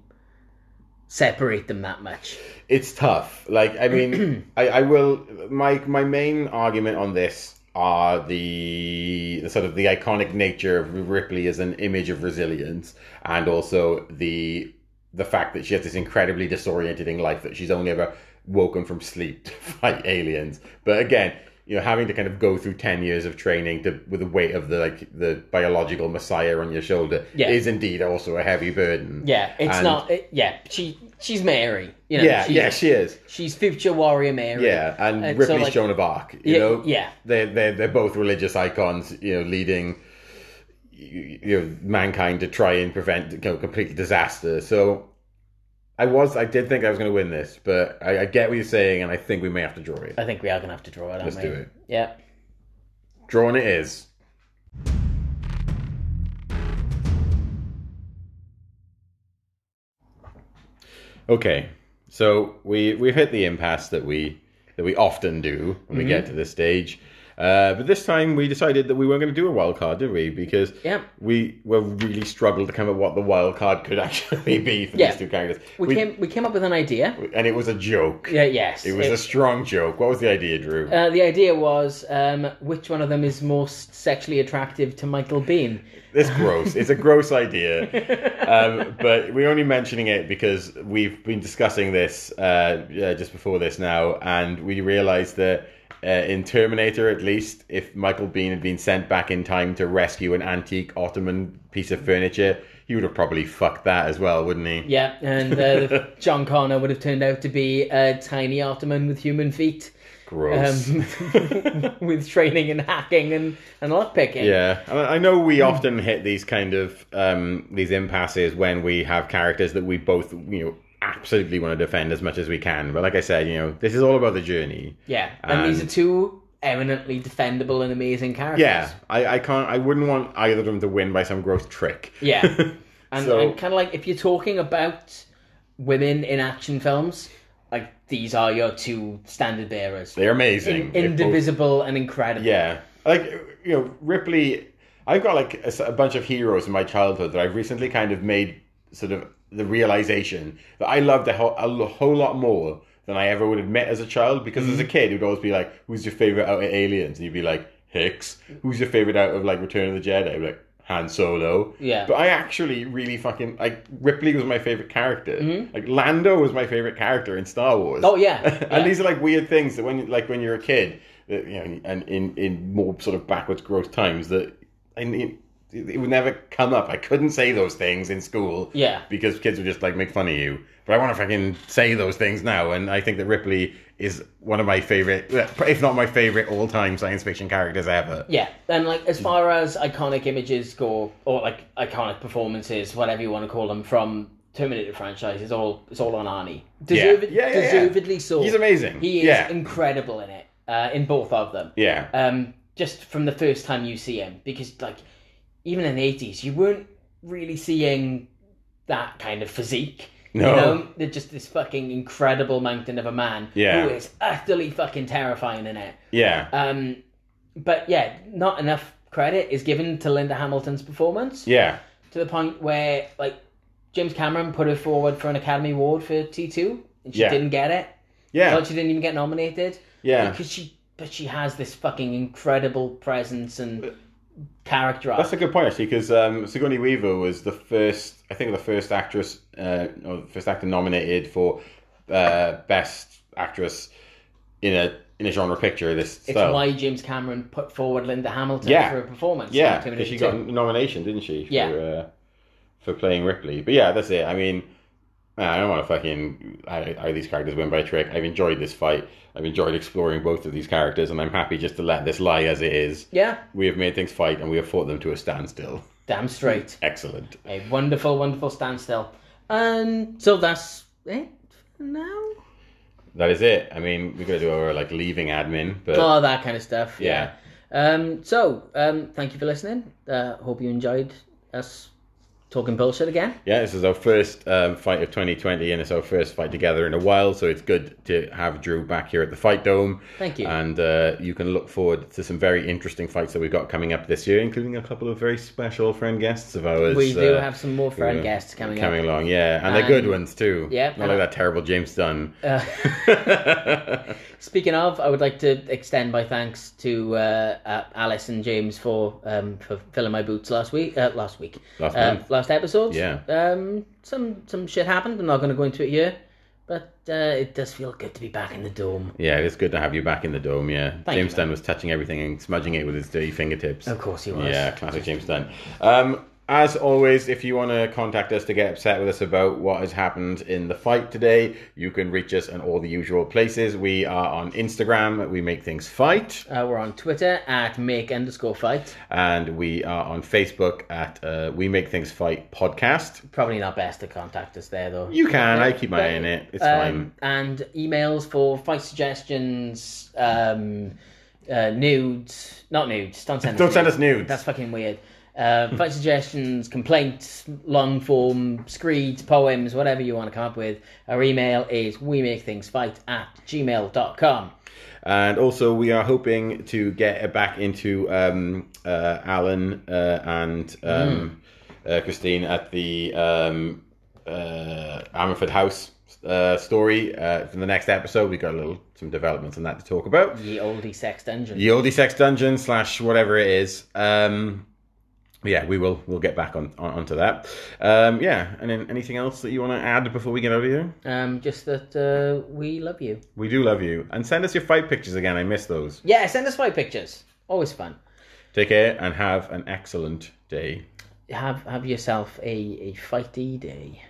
separate them that much.
it's tough. Like, I mean, I, I will. My my main argument on this are the, the sort of the iconic nature of Ripley as an image of resilience, and also the the fact that she has this incredibly disorientating life that she's only ever woken from sleep to fight aliens. But again, you know, having to kind of go through ten years of training to with the weight of the like the biological messiah on your shoulder
Yeah.
is indeed also a heavy burden.
Yeah, it's
And-
not. It, yeah, she she's Mary. You know,
Yeah,
she's,
yeah, she is.
she's future warrior Mary.
Yeah, and
And so,
Ripley's
like-
Joan of Arc. You
Yeah,
know,
yeah.
they're they're they're both religious icons. You know, leading you you know mankind to try and prevent you know, complete disaster. So I was I did think I was going to win this, but I, I get what you're saying, and I think we may have to draw it.
I think we are gonna have to draw it. Aren't
Let's
we?
do it.
Yeah.
Drawn it is. Okay,
Mm-hmm.
so we we've hit the impasse that we that we often do when we get to this stage, Uh, but this time we decided that we weren't going to do a wild card, did we? Because
Yeah.
we were really struggled to come up with what the wild card could actually be for
Yeah.
these two characters.
We, came we came up with an idea.
and it was a joke.
Yeah, yes.
It was a strong joke. What was the idea, Drew?
uh, the idea was um, which one of them is most sexually attractive to Michael Bean.
It's gross. It's a gross idea. Um, but we're only mentioning it because we've been discussing this uh, yeah, just before this now, and we realised that uh, in Terminator, at least, if Michael Bean had been sent back in time to rescue an antique Ottoman piece of furniture, he would have probably fucked that as well, wouldn't he?
Yeah, and uh, the- John Connor would have turned out to be a tiny Ottoman with human feet,
Gross.
um, with training and hacking and, and lockpicking.
Yeah, And I I know we
Hmm.
often hit these kind of um, these impasses when we have characters that we both you know absolutely want to defend as much as we can. But like I said, you know, this is all about the journey.
Yeah, and, these are
And-
two eminently defendable and amazing characters.
Yeah, I, I can't. I wouldn't want either of them to win by some gross trick.
Yeah. And,
So-
and kind of like if you're talking about women in action films, like these are your two standard bearers.
They're amazing. They're both-
Indivisible and incredible.
Yeah, like you know, Ripley. I've got like a, s- a bunch of heroes in my childhood that I've recently kind of made sort of the realization that I loved a whole, a lo- whole lot more than I ever would admit as a child. Because as a
Mm-hmm.
kid, it would always be like, "Who's your favorite out of Aliens?" And you'd be like, "Hicks." Who's your favorite out of like Return of the Jedi? I'd be like. Han Solo.
Yeah.
But I actually really fucking like Ripley was my favorite character. Like Lando was my favorite character in Star Wars.
Mm-hmm. Oh, yeah. Yeah.
and these are like weird things that when like when you're a kid, that, you know, and in in more sort of backwards growth times that and it, it would never come up. I couldn't say those things in school.
Yeah.
Because kids would just like make fun of you. But I want to fucking say those things now, and I think that Ripley is one of my favorite, uh, if not my favorite, all time science fiction characters ever.
Yeah, and like
Mm.
as far as iconic images go, or like iconic performances, whatever you want to call them, from Terminator franchise, it's all it's all on Arnie. Deserved,
Yeah, yeah, yeah.
deservedly so.
He's amazing.
He is
Yeah.
incredible in it, uh, in both of them.
Yeah.
Um, just from the first time you see him, because like even in the eighties, you weren't really seeing that kind of physique.
No.
You know, they're just this fucking incredible mountain of a man
Yeah.
who is utterly fucking terrifying in it.
yeah.
Um, but yeah, not enough credit is given to Linda Hamilton's performance
yeah.
to the point where like James Cameron put her forward for an Academy Award for T two and she
Yeah.
didn't get it.
Yeah.
Thought she didn't even get nominated.
Yeah.
because she but she has this fucking incredible presence and character arc.
That's a good point actually, because um, Sigourney Weaver was the first, I think, the first actress uh, or the first actor nominated for uh, best actress in a in a genre picture. of This
it's
style.
why James Cameron put forward Linda Hamilton
Yeah.
for a performance. in
yeah,
Terminator
because she got a
2.
nomination, didn't she? For,
Yeah.
uh, for playing Ripley. But yeah, that's it. I mean, I don't want to fucking I, I these characters win by trick. I've enjoyed this fight. I've enjoyed exploring both of these characters, and I'm happy just to let this lie as it is.
yeah,
We have made things fight, and we have fought them to a standstill.
damn straight.
Excellent.
a wonderful, wonderful standstill. Um, so that's it for now.
That is it. I mean, we're gonna do our like leaving admin, but
Oh, that kind of stuff.
Yeah.
Um, so, um, thank you for listening. Uh, hope you enjoyed us talking bullshit again.
yeah, this is our first um, fight of 2020, and it's our first fight together in a while. So it's good to have Drew back here at the Fight Dome.
Thank you.
And uh, you can look forward to some very interesting fights that we've got coming up this year, including a couple of very special friend guests of ours.
we do
uh,
have some more friend
who are
guests coming,
coming
up.
along. Yeah, and they're good
And-
ones too.
Yeah. Uh,
not like that terrible James Dunn.
Speaking of, I would like to extend my thanks to uh, uh, Alice and James for um, for filling my boots last week. Uh, last week.
Last
uh,
month.
last episode.
Yeah.
Um, some some shit happened. I'm not going to go into it here, but uh, it does feel good to be back in the dome.
yeah, it's good to have you back in the dome. Yeah,
Thank
James
you,
Dunn was touching everything and smudging it with his dirty fingertips.
Of course, he was.
Yeah, classic James Dunn. Um, as always, if you want to contact us to get upset with us about what has happened in the fight today, you can reach us on all the usual places. We are on Instagram, we make things fight,
Uh, we're on Twitter at make underscore fight.
and we are on Facebook at uh, We Make Things Fight podcast.
Probably not best to contact us there though.
You can, I keep my eye on it. It's fine.
Um, and emails for fight suggestions, um, uh, nudes, not nudes. Don't send us.
Don't send
nudes.
us nudes.
That's fucking weird. Uh, fight suggestions, complaints, long form, screeds, poems, whatever you want to come up with. Our email is we make things fight at gmail.com.
And also, we are hoping to get back into um, uh, Alan uh, and um, uh, Christine at the um, uh, Ammerford House uh, story uh, for the next episode. We've got a little some developments on that to talk about.
Ye oldie sex dungeon.
The oldie sex dungeon slash whatever it is. Um, yeah, we will we'll get back on, on onto that. Um, yeah, and then anything else that you want to add before we get out of here?
Um, just that uh, we love you.
We do love you, and send us your fight pictures again. I miss those.
Yeah, send us fight pictures. Always fun.
Take care and have an excellent day.
Have have yourself a, a fighty day.